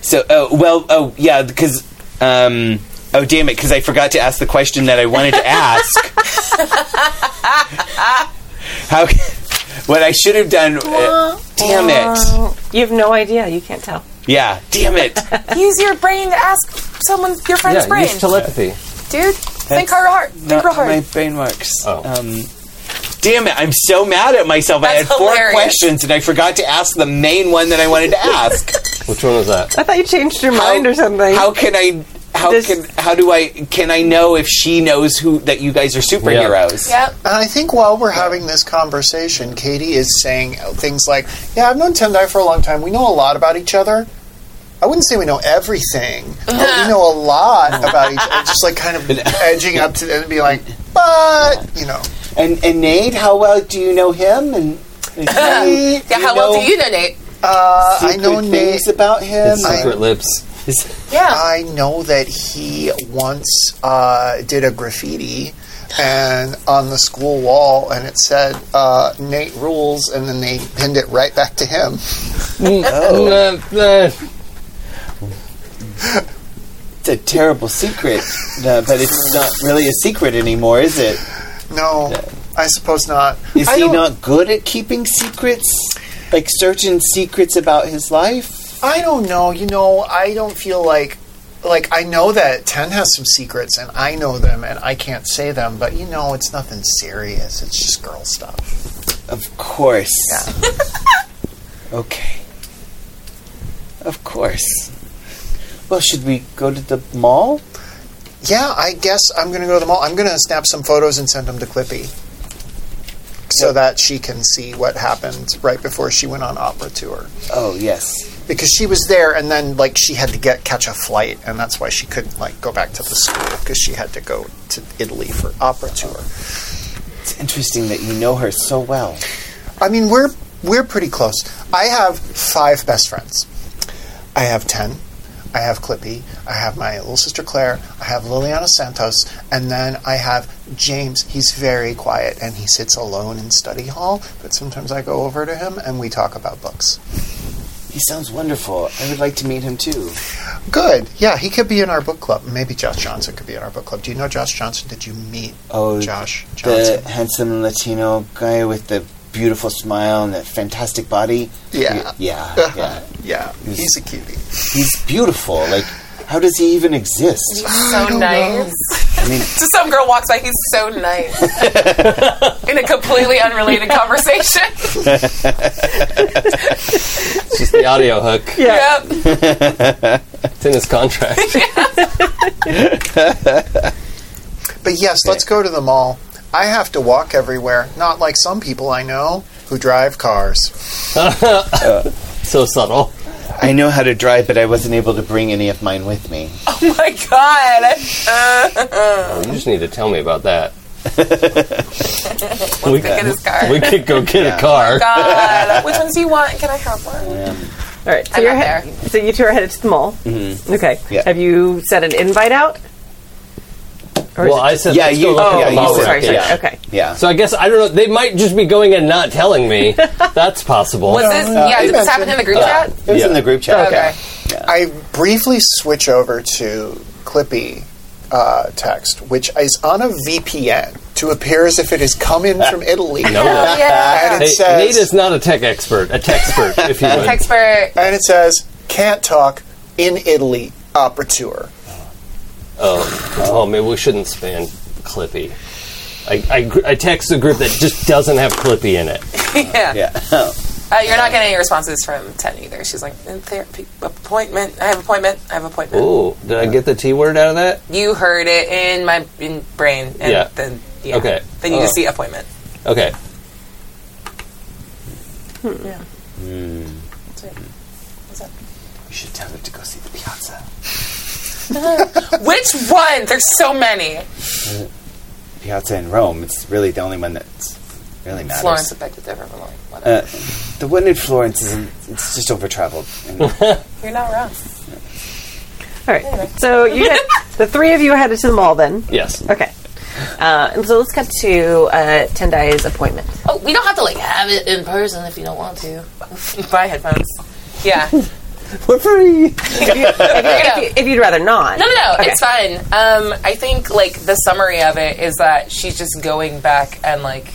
S3: so oh well oh yeah because um, oh damn it because I forgot to ask the question that I wanted to ask. How what I should have done? uh, damn it!
S2: You have no idea. You can't tell.
S3: Yeah, damn it!
S4: Use your brain to ask someone, your friend's
S5: yeah,
S4: brain.
S5: use telepathy.
S4: Dude, think hard, hard. Think
S3: Not
S4: real
S3: how
S4: hard.
S3: my brain works.
S5: Oh.
S3: Um, damn it! I'm so mad at myself. I had
S4: That's
S3: four
S4: hilarious.
S3: questions and I forgot to ask the main one that I wanted to ask.
S5: Which one was that?
S2: I thought you changed your mind or something.
S3: How can I? How
S2: This-
S3: can? How do I? Can I know if she knows who that you guys are superheroes?
S4: Yep.
S8: And I think while we're having this conversation, Katie is saying things like, "Yeah, I've known Tendai for a long time. We know a lot about each other. I wouldn't say we know everything, but
S2: Uh-huh.
S8: we know a lot about each other." Just like kind of edging up to and be like, "But you know,
S3: And and Nate, how well do you know him? And yeah,
S4: Yeah, how well do you know, Nate?
S8: uh, I
S3: secret
S8: know Nate.
S3: things about him.
S5: His
S8: I-
S5: secret lips.
S4: Yeah.
S8: I know that he once uh, did a graffiti." And on the school wall, and it said uh, "Nate rules," and then they pinned it right back to him.
S3: Oh.
S5: Mm, Uh, uh,
S3: It's a terrible secret, uh, but it's not really a secret anymore, is it?
S8: No, I suppose not.
S3: Is
S8: I
S3: he
S8: don't-
S3: not good at keeping secrets, like certain secrets about his life?
S8: I don't know. You know, I don't feel like like I know that Ten has some secrets, and I know them, and I can't say them. But you know, it's nothing serious. It's just girl stuff.
S3: Of course. okay. Of course. Well, should we go to the mall?
S8: Yeah, I guess I'm gonna go to the mall. I'm gonna snap some photos and send them to Clippy, so that she can see what happened right before she went on opera tour.
S3: Oh yes.
S8: Because she was there, and then like she had to get catch a flight, and that's why she couldn't like go back to the school because she had to go to Italy for opera tour.
S3: It's interesting that you know her so well.
S8: I mean, we're we're pretty close. I have five best friends. I have ten. I have Clippy. I have my little sister Claire. I have Liliana Santos, and then I have James. He's very quiet and he sits alone in study hall. But sometimes I go over to him and we talk about books.
S3: He sounds wonderful. I would like to meet him too.
S8: Good. Yeah, he could be in our book club. Maybe Josh Johnson could be in our book club. Do you know Josh Johnson? Did you meet
S3: Oh,
S8: Josh
S3: the
S8: Johnson?
S3: handsome Latino guy with the beautiful smile and that fantastic body.
S8: Yeah.
S3: Y- yeah, yeah.
S8: yeah, he's a cutie.
S3: He's beautiful. Like, how does he even exist?
S4: so nice.
S3: I mean,
S4: Just some girl walks by, he's so nice. In a completely unrelated conversation.
S5: it's just the audio hook.
S4: yep.
S5: It's in his contract.
S8: But yes, let's go to the mall. I have to walk everywhere, not like some people I know who drive cars.
S5: so subtle.
S3: I know how to drive, but I wasn't able to bring any of mine with me.
S4: Oh my god.
S5: Oh, you just need to tell me about that. we,
S4: Look at his car.
S5: we could go get a car.
S4: god. Uh, Which ones do you want? Can I have one?
S2: All right. So
S4: I'm
S2: you're
S4: not
S2: head- So you two are headed to the mall. Mm-hmm. Okay.
S3: Yeah.
S2: Have you sent an invite out? Or is
S5: Well,
S2: it
S5: I
S2: just-
S5: said
S3: Yeah,
S5: let's
S3: you-
S5: go look
S2: Oh,
S5: at
S3: yeah,
S5: them
S3: you
S5: all
S2: sorry,
S3: said-
S5: right.
S2: sorry.
S3: yeah.
S2: Okay.
S3: Yeah.
S5: So I guess I don't know. They might just be going and not telling me. That's possible.
S4: Was this?
S8: no,
S4: yeah,
S8: they
S4: did this happen in the group chat?
S3: It was
S5: Yeah.
S3: in the group chat.
S4: Okay.
S8: I briefly switch over to Clippy uh, text, which is on a VPN to appear as if it has come in from Italy.
S5: No.
S8: And
S4: yeah.
S8: it
S5: Hey,
S8: says,
S5: Nate is not a tech expert. A tech expert, if you would.
S4: Expert.
S8: and it says, can't talk in Italy, operateur.
S5: Oh, oh, maybe we shouldn't spam Clippy. I, I, gr- I text a group that just doesn't have Clippy in it.
S4: Yeah.
S3: Yeah.
S4: Uh, you're not getting any responses from Ten either. She's like, in therapy appointment. I have appointment. I have appointment.
S5: Oh, did I get the T word out of that?
S4: You heard it in my in brain, and
S5: Yeah.
S4: then yeah.
S5: Okay.
S4: Then you
S5: Oh.
S4: just see appointment.
S5: Okay.
S3: You should tell her to go see the piazza.
S4: Which one? There's so many.
S3: Piazza in Rome. It's really the only one that's really matters.
S4: Florence affected different from Whatever.
S3: Uh, the one in Florence is it's just over traveled.
S4: You're not wrong.
S2: All right. So you had, the three of you are headed to the mall then.
S5: Yes.
S2: Okay. Uh, and so let's cut to uh, Tendai's appointment.
S4: Oh, we don't have to like have it in person if you don't want to. Buy headphones. Yeah. no,
S5: We're free.
S4: no,
S2: If you'd rather not.
S4: no,
S2: Okay.
S4: it's fine. Um, I think like the summary of it is that she's just going back and like,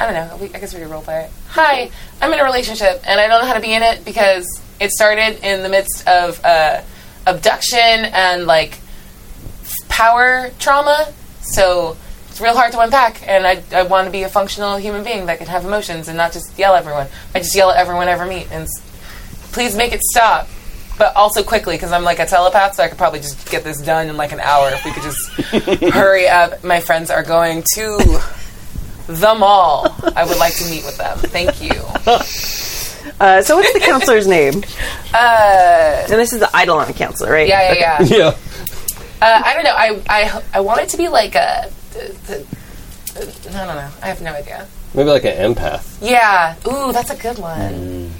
S4: I don't know. We, I guess we could roleplay it. Hi, I'm in a relationship and I don't know how to be in it because it started in the midst of uh, abduction and like power trauma. So it's real hard to unpack, and I, I want to be a functional human being that can have emotions and not just yell at everyone. I just yell at everyone I ever meet, and s- please make it stop. But also quickly, because I'm like a telepath, so I could probably just get this done in like an hour if we could just hurry up. My friends are going to the mall. I would like to meet with them. Thank you.
S2: Uh, so what's the counselor's name?
S4: Uh,
S2: And this is the Eidolon counselor, right?
S4: yeah, yeah, yeah.
S5: Yeah.
S4: Uh, I don't know. I, I, I want it to be like a. I don't know. I have no idea.
S5: Maybe like an empath.
S4: Yeah. Ooh, that's a good one.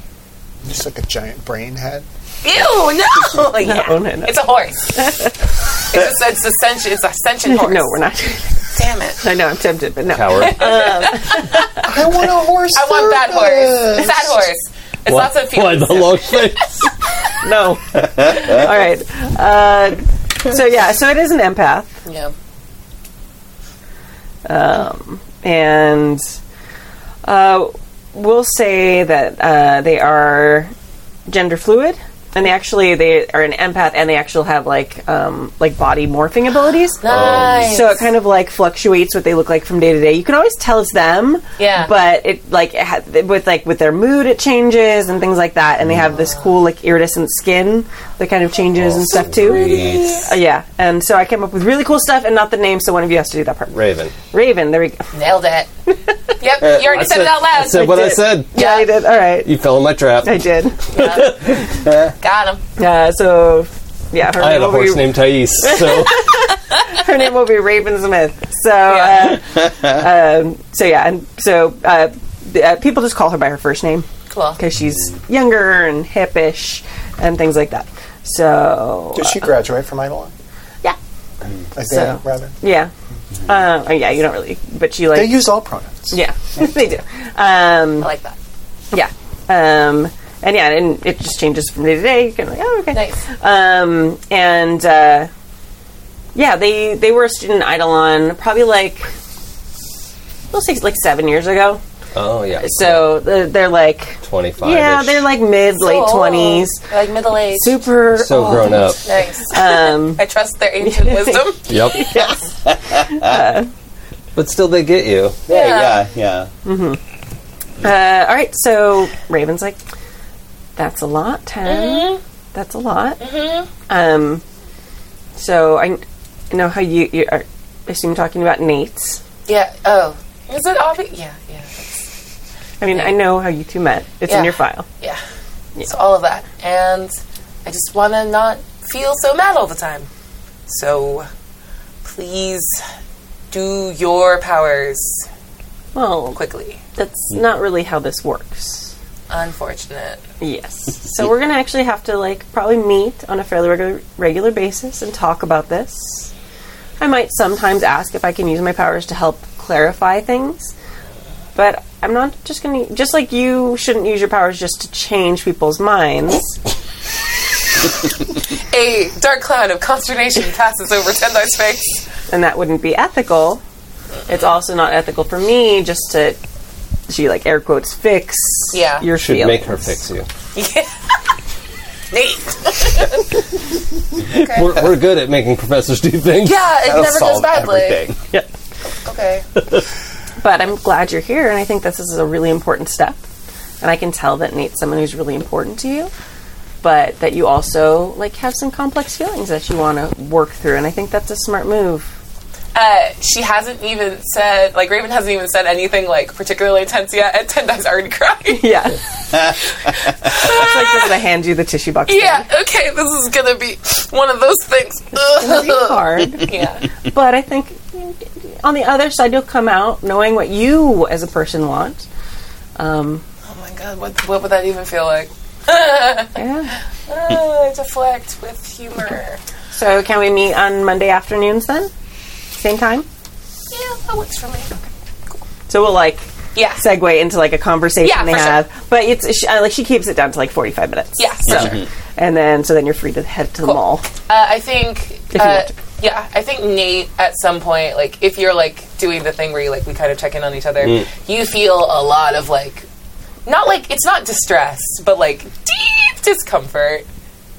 S8: Just like a giant brain head.
S4: Ew, no! Yeah.
S2: Oh, No, no, no.
S4: It's a horse. it's, a, it's, a sentient, it's a sentient horse.
S2: No, we're not.
S4: Damn it.
S2: I know I'm tempted, but no.
S5: Coward.
S8: I want a horse.
S4: I want bad horse.
S8: therapist.
S4: Bad horse. It's
S5: Why-
S4: lots of
S5: Why
S4: feelings.
S5: the long face?
S2: No. All right. Uh, so yeah, so it is an empath,
S4: Yeah.
S2: and uh, we'll say that uh, they are gender fluid, and they actually they are an empath, and they actually have like um, like body morphing abilities.
S4: Nice.
S2: So it kind of like fluctuates what they look like from day to day. You can always tell it's them,
S4: Yeah.
S2: But it like it ha- with like with their mood, it changes and things like that. And they have this cool like iridescent skin that kind of changes and stuff too. Uh, yeah. And so I came up with really cool stuff and not the name, so one of you has to do that part.
S5: Raven.
S2: Raven, there we go.
S4: Nailed it. yep, you already
S5: I
S4: said, it out loud.
S5: I said what I
S2: did.
S5: said.
S2: Yeah, I did. All right,
S5: You fell in my trap.
S2: I did.
S4: Got him.
S2: Yeah. So. Yeah, her, name
S5: I had a
S2: will
S5: horse
S2: be,
S5: named Thais, so
S2: her name will be Raven Smith. So,
S4: Yeah.
S2: uh, um, so yeah, and so uh, the- uh, people just call her by her first name.
S4: Cool.
S2: because she's younger and hippish and things like that. So
S8: Did she graduate from Eidolon?
S2: Yeah.
S8: I think,
S2: So-
S8: rather.
S2: yeah, uh, oh, yeah, you don't really, but she like
S8: They use all pronouns.
S2: yeah, they do. Um,
S4: I like that.
S2: yeah, um, and yeah, and it just changes from day to day. You can like oh okay,
S4: Nice.
S2: um, and uh, yeah, they they were a student at Eidolon probably like we'll say like seven years ago.
S5: Oh yeah.
S2: So they're, they're like.
S5: twenty five.
S2: Yeah, they're like mid, late
S4: Cool.
S2: 20s.
S4: Like middle age.
S2: Super.
S5: so
S2: old.
S5: grown up.
S4: Nice.
S2: Um,
S4: I trust their ancient wisdom.
S5: Yep. but still, they get you.
S3: yeah, yeah.
S2: Uh, all right, so Raven's like, that's a lot, 10 That's a lot. Um, so I kn- know how you you are. I assume you're talking about Nate's.
S4: Yeah. Oh. Is it obvious? Yeah, yeah.
S2: I mean, I know how you two met. It's in
S4: Yeah.
S2: your file.
S4: Yeah. So all of that. And I just want to not feel so mad all the time. So please do your powers
S2: Well,
S4: quickly.
S2: that's not really how this works.
S4: Unfortunate.
S2: Yes. So we're gonna actually have to like probably meet on a fairly regular regular basis and talk about this. I might sometimes ask if I can use my powers to help clarify things, but I'm not just going to. Just like you shouldn't use your powers just to change people's minds.
S4: A dark cloud of consternation passes over Tendar's face.
S2: and that wouldn't be ethical. It's also not ethical for me just to she like air quotes fix
S4: Yeah.
S2: your
S5: Should
S2: feelings.
S5: make her fix you.
S4: Nate.
S5: We're, we're good at making professors do things.
S4: Yeah, it
S3: That'll
S4: never goes
S3: solve
S4: badly.
S3: everything.
S4: Okay.
S2: But I'm glad you're here, and I think this is a really important step. And I can tell that Nate's someone who's really important to you, but that you also like have some complex feelings that you want to work through. And I think that's a smart move.
S4: Uh, she hasn't even said, like, Raven hasn't even said anything, like, particularly intense yet, and Tendai's already crying.
S2: Yeah. it's like this, I hand you the tissue box. thing.
S4: yeah, okay, this is gonna be one of those things.
S2: It'll
S4: Oh
S2: be hard.
S4: yeah.
S2: But I think on the other side, you'll come out knowing what you as a person want. Um,
S4: Oh my god, what, what would that even feel like?
S2: yeah.
S4: Uh, deflect with humor.
S2: So can we meet on Monday afternoons then? Same time?
S4: Yeah, that works for me.
S2: So we'll like
S4: Yeah.
S2: segue into like a conversation
S4: Yeah,
S2: they
S4: for sure.
S2: have. But it's she, uh, like she keeps it down to like 45 minutes.
S4: Yeah, for
S2: So-
S4: sure.
S2: And then, so then you're free to head to the
S4: Cool.
S2: mall.
S4: Uh, I think.
S2: you
S4: uh,
S2: want to.
S4: yeah, I think Nate at some point, like if you're like doing the thing where you like we kind of check in on each other,
S5: Mm.
S4: you feel a lot of like, not like it's not distress, but like deep discomfort.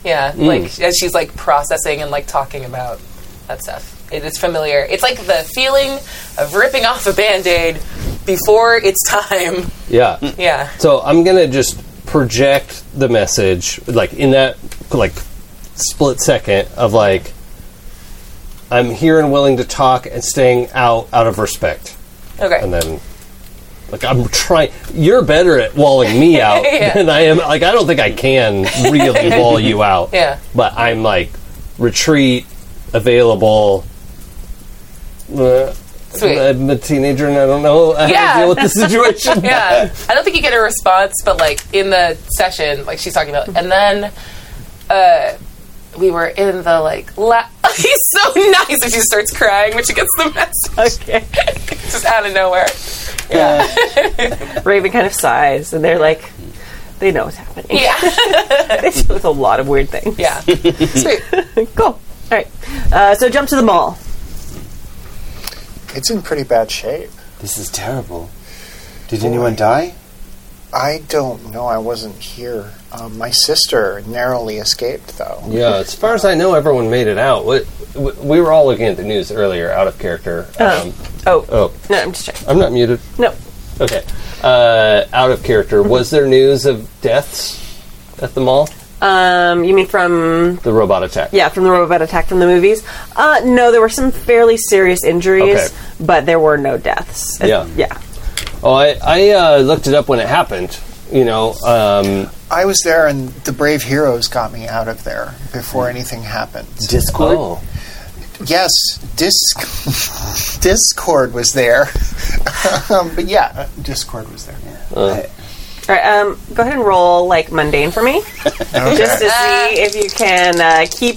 S4: Yeah,
S5: Mm.
S4: like as she's like processing and like talking about that stuff. It is familiar. It's like the feeling of ripping off a band-aid before it's time.
S5: Yeah.
S4: Yeah.
S5: So I'm gonna just project the message, like in that like split second of like I'm here and willing to talk and staying out out of respect,
S4: Okay.
S5: and then like I'm trying. You're better at walling me out
S4: Yeah.
S5: than I am. Like I don't think I can really wall you out.
S4: Yeah.
S5: But I'm like retreat available. Uh,
S4: Sweet.
S5: I'm a teenager and I don't know how
S4: Yeah.
S5: to deal with the situation.
S4: yeah. I don't think you get a response, but like in the session, like she's talking about, and then uh, we were in the like. La- He's so nice, and she starts crying when she gets the message.
S2: Okay.
S4: Just out of nowhere.
S2: Raven kind of sighs, and they're like, they know what's happening.
S4: Yeah,
S2: they deal with a lot of weird things.
S4: yeah. Sweet.
S2: Cool. All right. Uh, so jump to the mall.
S8: It's in pretty bad shape.
S3: This is terrible. Did anyone die?
S8: I don't know. I wasn't here. Um, my sister narrowly escaped, though.
S5: Yeah, as far as I know, everyone made it out. We, we, we were all looking at the news earlier, out of character. Um,
S2: Oh.
S5: oh,
S2: No, I'm just checking.
S5: I'm not muted.
S2: No. Mm-hmm.
S5: Okay. Uh, out of character. Was there news of deaths at the mall?
S2: Um, you mean from
S5: The robot attack.
S2: Yeah, from the robot attack from the movies. Uh, no, there were some fairly serious injuries,
S5: Okay.
S2: but there were no deaths.
S5: Yeah.
S2: yeah.
S5: Oh, I, I uh, looked it up when it happened. You know, um,
S8: I was there, and the brave heroes got me out of there
S3: Hmm.
S8: before anything happened.
S3: Discord?
S5: oh,
S8: Yes, disc- Discord was there. um, but
S3: Uh,
S8: yeah, Discord was there.
S2: All right. Um, go ahead and roll like mundane for me, just to see if you can uh, keep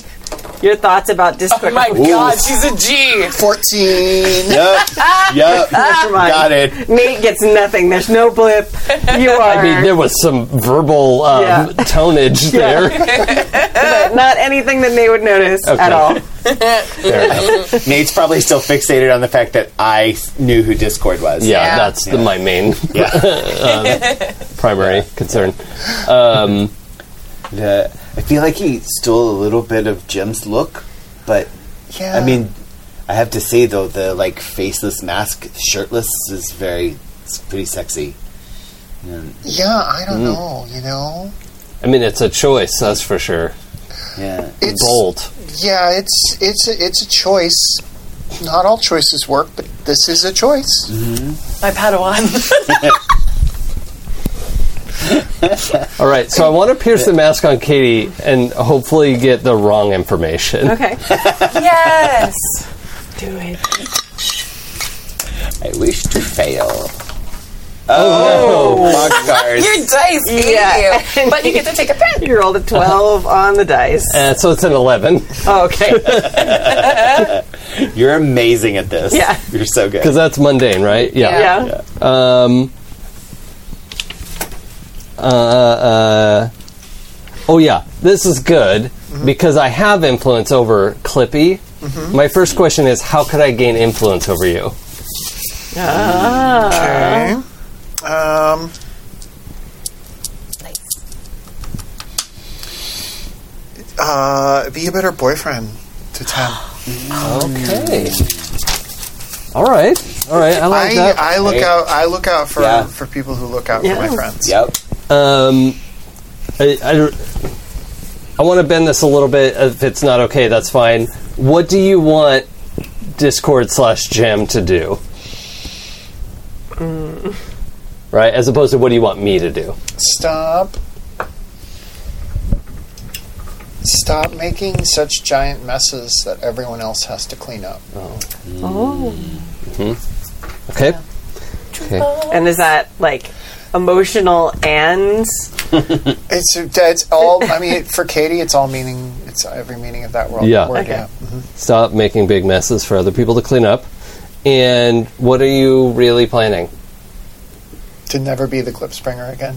S2: your thoughts about Discord.
S4: Oh my God, she's a G.
S8: 14.
S3: Yep. yep.
S2: Never mind.
S3: Got it.
S2: Nate gets nothing. There's no blip. You are
S5: I mean, there was some verbal um,
S2: Yeah.
S5: tonnage there.
S2: uh, not anything that Nate would notice at
S5: Okay.
S2: all.
S5: Fair enough.
S3: Nate's probably still fixated on the fact that I s- knew who Discord was.
S5: Yeah, that's the- my main uh,
S3: Yeah.
S5: primary concern. Um,
S3: The- I feel like he stole a little bit of Jim's look, but
S8: Yeah.
S3: I mean, I have to say though, the like faceless mask, shirtless, is very, it's pretty sexy. And,
S8: yeah, I don't
S3: Hmm.
S8: know, you know?
S5: I mean, it's a choice, that's for sure.
S3: yeah.
S8: It's
S5: Bold.
S8: Yeah, it's it's a, it's a choice. Not all choices work, but this is a choice.
S4: My Padawan.
S5: All right, so I want to pierce the mask on Katie and hopefully get the wrong information.
S2: Okay.
S4: yes.
S2: Do it.
S3: I wish to fail. Oh, box cars.
S4: Your dice hate
S2: Yeah.
S4: you, but you get to take a pen.
S2: You rolled a 12 on the dice.
S5: Uh, so it's an 11
S2: Oh, okay.
S3: You're amazing at this.
S2: Yeah.
S3: You're so good.
S5: because that's mundane, right?
S4: Yeah.
S2: yeah.
S5: Um, uh, uh, oh yeah, this is good
S8: Mm-hmm.
S5: because I have influence over Clippy. My first question is, how could I gain influence over you?
S8: Okay. Um, uh, be a better boyfriend to Tim.
S5: Okay. All right. All right. I like
S8: I,
S5: that.
S8: I look
S3: Hey.
S8: out. I look out for
S3: Yeah.
S8: for people who look out
S2: Yeah.
S8: for my friends.
S3: Yep.
S5: Um, I, I, want to bend this a little bit. If it's not okay, that's fine. What do you want Discord slash Jam to do? Right, as opposed to what do you want me to do?
S8: Stop. Stop making such giant messes that everyone else has to clean up.
S5: Okay.
S2: And is that like emotional and
S8: It's it's all. I mean, for Katie, it's all meaning. It's every meaning of that world.
S5: Yeah.
S8: word,
S2: Okay.
S8: yeah.
S5: Stop making big messes for other people to clean up. And what are you really planning?
S8: To never be the clip springer again.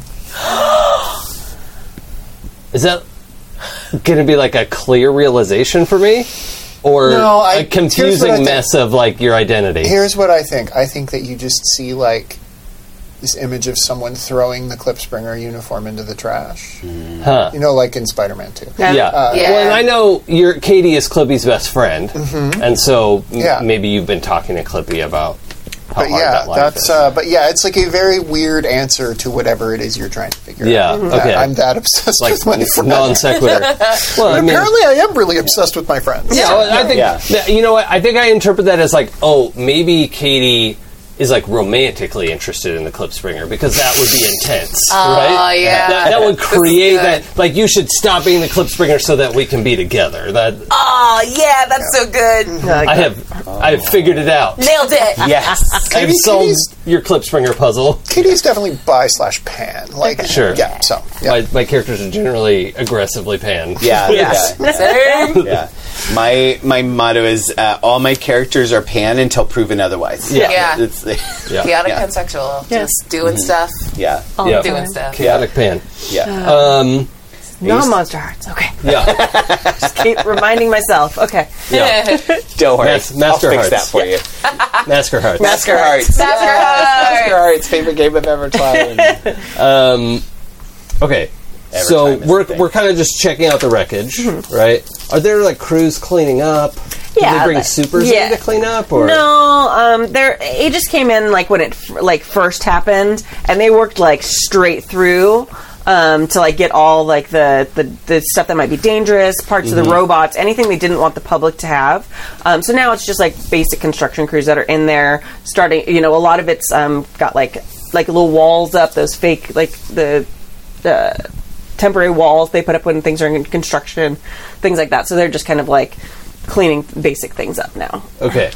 S5: Is that going to be like a clear realization for me? Or
S8: No,
S5: a
S8: I- here's what I
S5: confusing
S8: think.
S5: mess of like your identity?
S8: Here's what I think. I think that you just see like this image of someone throwing the clip springer uniform into the trash.
S5: Huh.
S8: You know, like in Spider-Man Two.
S5: Yeah.
S4: yeah.
S5: Well, and I know your Katie is Clippy's best friend, and so m-
S8: Yeah.
S5: maybe you've been talking to Clippy about how
S8: But
S5: hard
S8: yeah,
S5: that life
S8: that's
S5: is.
S8: uh, but yeah, it's like a very weird answer to whatever it is you're trying to figure
S5: Yeah,
S8: out.
S5: okay.
S8: That- I'm that obsessed
S5: like
S8: with my friends.
S5: non sequitur. well, I mean,
S8: Apparently, I am really obsessed with my friends.
S5: yeah, well, I think
S3: Yeah.
S5: that- you know what I think I interpret that as like, oh, maybe Katie is like romantically interested in the clip springer because that would be intense, right?
S4: yeah.
S5: That, that would create
S4: good.
S5: that like you should stop being the clip springer so that we can be together. That
S4: Oh yeah, that's so good.
S5: I have I have figured it out.
S4: Nailed it.
S5: Yes. I've
S8: Katie-
S5: solved
S8: Katie's-
S5: your clip springer puzzle.
S8: Katie's definitely bi slash pan. Like,
S5: Sure.
S8: yeah. So, yeah.
S5: My, my characters are generally aggressively pan.
S3: Yeah.
S2: Yes.
S3: Yeah.
S4: Same.
S3: yeah. My my motto is uh, all my characters are pan until proven other's.
S5: Yeah.
S4: Yeah.
S3: It's,
S5: Yeah.
S4: Chaotic
S3: Yeah.
S4: pansexual.
S2: Yeah.
S4: Just doing stuff.
S3: yeah.
S2: all
S5: Yeah.
S2: the
S4: Doing
S2: time?
S4: stuff.
S5: Chaotic pan.
S3: Yeah.
S5: Um,
S2: No monster hearts. Okay.
S5: yeah.
S2: Just keep reminding myself. Okay.
S5: Yeah.
S3: Don't worry.
S5: Yes, Master
S3: I'll
S5: Hearts.
S3: fix that for you.
S5: Masker hearts.
S3: Master Hearts.
S4: Master Hearts.
S3: Master Hearts. Favorite game I've ever played.
S5: Um, okay.
S3: Every
S5: so
S3: time it's
S5: we're
S3: a thing. Mm-hmm.
S5: we're kind of just checking out the wreckage, right? Are there like crews cleaning up? Do
S2: Yeah,
S5: they bring
S2: but-
S5: supers
S2: yeah.
S5: in to clean up or
S2: No, um, there. It just came in like when it f- like first happened, and they worked like straight through um, to like get all like the, the the stuff that might be dangerous, parts of the robots, anything they didn't want the public to have. Um, so now it's just like basic construction crews that are in there, starting. You know, a lot of it's um, got like like little walls up, those fake like the. Uh, temporary walls they put up when things are in construction, things like that. So they're just kind of like cleaning basic things up now.
S5: Okay.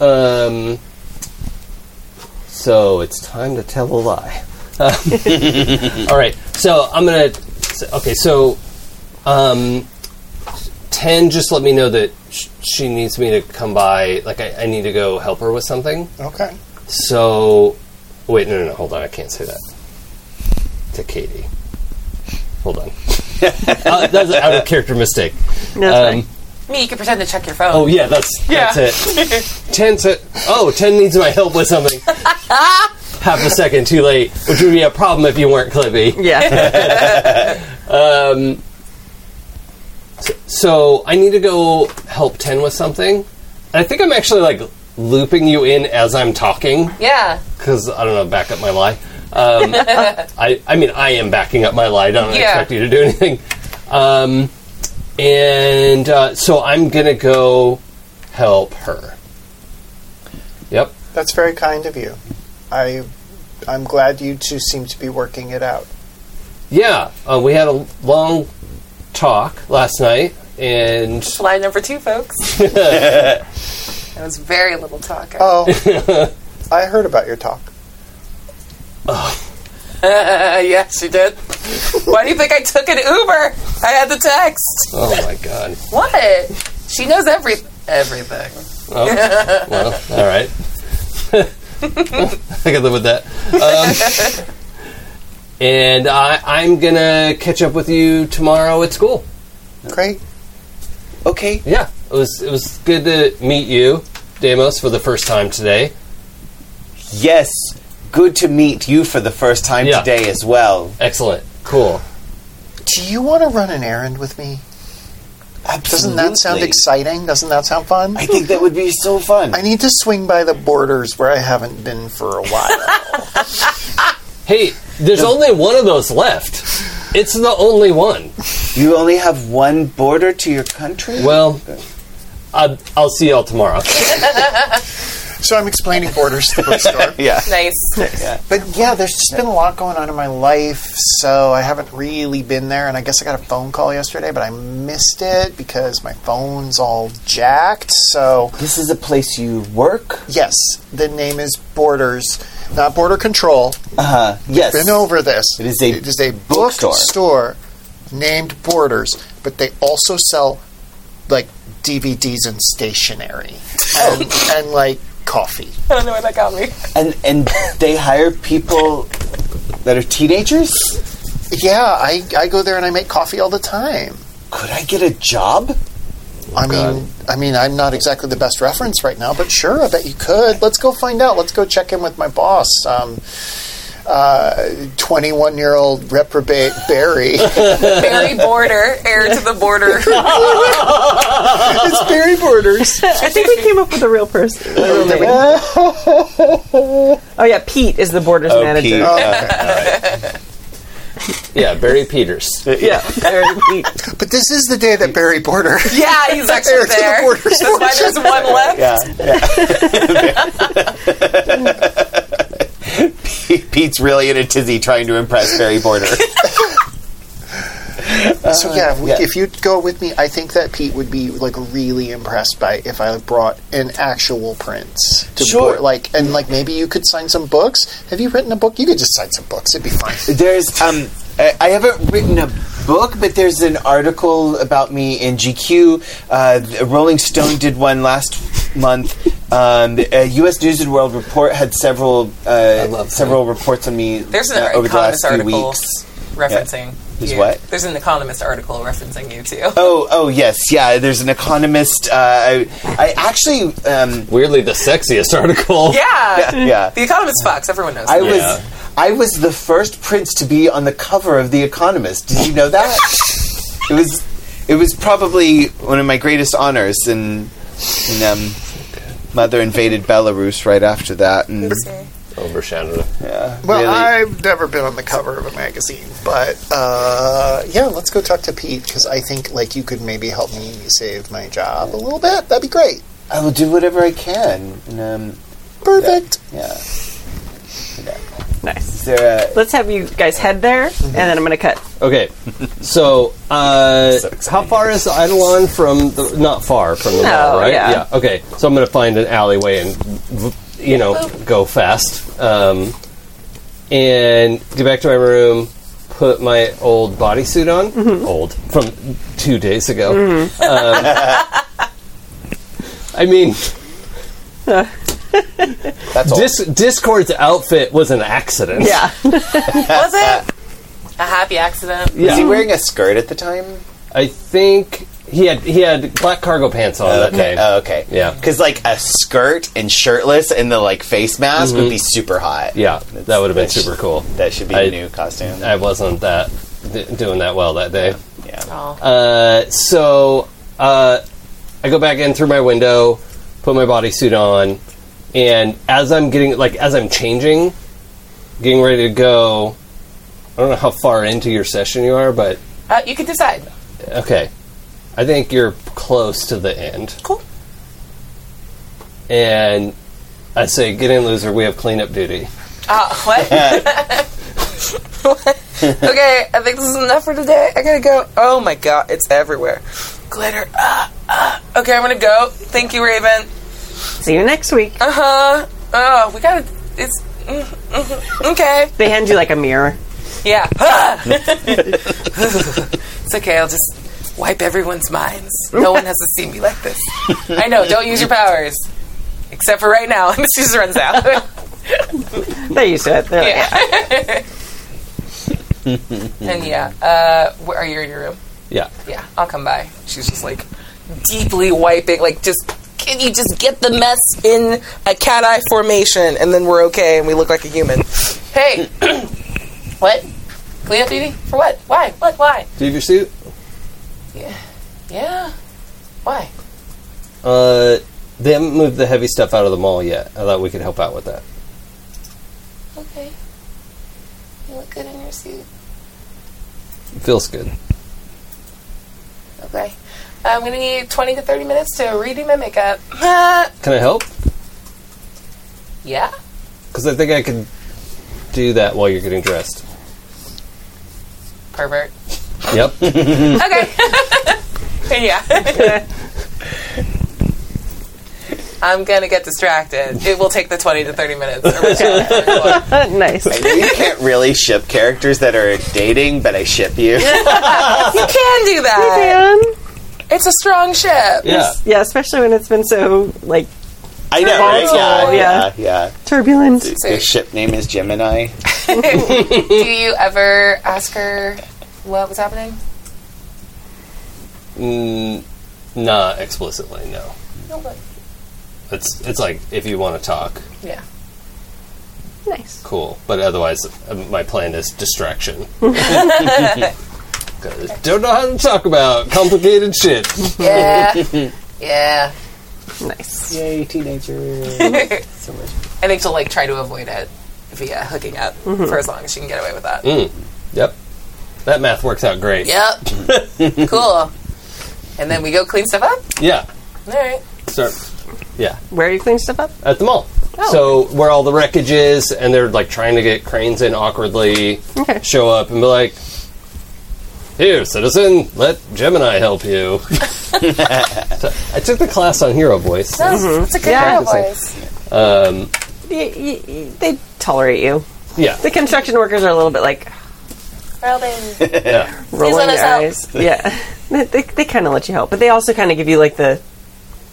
S5: Um. So it's time to tell a lie. Um, All right. So I'm gonna. so- Okay. So, um, ten. Just let me know that sh- she needs me to come by. Like I, I need to go help her with something.
S8: okay.
S5: So, wait. No. No. No. Hold on. I can't say that to Katie. Hold on. uh, that's an out of character mistake. Um,
S2: No, that's fine.
S4: Me, you can pretend to check your phone.
S5: Oh yeah, that's that's it. ten to oh, ten needs my help with something. Half a second too late, which would be a problem if you weren't Clippy.
S2: Yeah.
S5: Um, so, so I need to go help ten with something. And I think I'm actually like looping you in as I'm talking
S4: Yeah.
S5: because I don't know, back up my lie. Um, I, I mean, I am backing up my lie. I don't
S4: Yeah.
S5: expect you to do anything. Um, and uh, so I'm gonna go help her. Yep.
S8: That's very kind of you. I, I'm glad you two seem to be working it out.
S5: Yeah. Uh, we had a long talk last night, and
S4: Line number two, folks. that was very little talk.
S8: Oh, I heard about your talk.
S4: yes, you Uh, did. Why do you think I took an Uber? I had the text.
S5: Oh my god.
S4: What? She knows every everything.
S5: Well, all right. I can live with that. Um, and I, I'm gonna catch up with you tomorrow at school.
S8: Great.
S3: Okay.
S5: Yeah, it was it was good to meet you, Damos, for the first time today.
S3: Yes. Good to meet you for the first time
S5: Yeah.
S3: today as well.
S5: Excellent. Cool.
S8: Do you want to run an errand with me? Doesn't that sound
S3: Absolutely.
S8: exciting? Doesn't that sound fun?
S3: I think that would be so fun.
S8: I need to swing by the borders where I haven't been for a while.
S5: Hey, there's only one of those left. It's the only one.
S3: you only have one border to your country?
S5: Well, I'll, I'll see y'all tomorrow.
S8: so I'm explaining borders to the bookstore.
S3: yeah.
S4: Nice.
S8: But yeah, there's just been a lot going on in my life, so I haven't really been there. And I guess I got a phone call yesterday, but I missed it because my phone's all jacked. So
S3: This is a place you work?
S8: yes, the name is Borders, not Border Control.
S3: Uh huh. Yes.
S8: Been over this.
S3: It is a
S8: it is a
S3: bookstore.
S8: bookstore named Borders, but they also sell like DVDs and stationery and, and like coffee.
S4: I don't know where that got me.
S3: Oh. And and they hire people that are teenagers?
S8: Yeah, I, I go there and I make coffee all the time.
S3: Could I get a job? Oh,
S8: I mean, I mean, I'm not exactly the best reference right now, but sure, I bet you could. Let's go find out. Let's go check in with my boss, um, uh, 21 year old reprobate Barry.
S4: Barry Border, heir to the border.
S8: it's Barry Borders.
S2: I think we came up with a real person. A real name. oh yeah, Pete is the borders manager.
S4: Oh,
S5: yeah, Barry Peters.
S2: Yeah, Barry Pete.
S8: But this is the day that Barry Border.
S4: yeah, he's
S8: Heir
S4: actually
S8: to the
S4: there.
S8: border.
S4: That's why there's one left.
S3: Yeah. Pete's really in a tizzy trying to impress Barry Border.
S8: So yeah, we,
S3: Uh, yeah.
S8: if you'd go with me, I think that Pete would be like really impressed by if I brought an actual prince to
S3: Sure.
S8: Bor- like and like maybe you could sign some books. Have you written a book? You could just sign some books. It'd be fine.
S3: There's um, I I haven't written a book, but there's an article about me in GQ. Uh, the Rolling Stone did one last month. Um, the, uh, U.S. News and World Report had several uh,
S5: love
S3: several reports on me
S4: There's an
S3: uh, over the last
S4: Economist
S3: few
S4: article
S3: weeks.
S4: referencing.
S3: There's
S4: you.
S3: what?
S4: There's an Economist article referencing you too.
S3: Oh, oh yes, yeah. There's an economist. Uh, I, I actually, um,
S5: Weirdly, the sexiest article.
S4: Yeah.
S3: yeah.
S4: The Economist Fox. Everyone knows.
S3: I
S4: that.
S5: Yeah.
S3: was I was the first prince to be on the cover of The Economist. Did you know that? it was it was probably one of my greatest honors and, and um, mother invaded Belarus right after that and
S5: Overshadowed.
S8: Well,
S3: really-
S8: I've never been on the cover of a magazine, but uh, yeah, let's go talk to Pete because I think like you could maybe help me save my job a little bit. That'd be great.
S3: I will do whatever I can. And, um,
S8: Perfect.
S3: yeah.
S2: Nice.
S3: Is there a-
S2: Let's have you guys head there, and then I'm gonna cut.
S5: Okay, so, uh, how far is Eidolon from the? Not far from the mall, right?
S2: Oh, yeah.
S5: Okay, so I'm gonna find an alleyway and, v- you
S2: Oh.
S5: know, go fast, um, and get back to my room. Put my old bodysuit on,
S2: Mm-hmm.
S5: old from two days ago.
S2: Mm-hmm.
S5: Um, I mean,
S3: that's all.
S5: Dis- Discord's outfit was an accident.
S2: Yeah.
S4: Was it a happy accident?
S5: Yeah.
S3: Was he wearing a skirt at the time?
S5: I think he had he had black cargo pants on that day.
S3: Oh, okay.
S5: Yeah.
S3: Because like a skirt and shirtless and the like face mask would be super hot.
S5: Mm-hmm. yeah, that would have been
S3: that's-
S5: super cool.
S3: That should be
S5: I-
S3: a new costume.
S5: I wasn't that d- doing that well that day.
S3: yeah.
S4: Oh.
S5: Uh, so uh, I go back in through my window, put my bodysuit on, and as I'm getting like as I'm changing, getting ready to go, I don't know how far into your session you are, but
S4: Uh, you can decide.
S5: okay, I think you're close to the end.
S4: Cool.
S5: And I say, get in, loser. We have cleanup duty.
S4: Uh, what? okay, I think this is enough for today. I gotta go. Oh my god, it's everywhere. Glitter. Ah, ah. Okay, I'm gonna go. Thank you, Raven.
S2: See you next week.
S4: Uh huh. Oh, we Uh-huh. gotta. It's Okay.
S2: They hand you like a mirror.
S4: Yeah. it's okay. I'll just wipe everyone's minds. No one has to see me like this. I know. Don't use your powers, except for right now. And she just runs out.
S2: They use it. They're like,
S4: and yeah, uh, where are you in your room?
S5: Yeah.
S4: Yeah, I'll come by. She's just like deeply wiping, like just. Can you just get the mess in a cat eye formation, and then we're okay, and we look like a human? Hey, what? Clean up duty for what? Why? What? Why?
S5: Do you have your suit?
S4: Yeah. Why?
S5: Uh, they haven't moved the heavy stuff out of the mall yet. I thought we could help out with that.
S4: Okay. You look good in your suit.
S5: It feels good.
S4: Okay. I'm gonna need 20 to 30 minutes to redo my makeup.
S5: Can I help?
S4: yeah.
S5: Because I think I could do that while you're getting dressed.
S4: Pervert.
S5: Yep.
S4: Okay. yeah. I'm gonna get distracted. It will take the 20 to 30 minutes. or whatever.
S2: nice.
S3: you can't really ship characters that are dating, but I ship you.
S4: you can do that.
S2: And
S4: It's a strong ship.
S5: yeah.
S2: yeah, especially when it's been so like
S3: I know, right?
S2: Volatile,
S3: yeah, yeah.
S2: turbulent.
S3: yeah. Your ship name is Gemini.
S4: Do you ever ask her what was happening?
S5: Mm, not explicitly, no.
S4: No, but
S5: It's it's like if you want to talk,
S4: yeah.
S2: Nice.
S5: cool. But otherwise, uh, my plan is distraction. 'Cause don't know how to talk about complicated shit.
S4: Yeah. yeah.
S2: Nice.
S7: Yay, teenager. so much.
S4: I think she'll like try to avoid it via hooking up for as long as she can get away with that.
S5: Yep. That math works out great.
S4: Yep. cool. And then we go clean stuff up.
S5: Yeah.
S4: All right.
S5: Start
S2: Where you clean stuff up?
S5: at the mall.
S2: Oh.
S5: So where all the wreckage is, and they're like trying to get cranes in awkwardly.
S2: Okay.
S5: Show up and be like, "Here, citizen, let Gemini help you." So I took the class on hero voice.
S2: Oh.
S4: That's, that's a good
S2: Yeah.
S4: girl voice.
S5: Um,
S2: Y- y- y- they tolerate you.
S5: yeah.
S2: The construction workers are a little bit like
S4: Robin.
S5: yeah.
S2: rolling
S4: let us
S2: their
S4: help.
S2: eyes. Yeah, they, they, they kind of let you help, but they also kind of give you like the,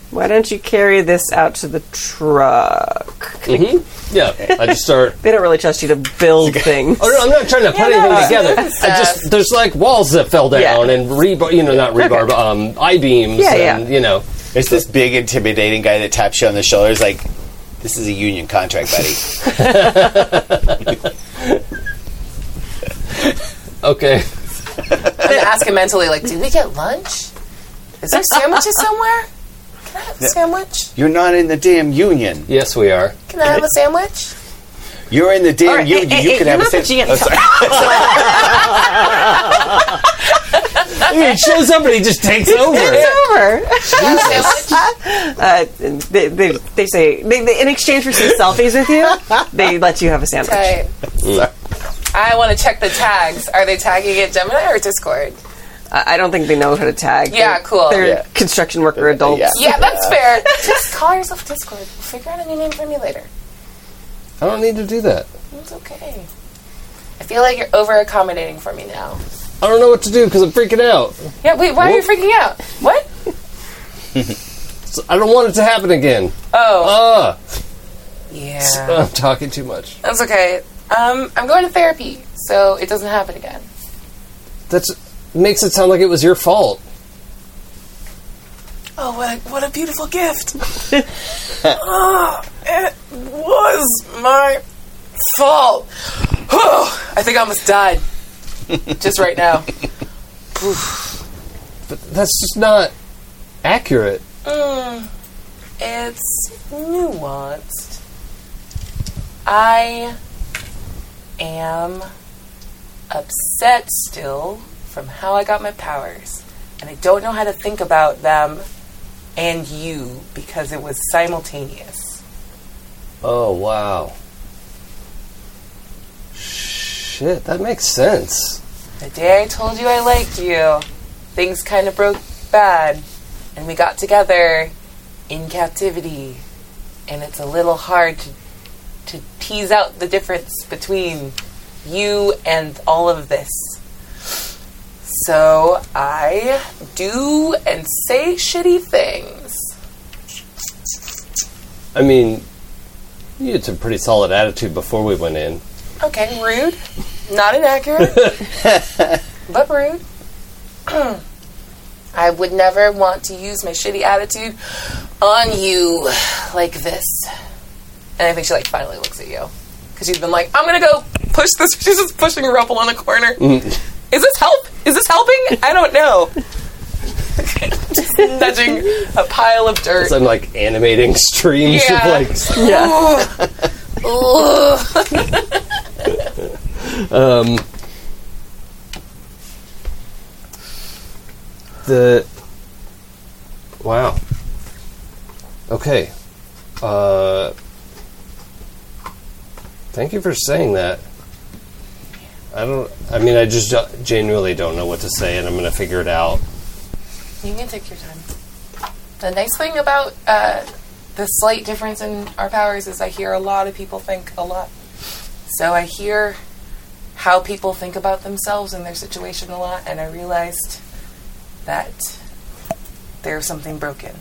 S2: why don't you carry this out to the truck?
S5: Mm-hmm. Yeah. I just start.
S2: They don't really trust you to build things.
S5: Oh, no, I'm not trying to put
S4: no,
S5: anything together.
S4: it's
S5: I just there's like walls that fell down
S2: uh, Yeah.
S5: and rebar, you know, not rebar, but um, I beams.
S2: Yeah,
S5: and,
S2: yeah.
S5: You know,
S3: There's this big, intimidating guy that taps you on the shoulder. He's like, this is a union contract, buddy.
S5: okay.
S4: I'm gonna ask him mentally, like, do we get lunch? Is there sandwiches somewhere? Can I have a sandwich?
S3: You're not in the damn union.
S5: Yes, we are.
S4: Can I have a sandwich?
S3: You're in the damn
S2: right,
S3: union.
S2: hey, hey,
S3: you
S2: hey,
S3: can
S2: you're
S3: have
S2: not
S3: a sense.
S2: the GM.
S3: Oh, sorry.
S5: It shows up and he just takes over.
S2: Over.
S4: Can I have a sandwich?
S2: Uh, they, they, they say they, they, in exchange for some selfies with you, they let you have a sandwich.
S4: Okay. I want to check the tags. Are they tagging it Gemini or Discord?
S2: I I don't think they know how to tag.
S4: Yeah,
S2: They're-
S4: cool.
S2: They're
S3: Yeah.
S2: construction worker adults.
S3: Yeah.
S4: Yeah, that's fair. Just call yourself Discord. We'll figure out a new name for me later.
S5: I don't need to do that.
S4: It's okay. I feel like you're over accommodating for me now.
S5: I don't know what to do because I'm freaking out.
S4: Yeah, wait, why are you freaking out? What?
S5: So I don't want it to happen again.
S4: Oh.
S5: Ah,
S4: Yeah.
S5: I'm talking too much.
S4: That's okay. Um, I'm going to therapy, so it doesn't happen again.
S5: That makes it sound like it was your fault.
S4: Oh, what a, what a beautiful gift. Ah, it was my fault. Whew, I think I almost died just right now.
S5: That's just not accurate.
S4: Mm, it's nuanced. I am upset still from how I got my powers, and I don't know how to think about them and you because it was simultaneous.
S5: Oh wow. Shit, that makes sense.
S4: The day I told you I liked you, things kind of broke bad, and we got together in captivity, and it's a little hard to to tease out the difference between you and all of this. So I do and say shitty things.
S5: I mean, you had some pretty solid attitude before we went in.
S4: Okay, rude. Not inaccurate, but rude. I would never want to use my shitty attitude on you like this. And I think she like finally looks at you because she's been like, "I'm gonna go push this." She's just pushing Rumpel on a corner. Is this help? Is this helping? I don't know. just nudging a pile of dirt.
S5: So I'm like animating streams
S4: Yeah.
S5: of like
S4: Ugh.
S5: Um, the wow. Okay. Uh, thank you for saying that. I don't. I mean, I just do- genuinely don't know what to say, and I'm going to figure it out.
S4: You can take your time. The nice thing about uh, the slight difference in our powers is I hear a lot of people think a lot. So I hear how people think about themselves and their situation a lot, and I realized that there's something broken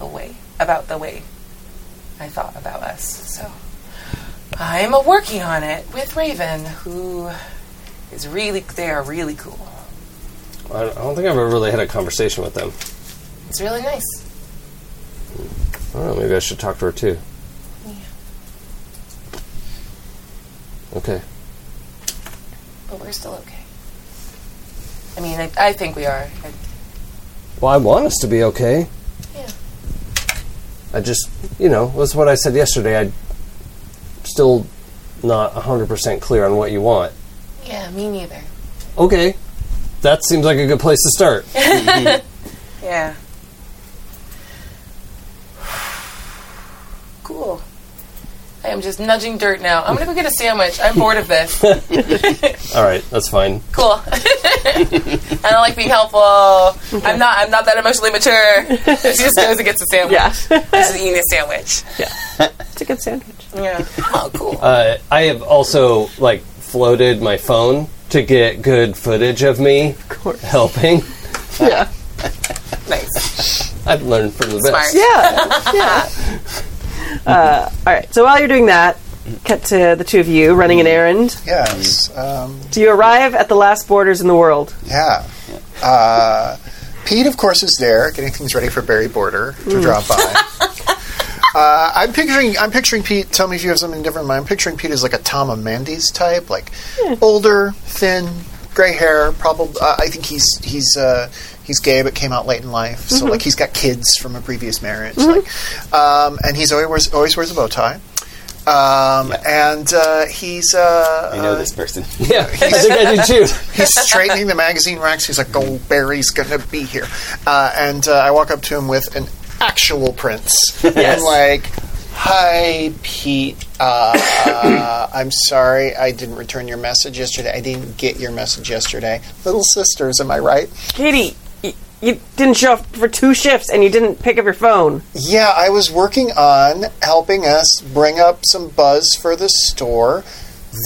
S4: away about the way I thought about us. So I'm working on it with Raven, who is really they are really cool.
S5: I don't, I don't think I've ever really had a conversation with them.
S4: It's really nice.
S5: I don't know. Oh, Maybe I should talk to her too. Okay.
S4: but we're still okay. I mean, I, I think we are. I,
S5: Well, I want us to be okay.
S4: Yeah.
S5: I just, you know, that's what I said yesterday. I'm still not 100% clear on what you want.
S4: yeah, me neither.
S5: Okay. That seems like a good place to start.
S4: Yeah. Cool. I am just nudging dirt now. I'm gonna go get a sandwich. I'm bored of this.
S5: All right, that's fine.
S4: Cool. I don't like being helpful. I'm not. I'm not that emotionally mature. She just goes and gets a sandwich.
S2: Yeah.
S4: She's just eating a sandwich.
S2: It's a good sandwich.
S4: Yeah. Oh, cool.
S5: Uh, I have also, like, floated my phone to get good footage of me
S2: course.
S5: helping.
S2: Yeah.
S4: nice.
S5: I've learned from the
S4: Smart.
S5: best.
S2: Yeah. yeah. Uh, all right. So while you're doing that, cut to the two of you running an errand.
S8: Yes. Um,
S2: So you arrive at the last borders in the world.
S8: yeah. Uh, Pete, of course, is there getting things ready for Barry Border to drop by. Uh, I'm picturing. I'm picturing Pete. Tell me if you have something different. in mind. I'm picturing Pete as like a Tom Amandes type, like older, thin, gray hair. Probably. Uh, I think he's he's uh, he's gay, but came out late in life. So like he's got kids from a previous marriage. Like, um, and he's always wears, always wears a bow tie. Um, And uh, he's uh,
S3: I know
S8: uh,
S3: this person.
S5: Yeah, I think I do too.
S8: he's straightening the magazine racks. He's like, Goldberry's going to be here. Uh, and uh, I walk up to him with an actual prince. And like, hi, Pete. Uh, uh, I'm sorry I didn't return your message yesterday. I didn't get your message yesterday. Little sisters, am I right?
S2: Katie, y- you didn't show up for two shifts and you didn't pick up your phone.
S8: Yeah, I was working on helping us bring up some buzz for the store.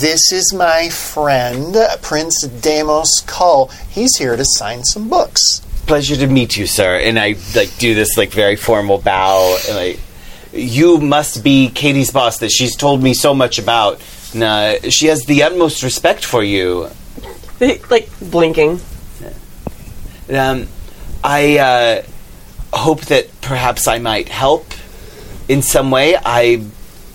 S8: This is my friend, Prince Damos Cull. He's here to sign some books.
S3: Pleasure to meet you, sir. And I like do this like very formal bow and like you must be Katie's boss that she's told me so much about. And, uh, she has the utmost respect for you.
S2: like blinking.
S3: Um, I uh, hope that perhaps I might help in some way. I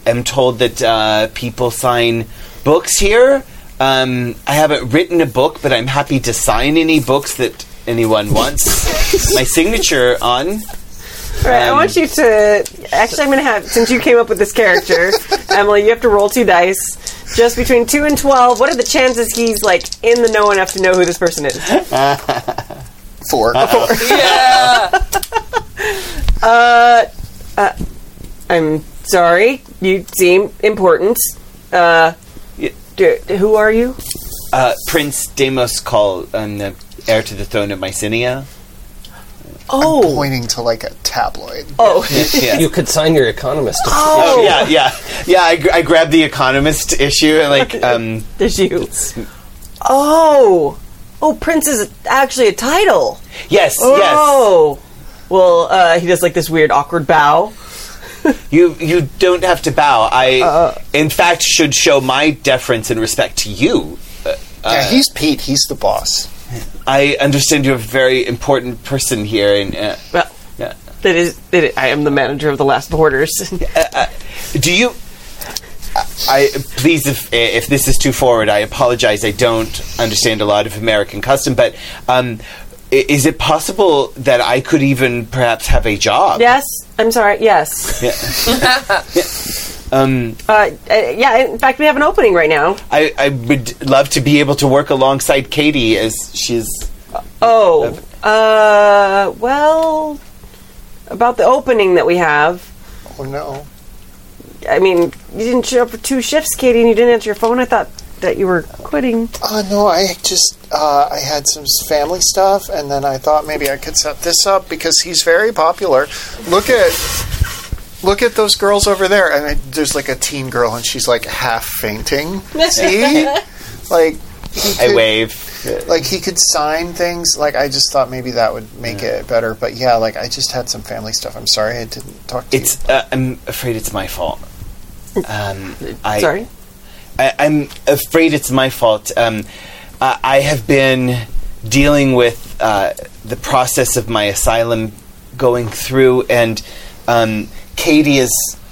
S3: am told that uh, people sign books here. Um, I haven't written a book, but I'm happy to sign any books that anyone wants my signature on.
S2: All right, I
S3: Um,
S2: want you to. Actually, I'm going to have. Since you came up with this character, Emily, you have to roll two dice. Just between 2 and 12, what are the chances he's, like, in the know enough to know who this person is?
S8: Four.
S2: I'm sorry. You seem important. Uh,
S3: Yeah.
S2: d- who are you?
S3: um, Uh, Prince Demos Call, I'm the heir to the throne of Mycenae.
S2: Oh.
S8: pointing to like a tabloid.
S2: Oh.
S3: yeah.
S5: You could sign your economist. to-
S3: Oh, yeah, yeah, yeah. I, gr- I grabbed the Economist issue and like, um,
S2: There's you. Oh. Oh, Prince is actually a title.
S3: yes,
S2: Oh. Well, uh, he does like this weird awkward bow.
S3: yes. You you don't have to bow. I, in fact, should show my deference and respect to you. Uh,
S8: yeah, Oh, he's Pete. He's the boss.
S3: I understand you're a very important person here, and uh,
S2: Well,
S3: yeah.
S2: that is, that is- I am the manager of the Last Borders.
S3: do you? I please, if if this is too forward, I apologize. I don't understand a lot of American custom, but um, i- is it possible that I could even perhaps have a job?
S2: yes, I'm sorry. Yes.
S3: Um,
S2: Uh, uh, yeah. In fact, we have an opening right now.
S3: I, I would love to be able to work alongside Katie as she's.
S2: Oh. Uh. Well, about the opening that we have.
S8: Oh no.
S2: I mean, you didn't show up for two shifts, Katie, and you didn't answer your phone. I thought that you were quitting.
S8: Uh, no, I just uh, I had some family stuff, and then I thought maybe I could set this up because he's very popular. Look at look at those girls over there, and I, there's like a teen girl, and she's like half fainting. See, like he
S3: I
S8: could-
S3: wave.
S8: Like he could sign things. Like I just thought maybe that would make it better. But yeah, like I just had some family stuff. I'm sorry I didn't talk to you.
S3: It's. Uh, I'm afraid it's my fault. Um, I,
S2: Sorry.
S3: I, I'm afraid it's my fault. Um, uh, I have been dealing with uh, the process of my asylum going through, and um, Katie is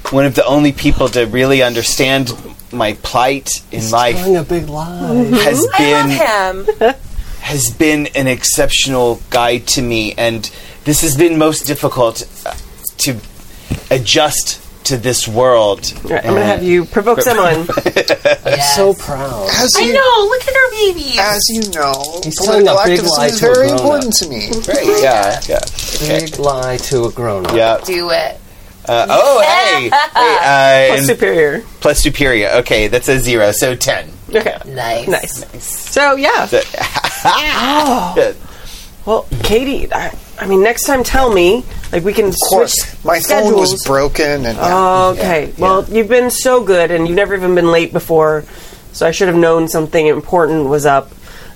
S3: one of the only people to really understand my plight in life.
S7: Telling a big lie.
S3: Has been
S4: I love him.
S3: has been an exceptional guide to me, and this has been most difficult uh, to adjust to this world.
S2: All right, I'm gonna
S3: Uh,
S2: have you provoke someone.
S7: I'm so proud.
S8: as
S4: I
S8: you
S4: know. Look at her baby.
S8: as you know,
S7: He's telling
S8: political
S7: a big
S8: activism
S7: lie
S8: is
S7: to a
S8: very
S7: grown-up.
S8: important to me.
S3: Great, yeah, yeah,
S7: Big lie to a grown up.
S3: yeah.
S4: Do it.
S3: Uh, oh, hey, hey uh,
S2: Plus
S3: and
S2: superior.
S3: plus superior. Okay, that's a zero, so ten.
S2: Okay.
S4: Nice.
S2: Nice. So yeah. Oh.
S3: Good.
S2: Well, Katie, I, I mean, next time tell me. Like we can
S8: Of course,
S2: switch
S8: my
S2: schedules.
S8: phone was broken, and
S4: Uh-huh.
S8: yeah.
S2: Okay. Well, you've been so good, and you've never even been late before, so I should have known something important was up.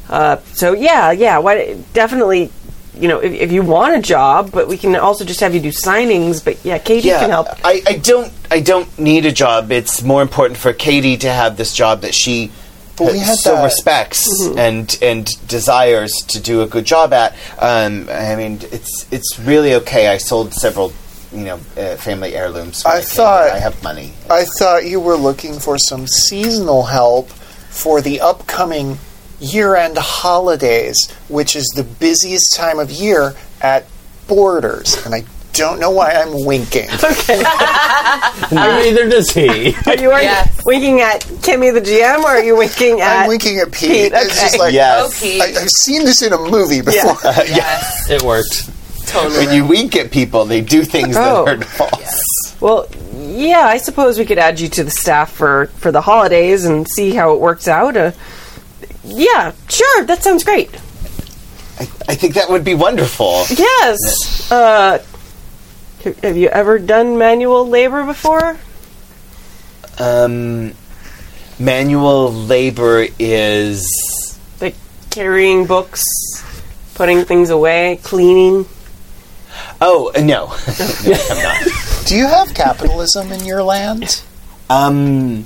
S2: Uh, so yeah, yeah. Why definitely. You know, if, if you want a job, but we can also just have you do signings. But yeah, Katie
S3: Yeah,
S2: can help.
S3: I, I don't, I don't need a job. It's more important for Katie to have this job that she
S8: But we had
S3: so
S8: that-
S3: respects
S2: Mm-hmm.
S3: and and desires to do a good job at. Um, I mean, it's it's really okay. I sold several, you know, uh, family heirlooms. when
S8: I
S3: came here.
S8: thought-
S3: I have money.
S8: I thought you were looking for some seasonal help for the upcoming year-end holidays, which is the busiest time of year at Borders, and I don't know why I'm winking.
S5: Neither does he.
S2: Are you are you
S4: Yes.
S2: winking at Kimmy the GM, or are you winking at?
S8: I'm winking at Pete.
S2: Pete,
S8: It's just like
S4: Oh,
S3: Yes,
S4: Pete.
S8: I, I've seen this in a movie before.
S4: yes.
S5: It worked.
S4: Totally.
S3: when you wink at people, they do things
S2: Oh.
S3: that are false.
S2: Well, yeah, I suppose we could add you to the staff for for the holidays and see how it works out. Uh, yeah, sure, that sounds great.
S3: I think that would be wonderful.
S2: Yes. Uh, have- have you ever done manual labor before?
S3: Um, manual labor is
S2: Like carrying books, putting things away, cleaning.
S3: oh uh, no, No, I'm not.
S8: Do you have capitalism in your land?
S3: Um,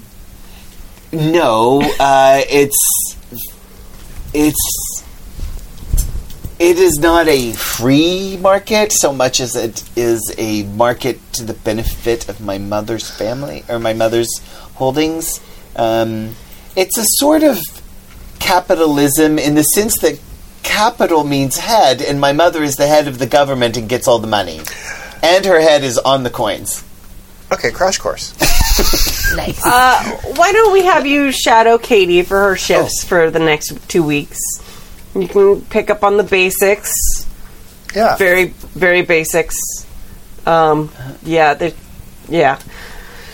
S3: no, uh, it's it's it is not a free market so much as it is a market to the benefit of my mother's family or my mother's holdings. Um, it's a sort of capitalism in the sense that capital means head, and my mother is the head of the government and gets all the money, and her head is on the coins.
S8: Okay, crash course.
S4: Nice.
S2: Why don't we have you shadow Katie for her
S3: Oh.
S2: shifts for the next two weeks? You can pick up on the basics.
S8: Yeah.
S2: very very basics. Um, yeah, they- yeah.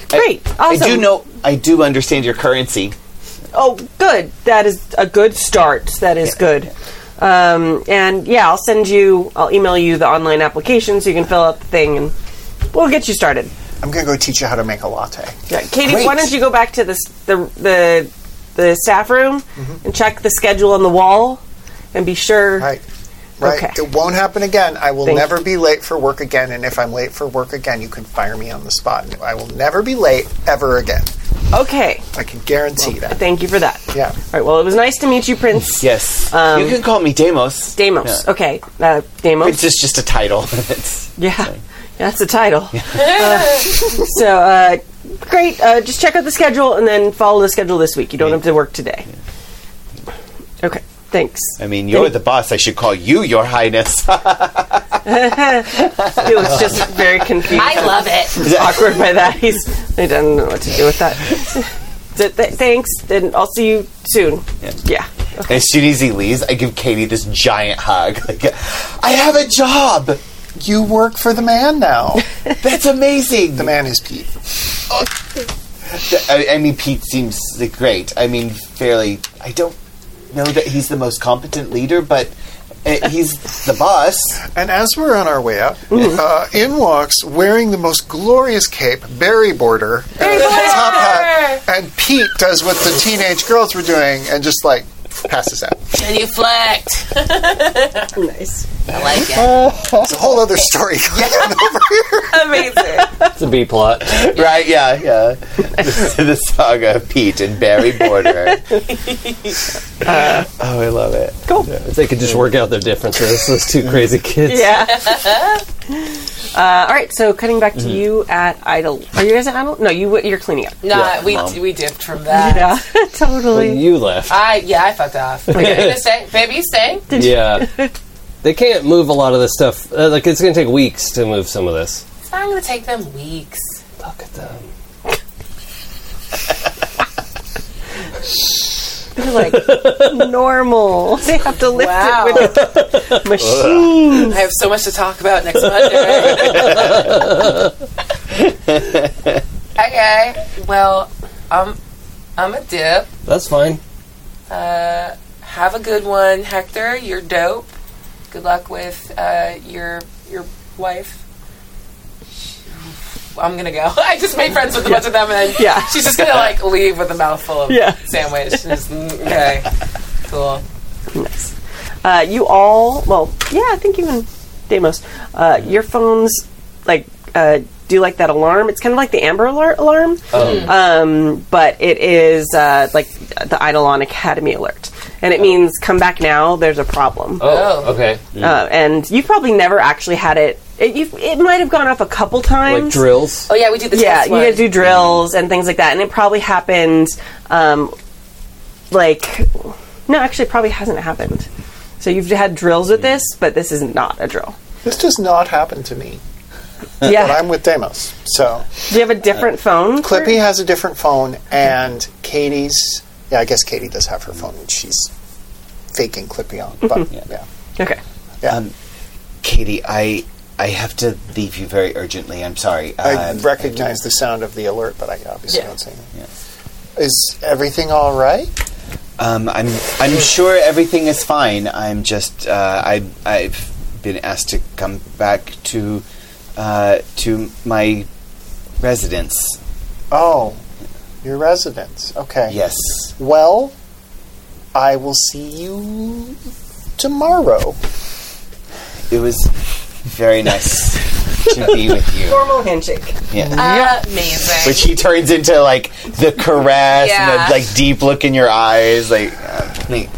S2: Great, awesome.
S3: I do know. I do understand your currency.
S2: Oh, good. That is a good start. That is good. Um, and yeah, I'll send you, I'll email you the online application so you can fill out the thing and we'll get you started.
S8: I'm gonna go teach you how to make a latte.
S2: Yeah, Katie, why don't you go back to this, the the the staff room and check the schedule on the wall and be sure.
S8: Right. Right.
S2: Okay.
S8: It won't happen again. I will
S2: Thank
S8: never be late for work again. And if I'm late for work again, you can fire me on the spot. I will never be late ever again.
S2: Okay.
S8: I can guarantee that.
S2: Thank you for that.
S8: Yeah.
S2: All right. Well, it was nice to meet you, Prince.
S3: Yes.
S2: Um,
S3: you can call me Damos.
S2: Damos. Okay. Uh, Damos.
S3: It's just, just a title. it's,
S2: Yeah, that's the title. Uh, so, uh, great. Uh, just check out the schedule and then follow the schedule this week. You don't have to work today. Okay, thanks.
S3: I mean, you're the boss. I should call you Your Highness.
S2: It was just very confused.
S4: I love it.
S2: awkward by that. He's. I don't know what to do with that. Th- th- thanks, and I'll see you soon. Yeah.
S3: as soon as he leaves, I give Katie this giant hug. Like, I have a job.
S8: You work for the man now.
S3: That's amazing.
S8: the man is Pete.
S3: I, I mean, Pete seems like, great. I mean, fairly. I don't know that he's the most competent leader, but uh, he's the boss.
S8: And as we're on our way up,
S2: Mm-hmm.
S8: uh, in walks wearing the most glorious cape, Barry Border, and a top hat. And Pete does what the teenage girls were doing and just like passes out.
S4: And you flicked.
S2: Nice.
S4: I like it.
S8: It's a whole other story.
S4: Amazing.
S5: It's a B plot.
S3: Right? Yeah, yeah. the, the saga of Pete and Barry Border. oh, I love it.
S5: If they could just work out their differences, those two crazy kids.
S2: Yeah. Uh, all right, so cutting back to you at Idle. Are you guys at Idle? No, you you're cleaning up.
S4: No,
S5: Yeah,
S4: we
S3: mom.
S4: we dipped from that.
S2: Yeah, totally.
S5: You left.
S4: I yeah, I fucked off. Are you gonna stay, baby? You staying?
S5: Yeah. they can't move a lot of this stuff. Uh, like, it's going to take weeks to move some of this.
S4: It's not gonna take them weeks.
S5: Look at them.
S2: like normal. They have to lift
S4: Wow.
S2: it with a machine.
S4: I have so much to talk about next Monday. okay. Well, I'm I'm a dip.
S5: That's fine.
S4: Uh, have a good one, Hector. You're dope. Good luck with uh, your your wife. I'm gonna go. I just made friends with a bunch of them, and
S2: Yeah.
S4: she's just gonna like leave with a mouthful of
S2: Yeah.
S4: sandwich. And just, mm, okay, cool.
S2: Uh, you all, well, yeah, I think even Damos, uh, your phones like uh, do like that alarm. It's kind of like the Amber Alert alarm,
S5: Uh-huh.
S4: Mm.
S2: um, but it is uh, like the Eidolon Academy alert, and it means come back now. There's a problem.
S5: Oh,
S4: Oh.
S5: Uh-huh. okay.
S2: Uh, and you've probably never actually had it. It, you've, it might have gone off a couple times.
S5: Like drills.
S4: Oh yeah, we do this.
S2: yeah,
S4: test
S2: you
S4: one.
S2: gotta do drills and things like that. And it probably happened, um, like, no, actually, it probably hasn't happened. So you've had drills with this, but this is not a drill.
S8: this does not happen to me. But
S2: Yeah.
S8: I'm with Damos. So
S2: Do you have a different phone? for-
S8: Clippy has a different phone, and Katie's. Yeah, I guess Katie does have her phone, and she's faking Clippy on.
S4: Mm-hmm.
S8: But yeah.
S2: Okay.
S3: Um, Katie, I I have to leave you very urgently. I'm sorry.
S8: I
S3: Um,
S8: recognize the sound of the alert, but I obviously
S4: Yeah.
S8: don't see it. Is everything all right?
S3: Um, I'm I'm sure everything is fine. I'm just uh, I I've been asked to come back to uh, to my residence.
S8: Oh, your residence. Okay.
S3: Yes.
S8: Well, I will see you tomorrow.
S3: It was very nice to be with you.
S2: Formal handshake.
S3: Yeah.
S4: Uh, amazing.
S3: Which he turns into like the caress
S4: Yeah.
S3: and the like deep look in your eyes. Like, uh, me-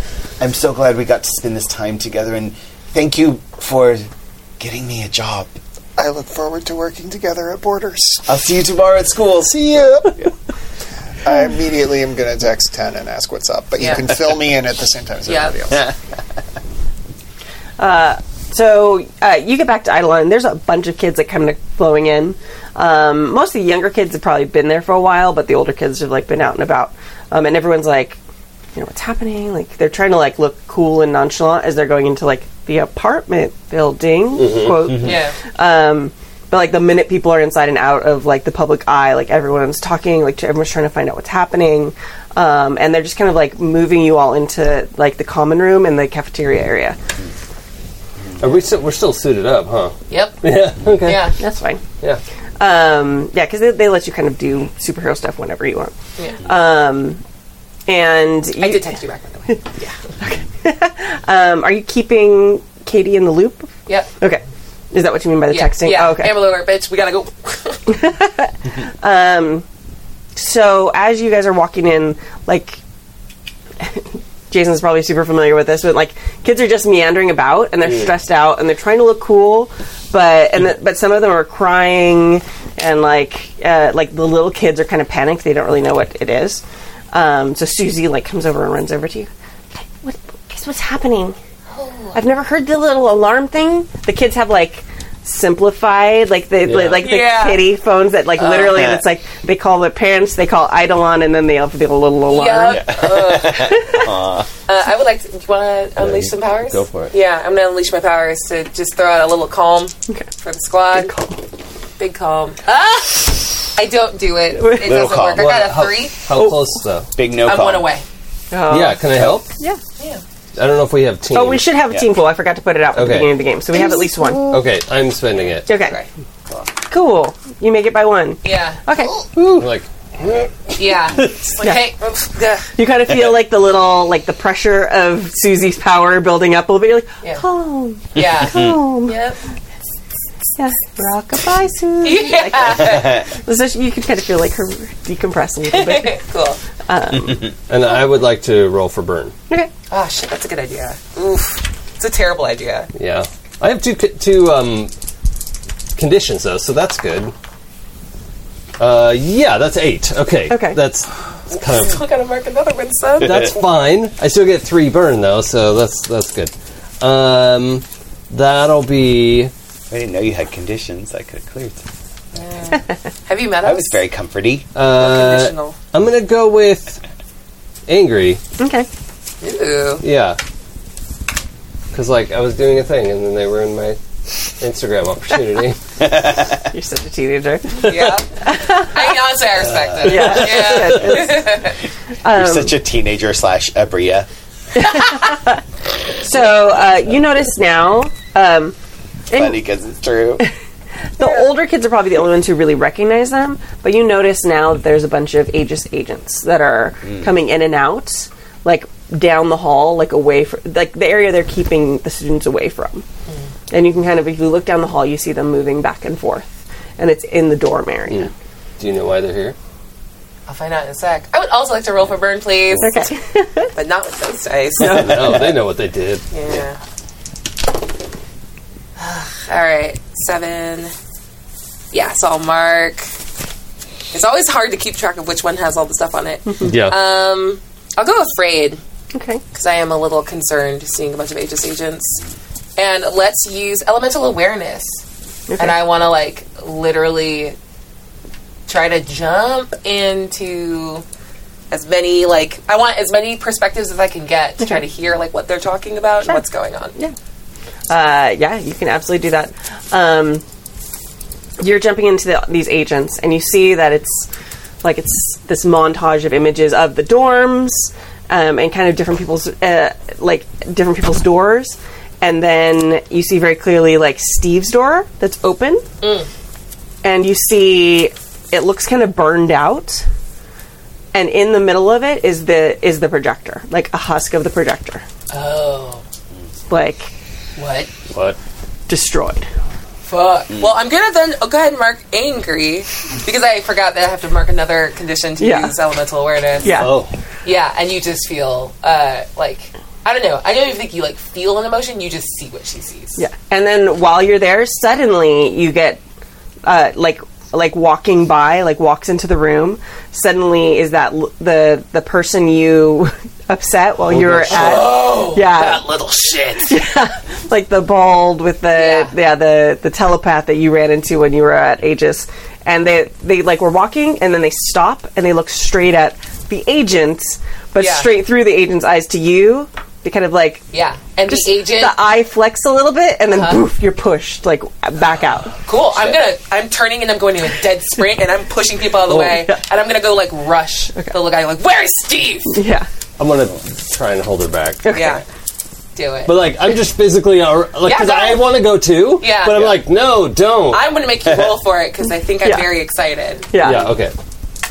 S3: I'm so glad we got to spend this time together, and thank you for getting me a job.
S8: I look forward to working together at Borders.
S3: I'll see you tomorrow at school.
S8: See you. I immediately am going to text 10 and ask what's up, but
S4: Hmm. Yeah.
S8: you can fill me in at the same time as
S4: Yeah.
S8: everybody else.
S2: So uh, you get back to Eidolon. and There's a bunch of kids that come to flowing in. Um, most of the younger kids have probably been there for a while, but the older kids have like been out and about. Um, and everyone's like, you know, what's happening? Like they're trying to like look cool and nonchalant as they're going into like the apartment building. Quote.
S4: yeah.
S2: Um, But like the minute people are inside and out of like the public eye, like everyone's talking, like everyone's trying to find out what's happening, um, and they're just kind of like moving you all into like the common room and the cafeteria area.
S5: Are we still, we're still suited up, huh?
S4: Yep.
S5: Yeah. Okay.
S4: Yeah.
S2: That's fine.
S5: Yeah.
S2: Um, yeah, because they, they let you kind of do superhero stuff whenever you want.
S4: Yeah.
S2: Um, and you,
S4: I did text you back, by the way.
S2: um, are you keeping Katie in the loop?
S4: Yep.
S2: Okay. Is that what you mean by the
S4: Yeah,
S2: texting?
S4: Yeah.
S2: Oh, okay.
S4: Amber Alert, bitch. We gotta go.
S2: so as you guys are walking in, like Jason's probably super familiar with this, but like kids are just meandering about and they're stressed out and they're trying to look cool, but and th- but some of them are crying and like uh, like the little kids are kind of panicked. They don't really know what it is. Um, so Susie like comes over and runs over to you. What, guess what's happening? I've never heard the little alarm thing. The kids have like simplified, like the
S5: Yeah. Uh-huh.
S2: like the
S4: Yeah.
S2: kitty phones that like literally
S3: yeah.
S2: it's like they call their parents, they call Eidolon, and then they have the little alarm.
S4: Yup. Ugh. uh, I would like to. Do you want to unleash some powers?
S5: go for it.
S4: Yeah, I'm going to unleash my powers to just throw out a little calm for the squad. Big calm. Ah! I don't do it. It doesn't
S3: calm.
S4: work. I got
S5: How,
S4: a three.
S5: how close though?
S3: Big no
S4: I'm
S3: call.
S4: one away.
S2: Oh.
S5: Yeah. Can I help?
S2: Yeah.
S5: I don't know if we have team.
S2: Oh, we should have a team pool. I forgot to put it out at the
S5: Okay.
S2: beginning of the game, so we have at least one. Okay.
S5: Okay. I'm spending it.
S2: Cool. You make it by one.
S4: Yeah.
S2: Okay.
S5: Like
S4: Yeah. Just like, hey. oof, ugh.
S2: You kind of feel like the little, like the pressure of Susie's power building up a little bit. You're like,
S4: Yeah.
S2: calm,
S4: Yeah. Mm-hmm.
S2: calm. Yeah.
S4: Yep.
S2: Rockabye, Susie.
S4: Yeah.
S2: So she- you can kind of feel like her decompress a little bit.
S4: cool.
S5: And I would like to roll for burn.
S2: Okay.
S4: Oh, shit. That's a good idea. Oof. It's a terrible idea.
S5: Yeah. I have two co- two um, conditions though, so that's good. Uh, yeah, that's eight. Okay.
S2: Okay.
S5: That's that's kind of
S4: Still gotta mark another one, son.
S5: that's fine. I still get three burn though, so that's that's good. Um, that'll be
S3: I didn't know you had conditions. I could have cleared.
S4: Have you met us?
S3: That was very comforty.
S5: uh,
S4: Conditional.
S5: I'm gonna go with angry.
S2: Okay.
S4: Ooh.
S5: Yeah. Because like I was doing a thing, and then they ruined my Instagram opportunity.
S2: You're such a teenager.
S4: Yeah. I mean, honestly, I
S3: Uh.
S4: respect it.
S2: Yeah.
S4: Yeah.
S3: You're such a teenager slash ebria.
S2: So uh, you notice now. Um, and-
S3: Funny because it's true.
S2: The older kids are probably the only ones who really recognize them, but you notice now that there's a bunch of Aegis agents that are coming in and out, like down the hall, like away from, like the area they're keeping the students away from. And you can kind of, if you look down the hall, you see them moving back and forth, and it's in the dorm area.
S5: Do you know why they're here?
S4: I'll find out in a sec. I would also like to roll for burn, please,
S2: Okay.
S4: but not with those dice.
S5: No, they know what they did.
S4: Yeah. All right, seven. Yeah, so I'll mark. It's always hard to keep track of which one has all the stuff on it.
S5: Yeah.
S4: Um, I'll go afraid
S2: okay.
S4: because I am a little concerned seeing a bunch of Aegis agents. And let's use elemental awareness. And I want to like literally try to jump into as many like I want as many perspectives as I can get to try to hear like what they're talking about and what's going on. Yeah.
S2: Uh, yeah, you can absolutely do that. Um, you're jumping into the, these agents, and you see that it's like it's this montage of images of the dorms um, and kind of different people's uh, like different people's doors, and then you see very clearly like Steve's door that's open, and you see it looks kind of burned out. And in the middle of it is the is the projector, like a husk of the projector,
S4: Oh,
S2: like
S4: what?
S5: What?
S2: destroyed.
S4: Fuck.
S5: Mm.
S4: Well, I'm gonna then oh, go ahead and mark angry because I forgot that I have to mark another condition to
S2: Yeah.
S4: use elemental awareness.
S2: Yeah.
S5: Oh,
S4: Yeah, and you just feel uh, like I don't know. I don't even think you like feel an emotion. You just see what she sees.
S2: Yeah, and then while you're there, suddenly you get uh, like like walking by, like walks into the room. Suddenly, is that l- the the person you upset while you were at? yeah, Oh, that little shit. Yeah, like the bald with the yeah.
S4: Yeah.
S2: the the telepath that you ran into when you were at Aegis, and they they like were walking, and then they stop and they look straight at the agent, but
S4: Yeah.
S2: straight through the agent's eyes to you. The
S9: to kind of like
S4: Yeah, and
S9: just
S4: the agent. Uh-huh.
S9: the eye flex a little bit, and then poof, you're pushed like back out.
S4: cool. I'm gonna. I'm turning and I'm going in a dead sprint and I'm pushing people out of the way and I'm gonna go like rush the guy like where is Steve?
S9: Yeah.
S5: I'm gonna try and hold her back.
S4: Yeah, do it.
S5: But like, I'm just physically out- like
S4: Yeah,
S5: because
S4: go.
S5: I want to go too.
S4: Yeah.
S5: But I'm
S4: Yeah.
S5: like, no, don't.
S4: I'm gonna make you roll for it because I think I'm
S9: Yeah.
S4: very excited.
S9: Yeah.
S5: yeah. Okay.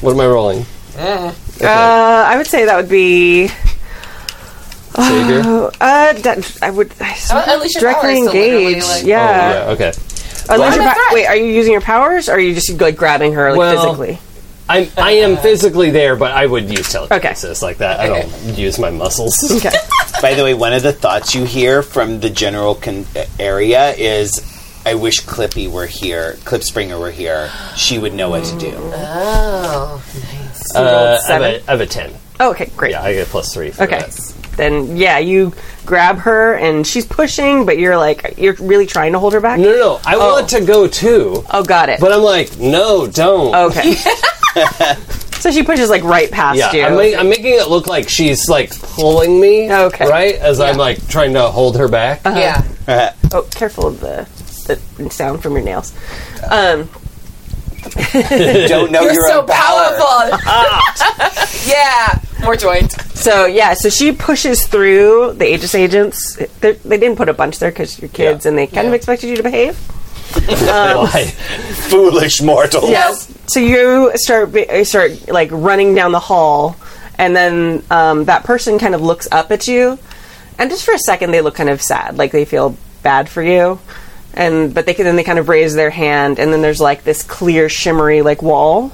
S5: What am I rolling?
S4: Eh.
S9: Uh, I would say that would be.
S5: Savior. Oh,
S9: Uh, that, I would I
S4: Oh, unleash your
S9: directly
S4: powers to literally,
S9: engage.
S4: like- Oh,
S9: yeah.
S5: yeah. Okay. Oh,
S9: Unless
S4: I'm
S9: your
S4: a
S9: pow-
S4: threat.
S9: wait, Oh, are you using your powers, or are you just like grabbing her like
S5: Well-
S9: physically?
S5: I'm, I am physically there, but I would use telekinesis like that. I
S4: Okay.
S5: don't use my muscles.
S9: Okay.
S3: By the way, one of the thoughts you hear from the general con- area is, "I wish Clippy were here. Clip Springer were here. She would know what to do."
S4: Oh,
S5: Uh, I, have
S9: seven.
S5: a, I have a ten.
S9: oh, okay, great.
S5: Yeah, I get a plus three. For
S9: Okay.
S5: that.
S9: Then yeah, you grab her and she's pushing, but you're like you're really trying to hold her back.
S5: No, no, no. I
S2: Oh.
S5: want to go too,
S9: Oh, got it.
S5: but I'm like, no, don't.
S2: Oh,
S9: okay. so she pushes like right past
S5: Yeah,
S9: you.
S5: I'm, ma- I'm making it look like she's like pulling me,
S9: Okay.
S5: right? As I'm like trying to hold her back.
S2: Uh-huh.
S4: yeah.
S9: oh, careful of the the sound from your nails. Um,
S3: Don't know your
S4: You're so
S3: own power.
S4: powerful. yeah, more joint.
S9: so yeah, so she pushes through the Aegis agents. They're, they didn't put a bunch there because you're kids, and they kind of expected you to behave.
S5: Why?
S3: Foolish mortal.
S4: Yes.
S9: So you start be- uh, start like running down the hall, and then um, that person kind of looks up at you, and just for a second they look kind of sad, like they feel bad for you, and but they can then they kind of raise their hand, and then there's like this clear shimmery like wall,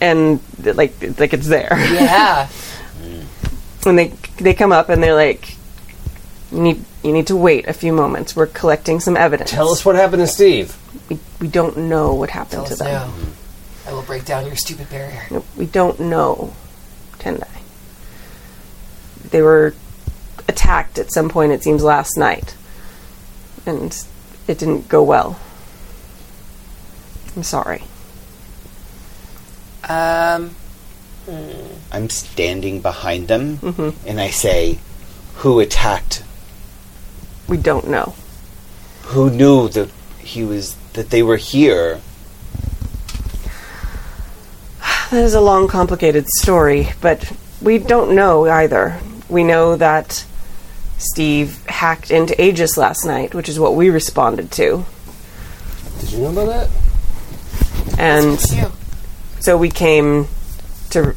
S9: and like like it's there,
S4: Yeah.
S9: and they they come up and they're like, you need you need to wait a few moments. We're collecting some evidence.
S5: Tell us what happened to Steve.
S9: we, we don't know what happened to them.
S4: now. I will break down your stupid barrier.
S9: No, we don't know Tendai. They were attacked at some point, it seems, last night. And it didn't go well. I'm sorry.
S4: Um,
S3: I'm standing behind them, and I say, "Who attacked?
S9: We don't know.
S3: Who knew that he was that they were here?"
S9: That is a long, complicated story, but we don't know either. We know that Steve hacked into Aegis last night, which is what we responded to.
S5: Did you know about that?
S9: and so we came to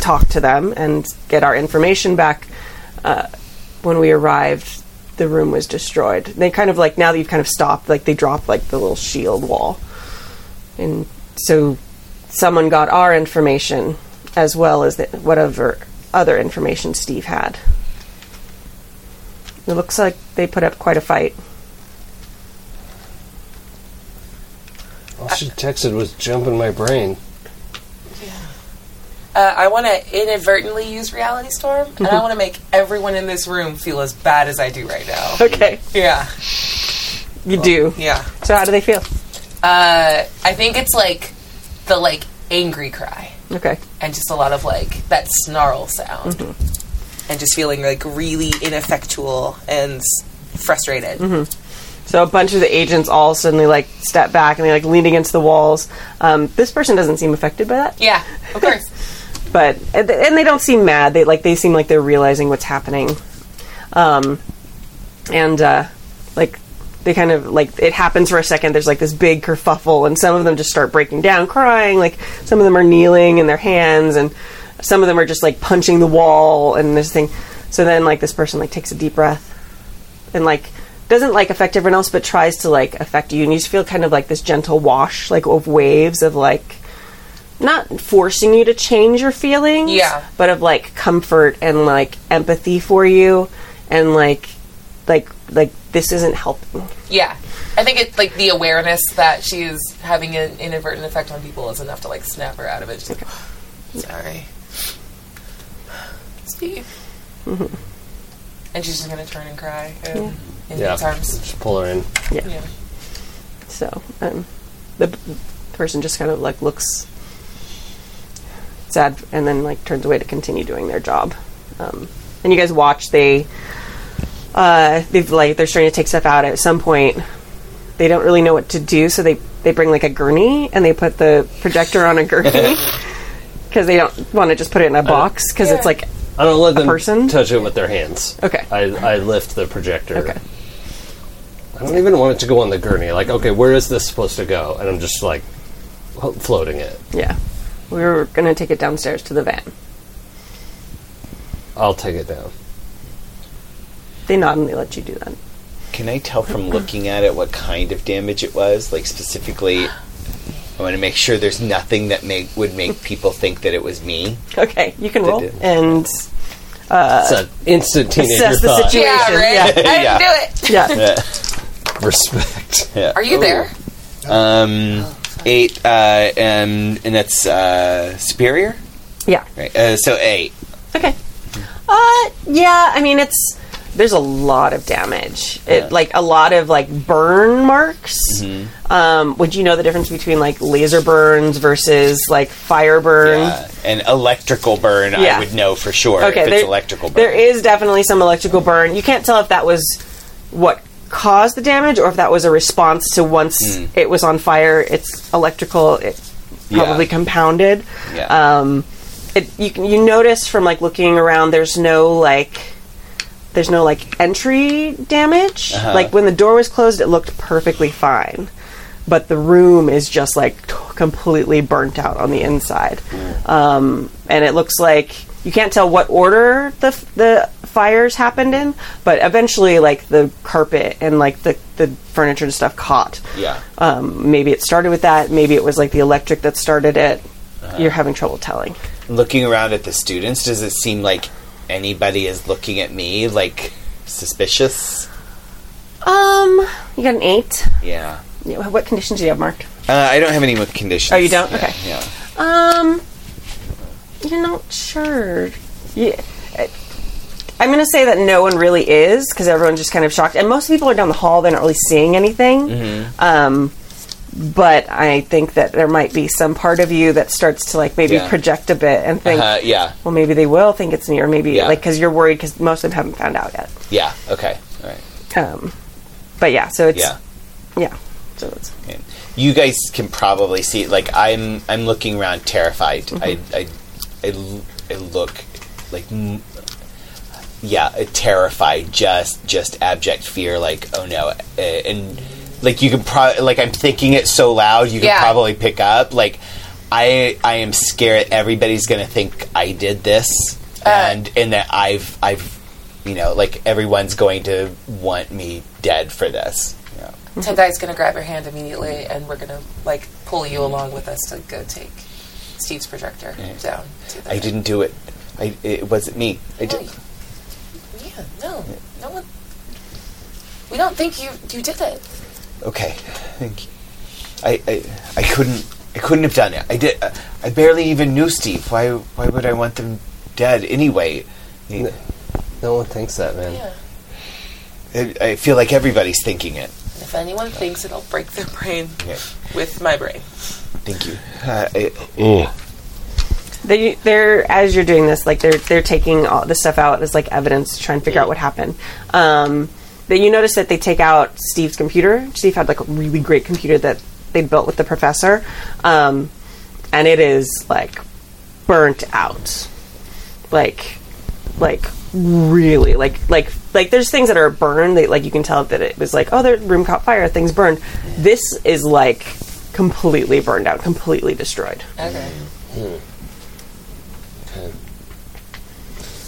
S9: talk to them and get our information back. Uh, when we arrived, the room was destroyed. They kind of like now that you've kind of stopped, like they dropped like the little shield wall, and so someone got our information as well as the, whatever other information Steve had. It looks like they put up quite a fight.
S5: All she texted was jump in my brain.
S4: uh, I want to inadvertently use Reality Storm, and I want to make everyone in this room feel as bad as I do right now.
S9: Okay,
S4: Yeah,
S9: you do.
S4: yeah.
S9: So how do they feel?
S4: Uh, I think it's like the like angry cry
S9: Okay.
S4: and just a lot of like that snarl sound, and just feeling like really ineffectual and s- frustrated.
S9: So a bunch of the agents all suddenly like step back and they like lean against the walls. Um, this person doesn't seem affected by that,
S4: Yeah, of course.
S9: but and th- and they don't seem mad. They like they seem like they're realizing what's happening, um, and uh, like they kind of like it happens for a second. There's like this big kerfuffle, and some of them just start breaking down, crying. Like some of them are kneeling in their hands, and some of them are just like punching the wall and this thing. So then like this person like takes a deep breath and like doesn't like affect everyone else but tries to like affect you and you just feel kind of like this gentle wash like of waves of like not forcing you to change your feelings
S4: Yeah.
S9: but of like comfort and like empathy for you and like like like this isn't helping
S4: Yeah. I think it's like the awareness that she is having an inadvertent effect on people is enough to like snap her out of it. She's like, "Oh, sorry. Steve. And she's just gonna turn and cry and in
S5: Yeah.
S4: his arms.
S5: Just pull her in.
S4: Yeah.
S9: so um, the p- person just kind of like looks sad and then like turns away to continue doing their job um,
S2: and you guys watch they uh, they've like they're starting to take stuff out at some point. They don't really know what to do, so they they bring like a gurney and they put the projector on a gurney because they don't want to just put it in a box because it's like
S5: I don't let them
S2: person?
S5: touch it with their hands.
S2: Okay.
S5: I, I lift the projector.
S2: Okay.
S5: I don't even want it to go on the gurney. Like, okay, where is this supposed to go? And I'm just like ho- floating it.
S2: yeah. We were gonna take it downstairs to the van.
S5: I'll take it down.
S2: They noddingly let you do that.
S3: Can I tell from looking at it what kind of damage it was? Like specifically, I want to make sure there's nothing that make would make people think that it was me.
S2: Okay, you can roll
S3: Did it.
S2: and
S5: it's an instant teenager
S2: assess the
S5: thought.
S2: situation.
S4: Yeah, right? I didn't
S3: Yeah.
S4: do it.
S2: Yeah. yeah.
S5: Respect.
S3: Yeah.
S4: Are you there?
S3: Um, eight, uh, and and that's uh, superior.
S2: Yeah.
S3: Right. Uh, so eight.
S2: Okay. Uh, yeah. I mean, it's there's a lot of damage. It, Like a lot of like burn marks. Um, would you know the difference between like laser burns versus like fire burns?
S3: Uh, an electrical burn.
S2: Yeah.
S3: I would know for sure
S2: Okay,
S3: if it's
S2: there-
S3: electrical burn.
S2: There is definitely some electrical burn. You can't tell if that was what caused the damage or if that was a response to once
S3: Hmm.
S2: it was on fire. It's electrical. It
S3: Yeah.
S2: probably compounded.
S3: Yeah.
S2: Um, it, you can- you notice from like looking around, there's no like there's no like entry damage.
S3: Uh-huh.
S2: Like when the door was closed, it looked perfectly fine. But the room is just like t- completely burnt out on the inside, um, and it looks like you can't tell what order the f- the fires happened in. But eventually, like the carpet and like the the furniture and stuff caught.
S3: Yeah.
S2: Um, maybe it started with that. Maybe it was like the electric that started it. You're having trouble telling.
S3: looking around at the students, does it seem like anybody is looking at me like suspicious?
S2: Um, you got an eight.
S3: Yeah.
S2: Yeah, What conditions do you have marked?
S3: Uh, I don't have any mo- conditions.
S2: Oh, you don't?
S3: Yeah,
S2: Okay.
S3: Yeah.
S2: Um, you're not sure. Yeah. I- I'm going to say that no one really is because everyone's just kind of shocked. And most people are down the hall, they're not really seeing anything.
S3: Mm-hmm.
S2: Um, but I think that there might be some part of you that starts to like maybe
S3: Yeah.
S2: project a bit and think,
S3: Uh, yeah.
S2: well, maybe they will think it's near, maybe
S3: Yeah.
S2: like because you're worried because most of them haven't found out yet.
S3: Yeah. Okay. All right.
S2: Um, but yeah, so it's
S3: Yeah.
S2: yeah. So it's
S3: Okay. You guys can probably see. Like I'm, I'm looking around terrified. I, I, I, l- I look like, m- yeah, uh, terrified. Just, just abject fear. Like, oh no, uh, and like you can probably like I'm thinking it so loud you can
S4: Yeah.
S3: probably pick up. Like, I, I am scared. Everybody's gonna think I did this, and and that I've, I've, you know, like everyone's going to want me dead for this. Yeah.
S4: Tendai's gonna grab your hand immediately, and we're gonna like pull you along with us to go take Steve's projector down. To the
S3: I didn't do it. I, it wasn't me. I
S4: No,
S3: did.
S4: you- yeah, no, no one. We don't think you you did it.
S3: Okay. Thank you. I, I, I couldn't. I couldn't have done it. I did. I barely even knew Steve. Why? Why would I want them dead anyway? I,
S5: No one thinks that, man.
S4: Yeah.
S3: I feel like everybody's thinking it.
S4: If anyone thinks it, I'll break their brain
S3: Okay.
S4: with my brain.
S3: Thank you. Uh, I,
S2: They, they're as you're doing this, like they're they're taking all the stuff out as like evidence to try and figure out what happened. Um, that you notice that they take out Steve's computer. Steve had like a really great computer that they built with the professor, um, and it is like burnt out, like like really like like like there's things that are burned that like you can tell that it was like oh the room caught fire things burned this is like completely burned out completely destroyed
S4: Okay.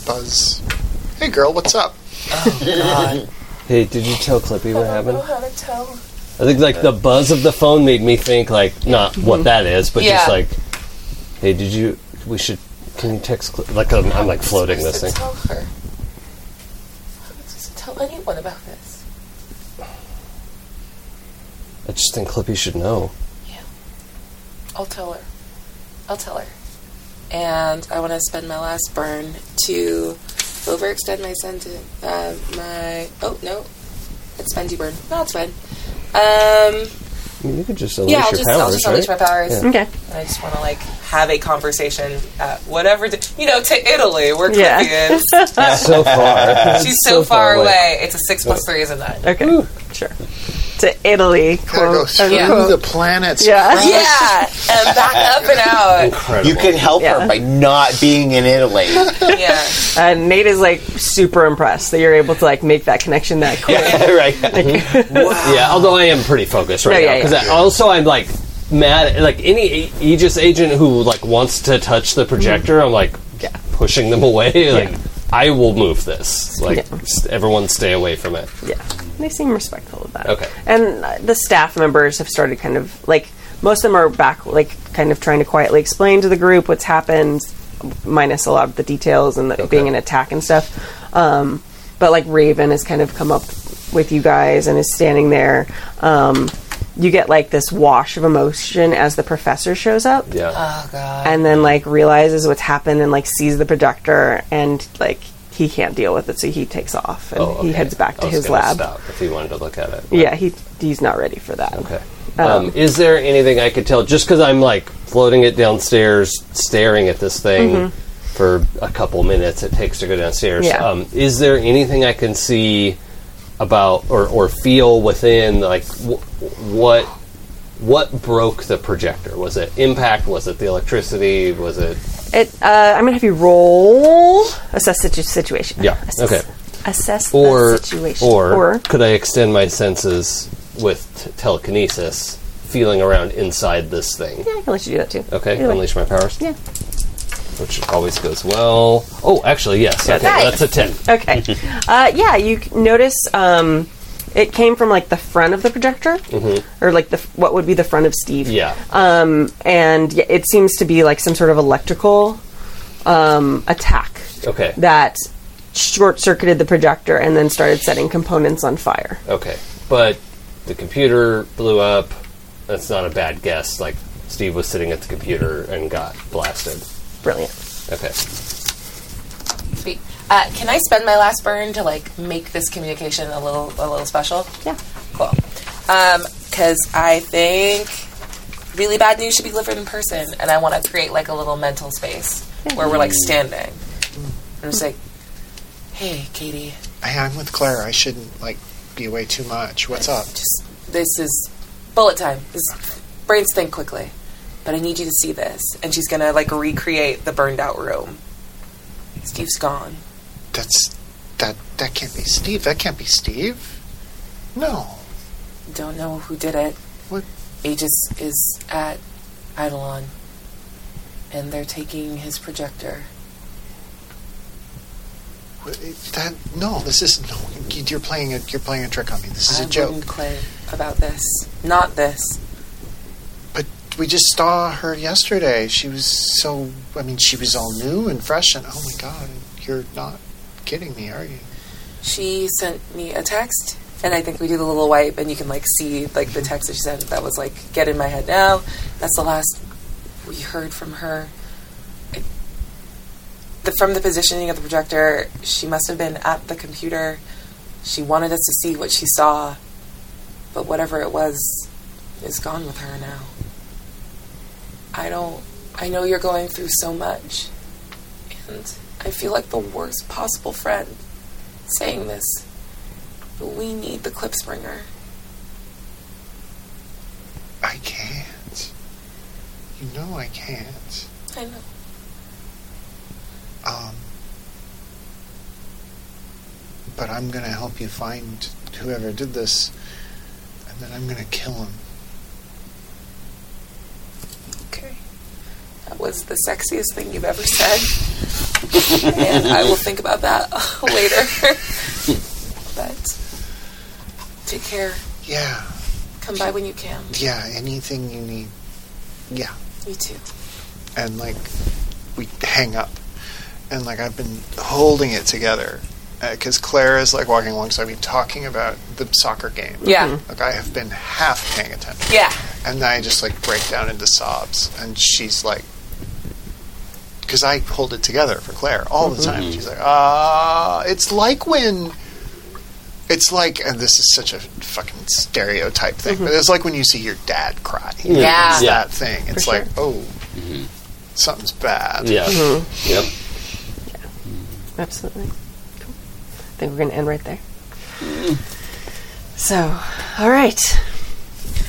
S8: Buzz. Hey, girl, what's up?
S5: Hey, did you tell Clippy what happened?
S4: how to tell.
S5: I think like the buzz of the phone made me think like not what that is, but
S4: Mm-hmm. Yeah.
S5: just like, hey, did you? We should. Can you text? Cl-? Like I'm, I'm like floating this thing.
S4: Tell her. I'm not supposed to tell anyone about this.
S5: I just think Clippy should know.
S4: I'll tell her. I'll tell her. And I want to spend my last burn to overextend my sentence. Uh, my oh no, it's Bendy burn. No, it's fine. Um,
S10: You could just unleash
S4: Yeah, I'll
S10: your
S4: just,
S10: powers,
S4: I'll just
S10: right?
S4: unleash my powers.
S9: Okay.
S4: And I just want to like have a conversation at whatever, di- you know, to Italy. We're
S9: Yeah.
S4: Caribbean.
S10: so far.
S4: She's so, far, away. It's a six plus three is a nine.
S9: Okay. Sure. To Italy.
S8: Gotta go
S9: Quote,
S8: through
S4: Yeah.
S8: the planets.
S9: yeah.
S4: Yeah, and back up and out.
S5: Incredible.
S3: You could help
S9: Yeah.
S3: her by not being in Italy.
S4: Yeah,
S9: Uh, Nate is like super impressed that you're able to like make that connection that quick.
S3: yeah, right.
S5: Yeah, although I am pretty focused right
S9: Yeah,
S5: now
S9: yeah,
S5: because
S9: yeah.
S5: also I'm like mad. Like any A- Aegis agent who like wants to touch the projector,
S9: Mm-hmm.
S5: I'm like pushing them away. Like I will move this. Like
S9: Yeah.
S5: s- everyone, stay away from it.
S9: Yeah. They seem respectful of that.
S5: Okay.
S9: And uh, the staff members have started kind of like most of them are back like kind of trying to quietly explain to the group what's happened, minus a lot of the details and that being an attack and stuff. Um, but like Raven has kind of come up with you guys and is standing there. Um, you get like this wash of emotion as the professor shows up
S5: Yeah.
S9: and then like realizes what's happened and like sees the projector and like he can't deal with it so he takes off and
S5: Oh, okay.
S9: he heads back
S5: I
S9: to
S5: was
S9: his
S5: gonna
S9: lab
S5: Stop if you wanted to look at it.
S9: yeah he he's not ready for that
S5: Okay.
S9: Oh.
S5: Um, is there anything I could tell? Just because I'm like floating it downstairs, staring at this thing for a couple minutes it takes to go downstairs.
S9: Mm-hmm. Yeah.
S5: Um, is there anything I can see about or, or feel within? Like wh- what what broke the projector? Was it impact? Was it the electricity? Was it
S9: it uh, i'm gonna have you roll assess the situ- situation
S5: Yeah,
S9: assess,
S5: okay.
S9: assess the
S5: or
S9: situation
S5: or, could I extend my senses with t- telekinesis, feeling around inside this thing?
S9: yeah i can let you do that too
S5: Okay,
S9: Either way.
S5: unleash my powers.
S9: Yeah.
S5: Which always goes well. Oh, actually, yes. Okay,
S4: Nice.
S5: that's a ten.
S9: okay uh, yeah you c- notice um it came from like the front of the projector
S2: Mm-hmm.
S9: or like the f- what would be the front of steve
S5: Yeah.
S9: um, and y- it seems to be like some sort of electrical um, attack
S5: Okay.
S9: that short circuited the projector and then started setting components on fire.
S5: okay, but the computer blew up. That's not a bad guess. Like Steve was sitting at the computer and got blasted.
S9: Brilliant.
S5: Okay.
S4: Sweet. Uh, can I spend my last burn to like make this communication a little a little special?
S9: Yeah.
S4: Cool. Because I think really bad news should be delivered in person, and I want to create like a little mental space where we're like standing. I'm just like, hey, Katie,
S8: Hey, I'm with Claire. I shouldn't like be away too much. What's up?
S4: just this is bullet time. This brains think quickly, but I need you to see this. And she's gonna like recreate the burned out room. Steve's gone.
S8: That's that. That can't be Steve. That can't be Steve. No.
S4: Don't know who did it.
S8: What?
S4: Aegis is at Eidolon. And they're taking his projector.
S8: That no. This is no. You're playing a you're playing a trick on me. This is
S4: I
S8: a joke.
S4: wouldn't play about this. Not this.
S8: We just saw her yesterday. She was so. I mean, she was all new and fresh. And oh my god, you're not kidding me, are you?
S4: She sent me a text, and I think we do the little wipe, and you can like see like the text that she sent that was like get in my head now. That's the last we heard from her. It, the, from the positioning of the projector, she must have been at the computer. She wanted us to see what she saw, but whatever it was is gone with her now. I don't. I know you're going through so much, and I feel like the worst possible friend saying this, but we need the Clipspringer.
S8: I can't. You know I can't.
S4: I know.
S8: Um, but I'm going to help you find whoever did this, and then I'm going to kill him.
S4: Okay. That was the sexiest thing you've ever said. and I will think about that later. but take care.
S8: Yeah,
S4: Come by when you can.
S8: yeah, anything you need.
S4: You too.
S8: And, like, we hang up. And, like, I've been holding it together. Because Claire is, like, walking alongside me talking about the soccer game.
S4: Yeah.
S8: Like, I have been half paying attention.
S4: Yeah.
S8: And then I just like break down into sobs, and she's like, because I hold it together for Claire all the time. She's like, ah, it's like when It's like, and this is such a fucking stereotype thing,
S2: Mm-hmm.
S8: but it's like when you see your dad cry.
S4: Yeah.
S8: It's
S5: Yeah. Mm-hmm.
S8: that thing. It's like, oh, something's bad.
S5: Yeah.
S9: Mm-hmm.
S5: Yep.
S2: Absolutely. Cool. I think we're going to end right there. So, all right.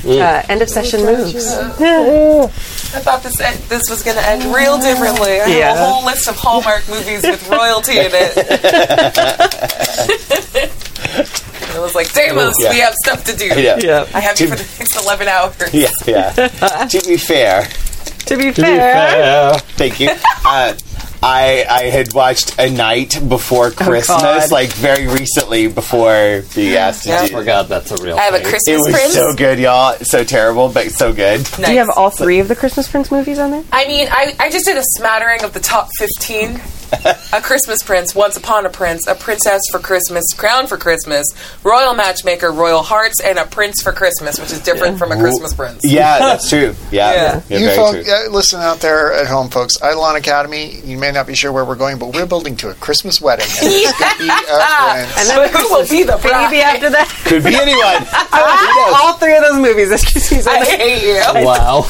S2: Uh, end of session moves.
S4: I thought this e- this was going to end real differently. I have
S2: Yeah.
S4: a whole list of Hallmark movies with royalty in it. it was like, Deimos,
S3: Yeah.
S4: we have stuff to do.
S3: Yeah.
S2: Yeah.
S4: I have you for the next 11 hours.
S3: Yeah, yeah. to be fair,
S2: To be fair,
S3: thank you. Uh, I I had watched A Night Before Christmas,
S2: God.
S3: like very recently before being asked to
S4: Yeah.
S3: do.
S5: Forgot that's a real.
S4: I have a
S5: thing.
S3: It
S4: Christmas
S3: was
S4: Prince.
S3: so good, y'all. It's so terrible, but so good.
S2: do you have
S4: Nice.
S2: all three of the Christmas Prince movies on there?
S4: I mean, I, I just did a smattering of the top 15. a Christmas Prince, Once Upon a Prince, A Princess for Christmas, Crown for Christmas, Royal Matchmaker, Royal Hearts, and A Prince for Christmas, which is different from A Christmas Prince.
S3: Yeah, that's true. Yeah,
S4: Yeah.
S3: yeah,
S8: You
S3: very
S8: folks,
S3: true.
S8: uh, listen out there at home, folks. Eidolon Academy. You may not be sure where we're going, but we're building to a Christmas wedding. And It's going to be a Prince.
S4: But who will be the bride?
S2: Maybe after that,
S3: Could be anyone.
S2: I watched all three of those movies this season.
S4: I hate you.
S5: Wow.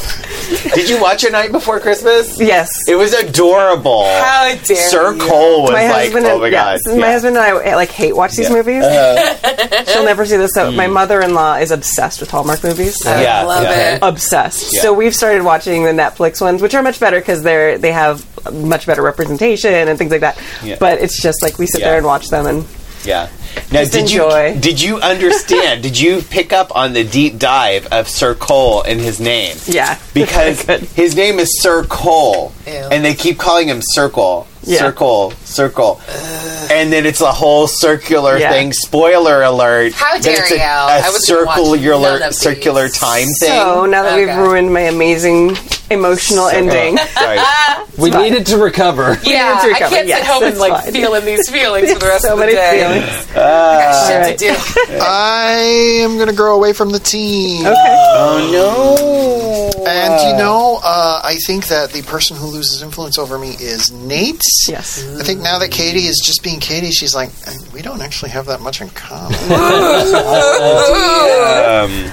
S3: Did you watch A Night Before Christmas?
S2: yes.
S3: It was adorable.
S4: How dare
S3: Sir
S4: you.
S3: Cole was
S2: my
S3: like,
S2: husband
S3: oh
S2: and,
S3: my
S2: yeah,
S3: god.
S2: this is my
S3: Yeah.
S2: husband and I eh, like hate watch these
S3: Yeah. Uh-huh. Hmm.
S2: movies. She'll never see this. So my mother-in-law is obsessed with Hallmark movies.
S3: Yeah,
S4: love
S3: yeah.
S4: it.
S2: Obsessed.
S3: Yeah.
S2: So we've started watching the Netflix ones, which are much better because they're they have much better representation and things like that.
S3: Yeah.
S2: But it's just like we sit
S3: Yeah.
S2: there and watch them, and
S3: Yeah. Now, did
S2: enjoy.
S3: you did you understand? did you pick up on the deep dive of Sir Cole and his name?
S2: yeah,
S3: Because his name is Sir Cole, and they keep calling him Circle,
S2: Yeah.
S3: Circle, Circle, and then it's a whole circular
S2: Yeah
S3: thing. Spoiler alert!
S4: How
S3: But
S4: dare
S3: it's a,
S4: you.
S3: a
S4: I was gonna watch none
S3: circular
S4: of
S3: circular
S4: these.
S3: time thing.
S2: so now that
S4: Okay.
S2: we've ruined my amazing emotional ending,
S3: Sorry.
S5: We needed to recover.
S9: Mm-hmm.
S4: Yeah,
S2: need to
S4: I
S2: recover.
S4: can't
S2: Yes,
S4: sit home and
S2: it's
S4: like
S2: fine.
S4: feeling these feelings for the rest
S2: so
S4: of the
S2: many
S4: day.
S2: feelings.
S3: Ah.
S4: I got shit
S2: Alright.
S4: to do.
S8: I am going to grow away from the team.
S2: Okay,
S3: oh no!
S8: And you know, uh, I think that the person who loses influence over me is Nate.
S2: yes,
S8: I think now that Katie is just being Katie, she's like, we don't actually have that much in common.
S4: Ooh,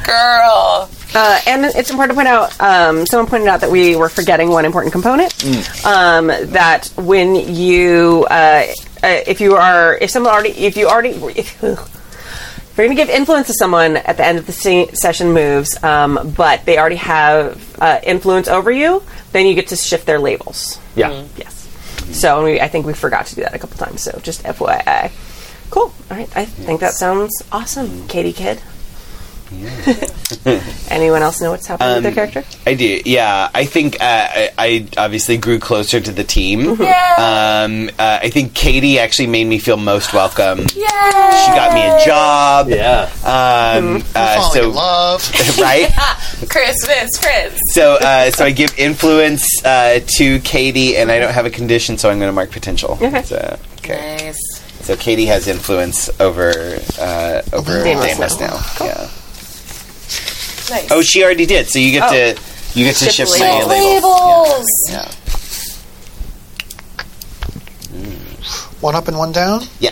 S4: girl.
S2: uh, and it's important to point out. Um, someone pointed out that we were forgetting one important component. Um, that when you, uh, uh, if you are, if someone already, if you already. If, if you're going to give influence to someone at the end of the se- session moves, um, but they already have uh, influence over you, then you get to shift their labels.
S5: Yeah.
S2: Yes. So and we, I think we forgot to do that a couple times. So just FYI. Cool. All right. I think that sounds
S4: Mm.
S2: awesome, Katie Kid. Anyone else know what's happening with
S4: Um,
S2: their character?
S3: I do. Yeah, I think uh, I, I obviously grew closer to the team.
S2: Mm-hmm.
S3: Um, uh, I think Katie actually made me feel most welcome. She got me a job.
S5: Yeah.
S2: Mm-hmm.
S3: Um, uh,
S8: Falling
S3: so
S8: in love.
S3: right.
S4: Christmas Prince.
S3: So uh, so I give influence uh, to Katie, and I don't have a condition, so I'm going to mark potential.
S2: Okay.
S3: So, okay.
S4: Nice.
S3: So Katie has influence over uh, over
S2: Damus
S3: Damus,
S2: now.
S3: now. Yeah.
S4: Nice.
S3: Oh, she already did. So you get
S2: Oh.
S3: to you get to
S2: Shift
S3: shift
S2: label.
S3: my label.
S4: Labels.
S3: Yeah.
S8: One up and one down?
S3: Yeah.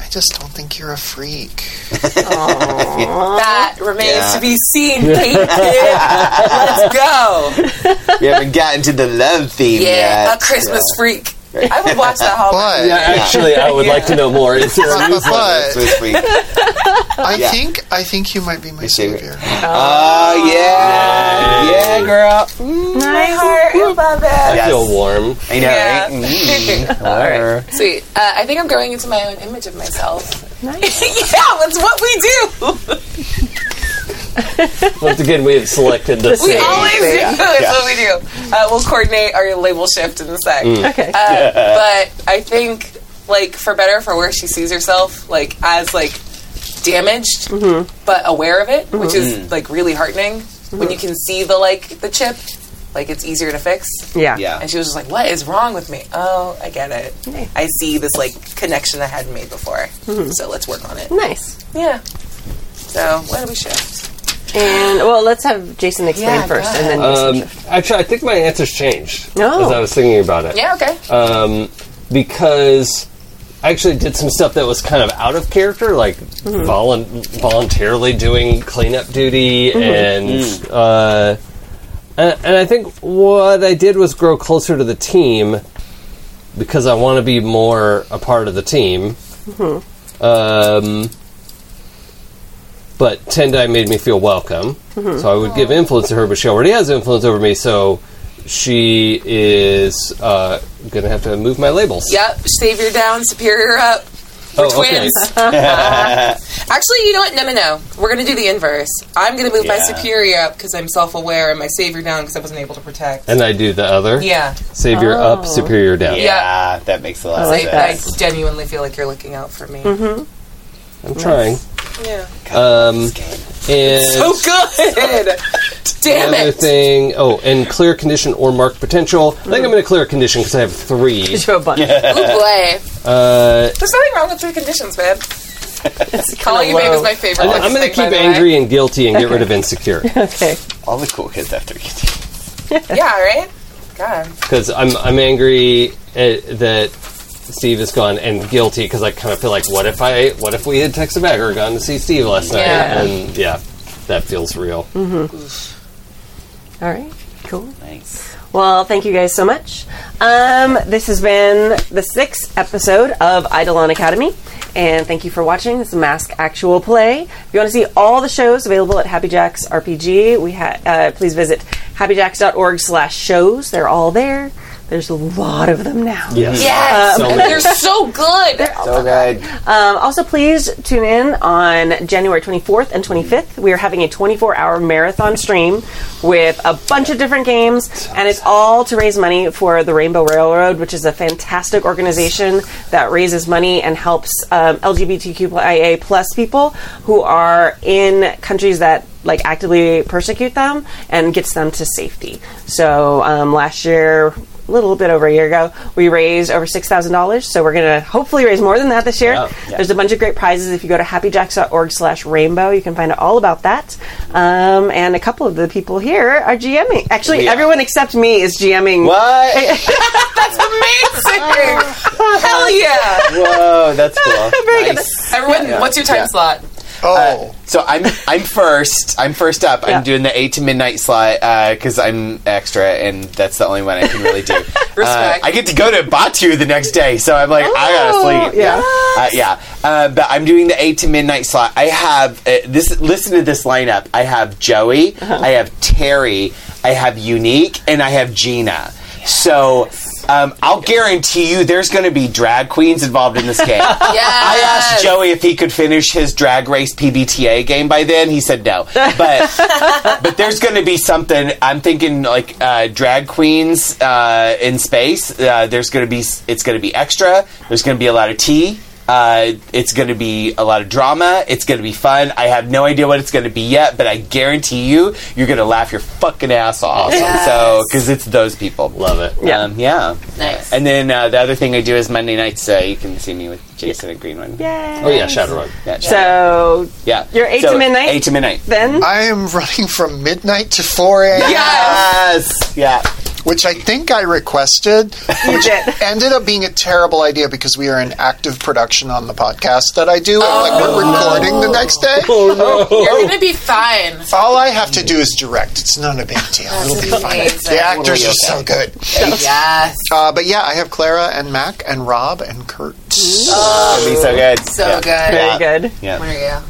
S8: I just don't think you're a freak.
S4: That remains
S3: Yeah.
S4: to be seen. Thank you. Let's go.
S3: we haven't gotten to the love theme
S4: Yeah,
S3: yet.
S4: a Christmas freak. I would watch that
S3: Oh,
S4: Hallmark.
S8: But
S5: Yeah, actually, I would like to know more. Is there a
S8: But-
S5: newsletter?
S8: but-
S3: Christmas week.
S8: I
S3: Yeah.
S8: think I think you might be my
S3: favorite.
S8: savior.
S3: Oh yeah, yeah, girl.
S4: My heart, I love it.
S5: I
S3: Yes.
S5: feel warm.
S3: I know,
S4: Yeah.
S3: right? Mm. Hello.
S4: Sweet. Uh, I think I'm growing into my own image of myself.
S2: Nice.
S4: yeah, that's what we do.
S5: Once again, we have selected the
S4: We
S5: same.
S4: always do. That's what we do. Uh, we'll coordinate our label shift in a sec.
S2: Okay.
S4: Uh, but I think, like, for better or for worse, she sees herself like as like damaged,
S2: Mm-hmm.
S4: but aware of it, which is like really heartening when you can see the like the chip. Like it's easier to fix.
S2: yeah.
S3: Yeah.
S4: And she was just like, "What is wrong with me? Oh, I get it.
S2: Okay.
S4: I see this like connection I hadn't made before.
S2: Mm-hmm.
S4: So let's work on it."
S2: Nice.
S4: Yeah. So why do we shift?
S2: And well, let's have Jason explain
S4: Yeah,
S2: first,
S4: go
S2: and then Jason
S5: Um, actually, I think my answer's changed
S2: No.
S5: Uh, as I was thinking about it.
S4: Yeah. Okay.
S5: Um, because actually did some stuff that was kind of out of character, like volun- voluntarily doing cleanup duty, and uh, and and I think what I did was grow closer to the team because I want to be more a part of the team. Um, but Tendai made me feel welcome, so I would give influence to her, but she already has influence over me, so she is uh, going to have to move my labels.
S4: Yep, savior down, superior up. We're
S5: Oh, okay.
S4: twins. Actually, you know what? No, no, no. We're going to do the inverse. I'm going to move my
S3: Yeah.
S4: superior up because I'm self aware and my savior down because I wasn't able to protect.
S5: And I do the other.
S4: yeah. Oh.
S5: Savior up, superior down.
S3: Yeah, that makes a lot of
S4: I, I
S3: sense.
S4: genuinely feel like you're looking out for me.
S5: I'm trying.
S4: Mm-hmm. Yeah.
S5: Um, and
S4: So good! Damn
S5: another
S4: it!
S5: thing. Oh, and clear condition or marked potential. I think I'm going to clear condition because I have three.
S2: Show a bunch.
S4: Ooh, boy.
S5: Uh,
S4: There's nothing wrong with three conditions, man. Call you babe is my favorite.
S5: I'm,
S4: Lexus
S5: going to
S4: thing, by
S5: keep
S4: the way.
S5: angry and guilty and get rid of insecure
S2: Okay.
S3: All the cool kids after you.
S4: Yeah, right? God.
S5: because I'm I'm angry at, that Steve is gone and guilty because I kind of feel like what if I what if we had texted back or gone to see Steve last night
S4: Yeah.
S5: and yeah that feels real.
S2: All right. Cool.
S3: Thanks.
S2: Well, thank you guys so much. Um, this has been the sixth episode of Eidolon Academy, and thank you for watching this Mask Actual Play. If you want to see all the shows available at Happy Jacks RPG, we ha- uh, please visit happyjacks.org/shows. They're all there. There's a lot of them now.
S4: Yes!
S5: So
S4: They're so good!
S3: So good.
S2: Um, also, please tune in on January 24th and 25th. We are having a 24 hour marathon stream with a bunch of different games, and it's all to raise money for the Rainbow Railroad, which is a fantastic organization that raises money and helps um, LGBTQIA plus people who are in countries that like actively persecute them and gets them to safety. So um, last year, a little bit over a year ago, we raised over six thousand dollars. So we're gonna hopefully raise more than that this year.
S5: Yeah.
S2: There's a bunch of great prizes. If you go to happyjacks.org/rainbow, you can find out all about that. Um, and a couple of the people here are GMing. Actually,
S3: Yeah.
S2: everyone except me is GMing.
S3: What?
S4: Amazing! Hell yeah!
S3: Whoa, that's cool.
S2: Very good.
S3: Nice.
S4: Everyone, what's your time
S3: Yeah.
S4: slot?
S8: Oh,
S3: So I'm I'm first. I'm first up.
S2: Yeah.
S3: I'm doing the eight to midnight slot because I'm extra, and that's the only one I can really do. Uh,
S4: Respect.
S3: I get to go to Batu the next day, so I'm like, I gotta sleep.
S2: yeah.
S3: uh, yeah. Uh, but I'm doing the eight to midnight slot. I have uh, this. Listen to this lineup. I have Joey. I have Terry. I have Unique, and I have Gina. So. Um, I'll guarantee you there's going to be drag queens involved in this game. I
S4: Yes!
S3: asked Joey if he could finish his drag race PBTA game by then. He said no. But but there's going to be something. I'm thinking like uh, drag queens uh, in space. Uh, there's going to be it's going to be extra. There's going to be a lot of tea. Uh, it's going to be a lot of drama. It's going to be fun. I have no idea what it's going to be yet, but I guarantee you, you're going to laugh your fucking ass off. So, because it's those people.
S5: Love it.
S2: Yeah.
S3: Um, yeah.
S4: Nice.
S3: And then uh, the other thing I do is Monday nights. Uh, you can see me with Jason and Greenwood.
S5: Oh yeah, Shadowrun.
S3: Yeah, sure.
S2: So
S3: yeah.
S2: you're eight to midnight?
S3: Eight to midnight.
S2: then,
S8: I am running from midnight to 4 a.m.,
S3: Yes. Yeah.
S8: which I think I requested. Which
S2: did.
S8: ended up being a terrible idea because we are in active production on the podcast that I do, and like we're
S3: Oh.
S8: recording the next day.
S4: You're gonna be fine.
S8: All I have to do is direct. It's not a big deal. It'll be fine.
S4: Amazing.
S8: The actors are so good.
S4: Yes.
S8: Uh, but yeah, I have Clara and Mac and Rob and Kurt.
S3: That'd be so good.
S4: So
S3: yeah.
S4: good.
S2: very good.
S4: Where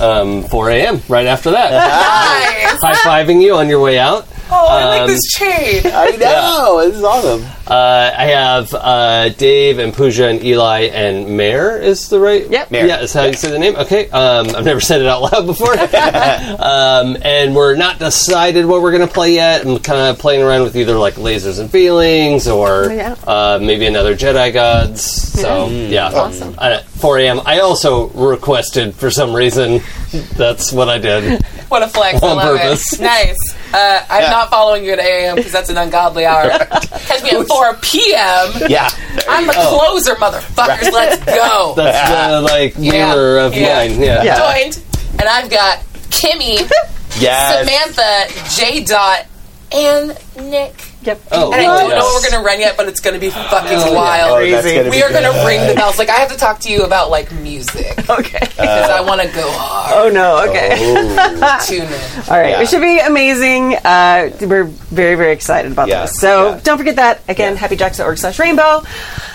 S4: are you?
S5: Um, 4 a.m. right after that.
S4: Nice.
S5: High fiving you on your way out.
S4: Oh, I like
S5: Um,
S4: this chain.
S3: I know. This is awesome.
S5: Uh, I have uh, Dave and Pooja and Eli and Mayor is the right.
S2: Yep.
S3: Mare.
S5: Yeah, is how you say the name. Okay. Um, I've never said it out loud before. um, and we're not decided what we're going to play yet. I'm kind of playing around with either like lasers and feelings or
S2: Yeah.
S5: uh, maybe another Jedi gods. So yeah, awesome. Uh, 4 a.m. I also requested for some reason. That's what I did.
S4: What a flex. I
S5: On
S4: love
S5: purpose.
S4: it. Nice. Uh, I'm not following you at AM because that's an ungodly hour. Catch me at 4 p.m.
S3: Yeah.
S4: I'm the
S3: Oh.
S4: closer, motherfuckers. Let's go.
S5: That's the like
S4: Yeah.
S5: mirror of
S4: Yeah.
S5: mine. Yeah.
S2: Yeah.
S4: Joined. And I've got Kimmy,
S3: Yes.
S4: Samantha, J. Dot, and Nick.
S2: Yep.
S5: Oh,
S9: And I
S5: well,
S9: don't know
S5: yes.
S9: what we're gonna run yet, but it's gonna be fucking wild.
S3: Oh, that's
S2: Crazy.
S3: gonna
S9: we
S3: be
S9: are gonna
S3: good.
S9: ring the bells. Like I have to talk to you about like music
S2: Okay.
S9: because I want to go hard.
S2: oh no. Okay. Oh.
S9: Tune in.
S2: All right,
S3: Yeah.
S2: it should be amazing. Uh, we're very, very excited about
S3: Yeah,
S2: this. So
S3: yeah.
S2: don't forget that. Again, happyjacks.org slash rainbow.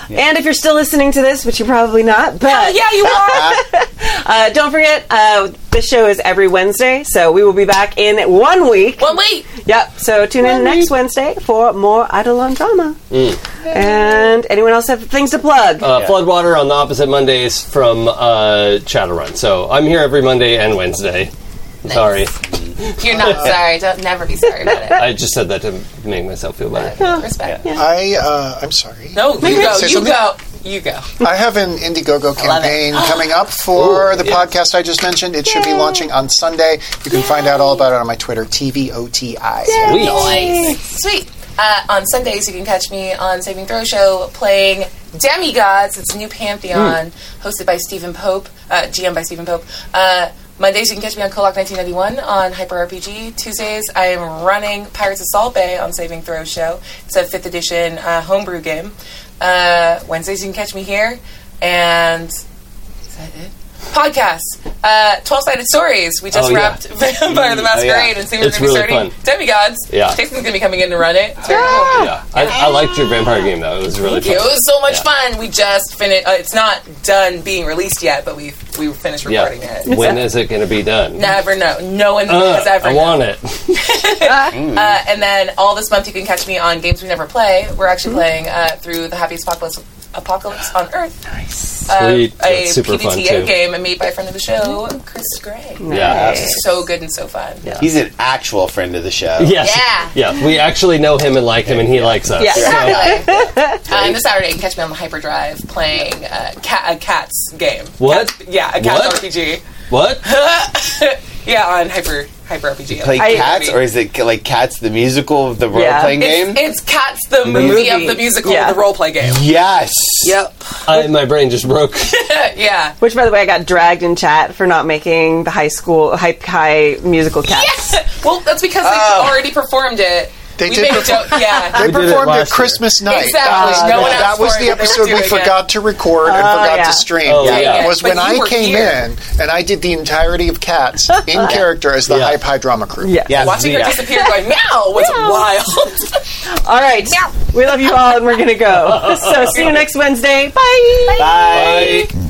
S2: And if you're still listening to this, which you're probably not, but
S9: Oh, yeah, you are.
S2: uh, don't forget, uh, this show is every Wednesday, so we will be back in one week.
S9: Well, wait.
S2: Yep, so tune in next Wednesday for more Eidolon drama.
S9: Mm.
S2: And anyone else have things to plug?
S9: Oh.
S5: Uh, Floodwater on the opposite Mondays from uh, Shadowrun. So I'm here every Monday and Wednesday. Sorry,
S9: You're not sorry. Don't never be sorry about it.
S5: I just said that to make myself feel better.
S9: Respect.
S8: I uh, I'm sorry.
S9: No, you go.
S8: Say
S9: You
S8: something?
S9: go. You go.
S8: I have an Indiegogo
S9: love Ah.
S8: campaign coming up for
S5: Ooh,
S8: the
S5: yeah.
S8: podcast I just mentioned. It should be launching on Sunday. You can find out all about it on my Twitter, TVOTI.
S5: Sweet.
S9: Sweet. Uh, on Sundays, you can catch me on Saving Throw Show playing Demigods. It's a new pantheon
S5: Hmm.
S9: hosted by Stephen Pope, uh, GM by Stephen Pope. Uh, Mondays, you can catch me on Kolok 1991 on Hyper RPG. Tuesdays, I am running Pirates of Salt Bay on Saving Throw Show. It's a 5th edition uh, homebrew game. Uh, Wednesdays, you can catch me here. And is that it? Podcasts, uh, 12 Sided Stories. We just
S5: Oh, yeah.
S9: wrapped Vampire the Masquerade and Stephen
S5: It's
S9: going to be
S5: really
S9: starting
S5: fun.
S9: Demigods.
S5: Yeah.
S9: Jason's gonna be coming in to run it. It's very cool.
S5: Yeah, I, I liked your vampire game though. It was really
S9: It
S5: fun.
S9: was so much fun. We just finished. Uh, it's not done being released yet, but we we finished
S5: Yeah.
S9: recording it.
S5: When is it going to be done?
S9: Never know. No one
S5: Uh,
S9: has ever.
S5: I want it.
S9: Uh, and then all this month, you can catch me on games we never play. We're actually
S5: Mm-hmm.
S9: playing uh, through the happiest apocalypse. Apocalypse on Earth, uh,
S5: Sweet.
S9: a
S5: That's super fun
S9: PBTA
S5: too. Mm-hmm.
S9: game made by a friend of the show, Chris Gray.
S5: Yeah.
S9: So good and so fun. Uh, Yeah.
S3: He's an actual friend of the show.
S5: Yes. Yeah. We actually know him and like him, and he likes us.
S2: Yes.
S5: So-
S9: Uh, and this Saturday, you can catch me on the Hyperdrive playing uh, cat, a cat's game.
S5: What?
S9: Yeah, a cat's
S5: What?
S9: RPG.
S5: What?
S9: Yeah, on Hyper Hyper RPG.
S3: Play
S2: I-
S3: Cats, or is it like Cats the musical, the role
S2: Yeah.
S3: playing game?
S9: it's, it's Cats, the movie, of
S2: Movie.
S9: the musical,
S2: Yeah.
S9: the role play game.
S3: yes.
S9: Yep.
S5: I, my brain just broke.
S9: yeah.
S2: Which, by the way, I got dragged in chat for not making the high school, hype high musical cats.
S9: well, that's because they
S5: Oh.
S9: already performed it.
S8: They
S9: we
S8: did
S9: made a
S8: perform-
S9: joke. Yeah.
S8: They
S5: We did it
S8: performed
S5: last
S8: at
S5: year.
S8: Christmas night. Uh,
S9: Exactly. No one
S8: that
S9: asked
S8: was
S9: for
S8: the
S9: it. They were
S8: episode we
S9: doing it.
S8: forgot to record and forgot
S2: yeah.
S8: to stream.
S5: Oh, Yeah, yeah.
S9: yeah.
S8: Was
S9: But
S8: when
S9: you
S8: I
S9: were
S8: came
S9: here.
S8: in and I did the entirety of Cats in character as the
S5: Yeah.
S8: Hype High Drama Crew.
S2: Yeah.
S3: Yes.
S9: Watching her
S5: Yeah.
S9: disappear, going meow, was wild.
S2: All right. We love you all, and we're going to go. So see you next Wednesday. Bye.
S3: Bye.
S5: Bye.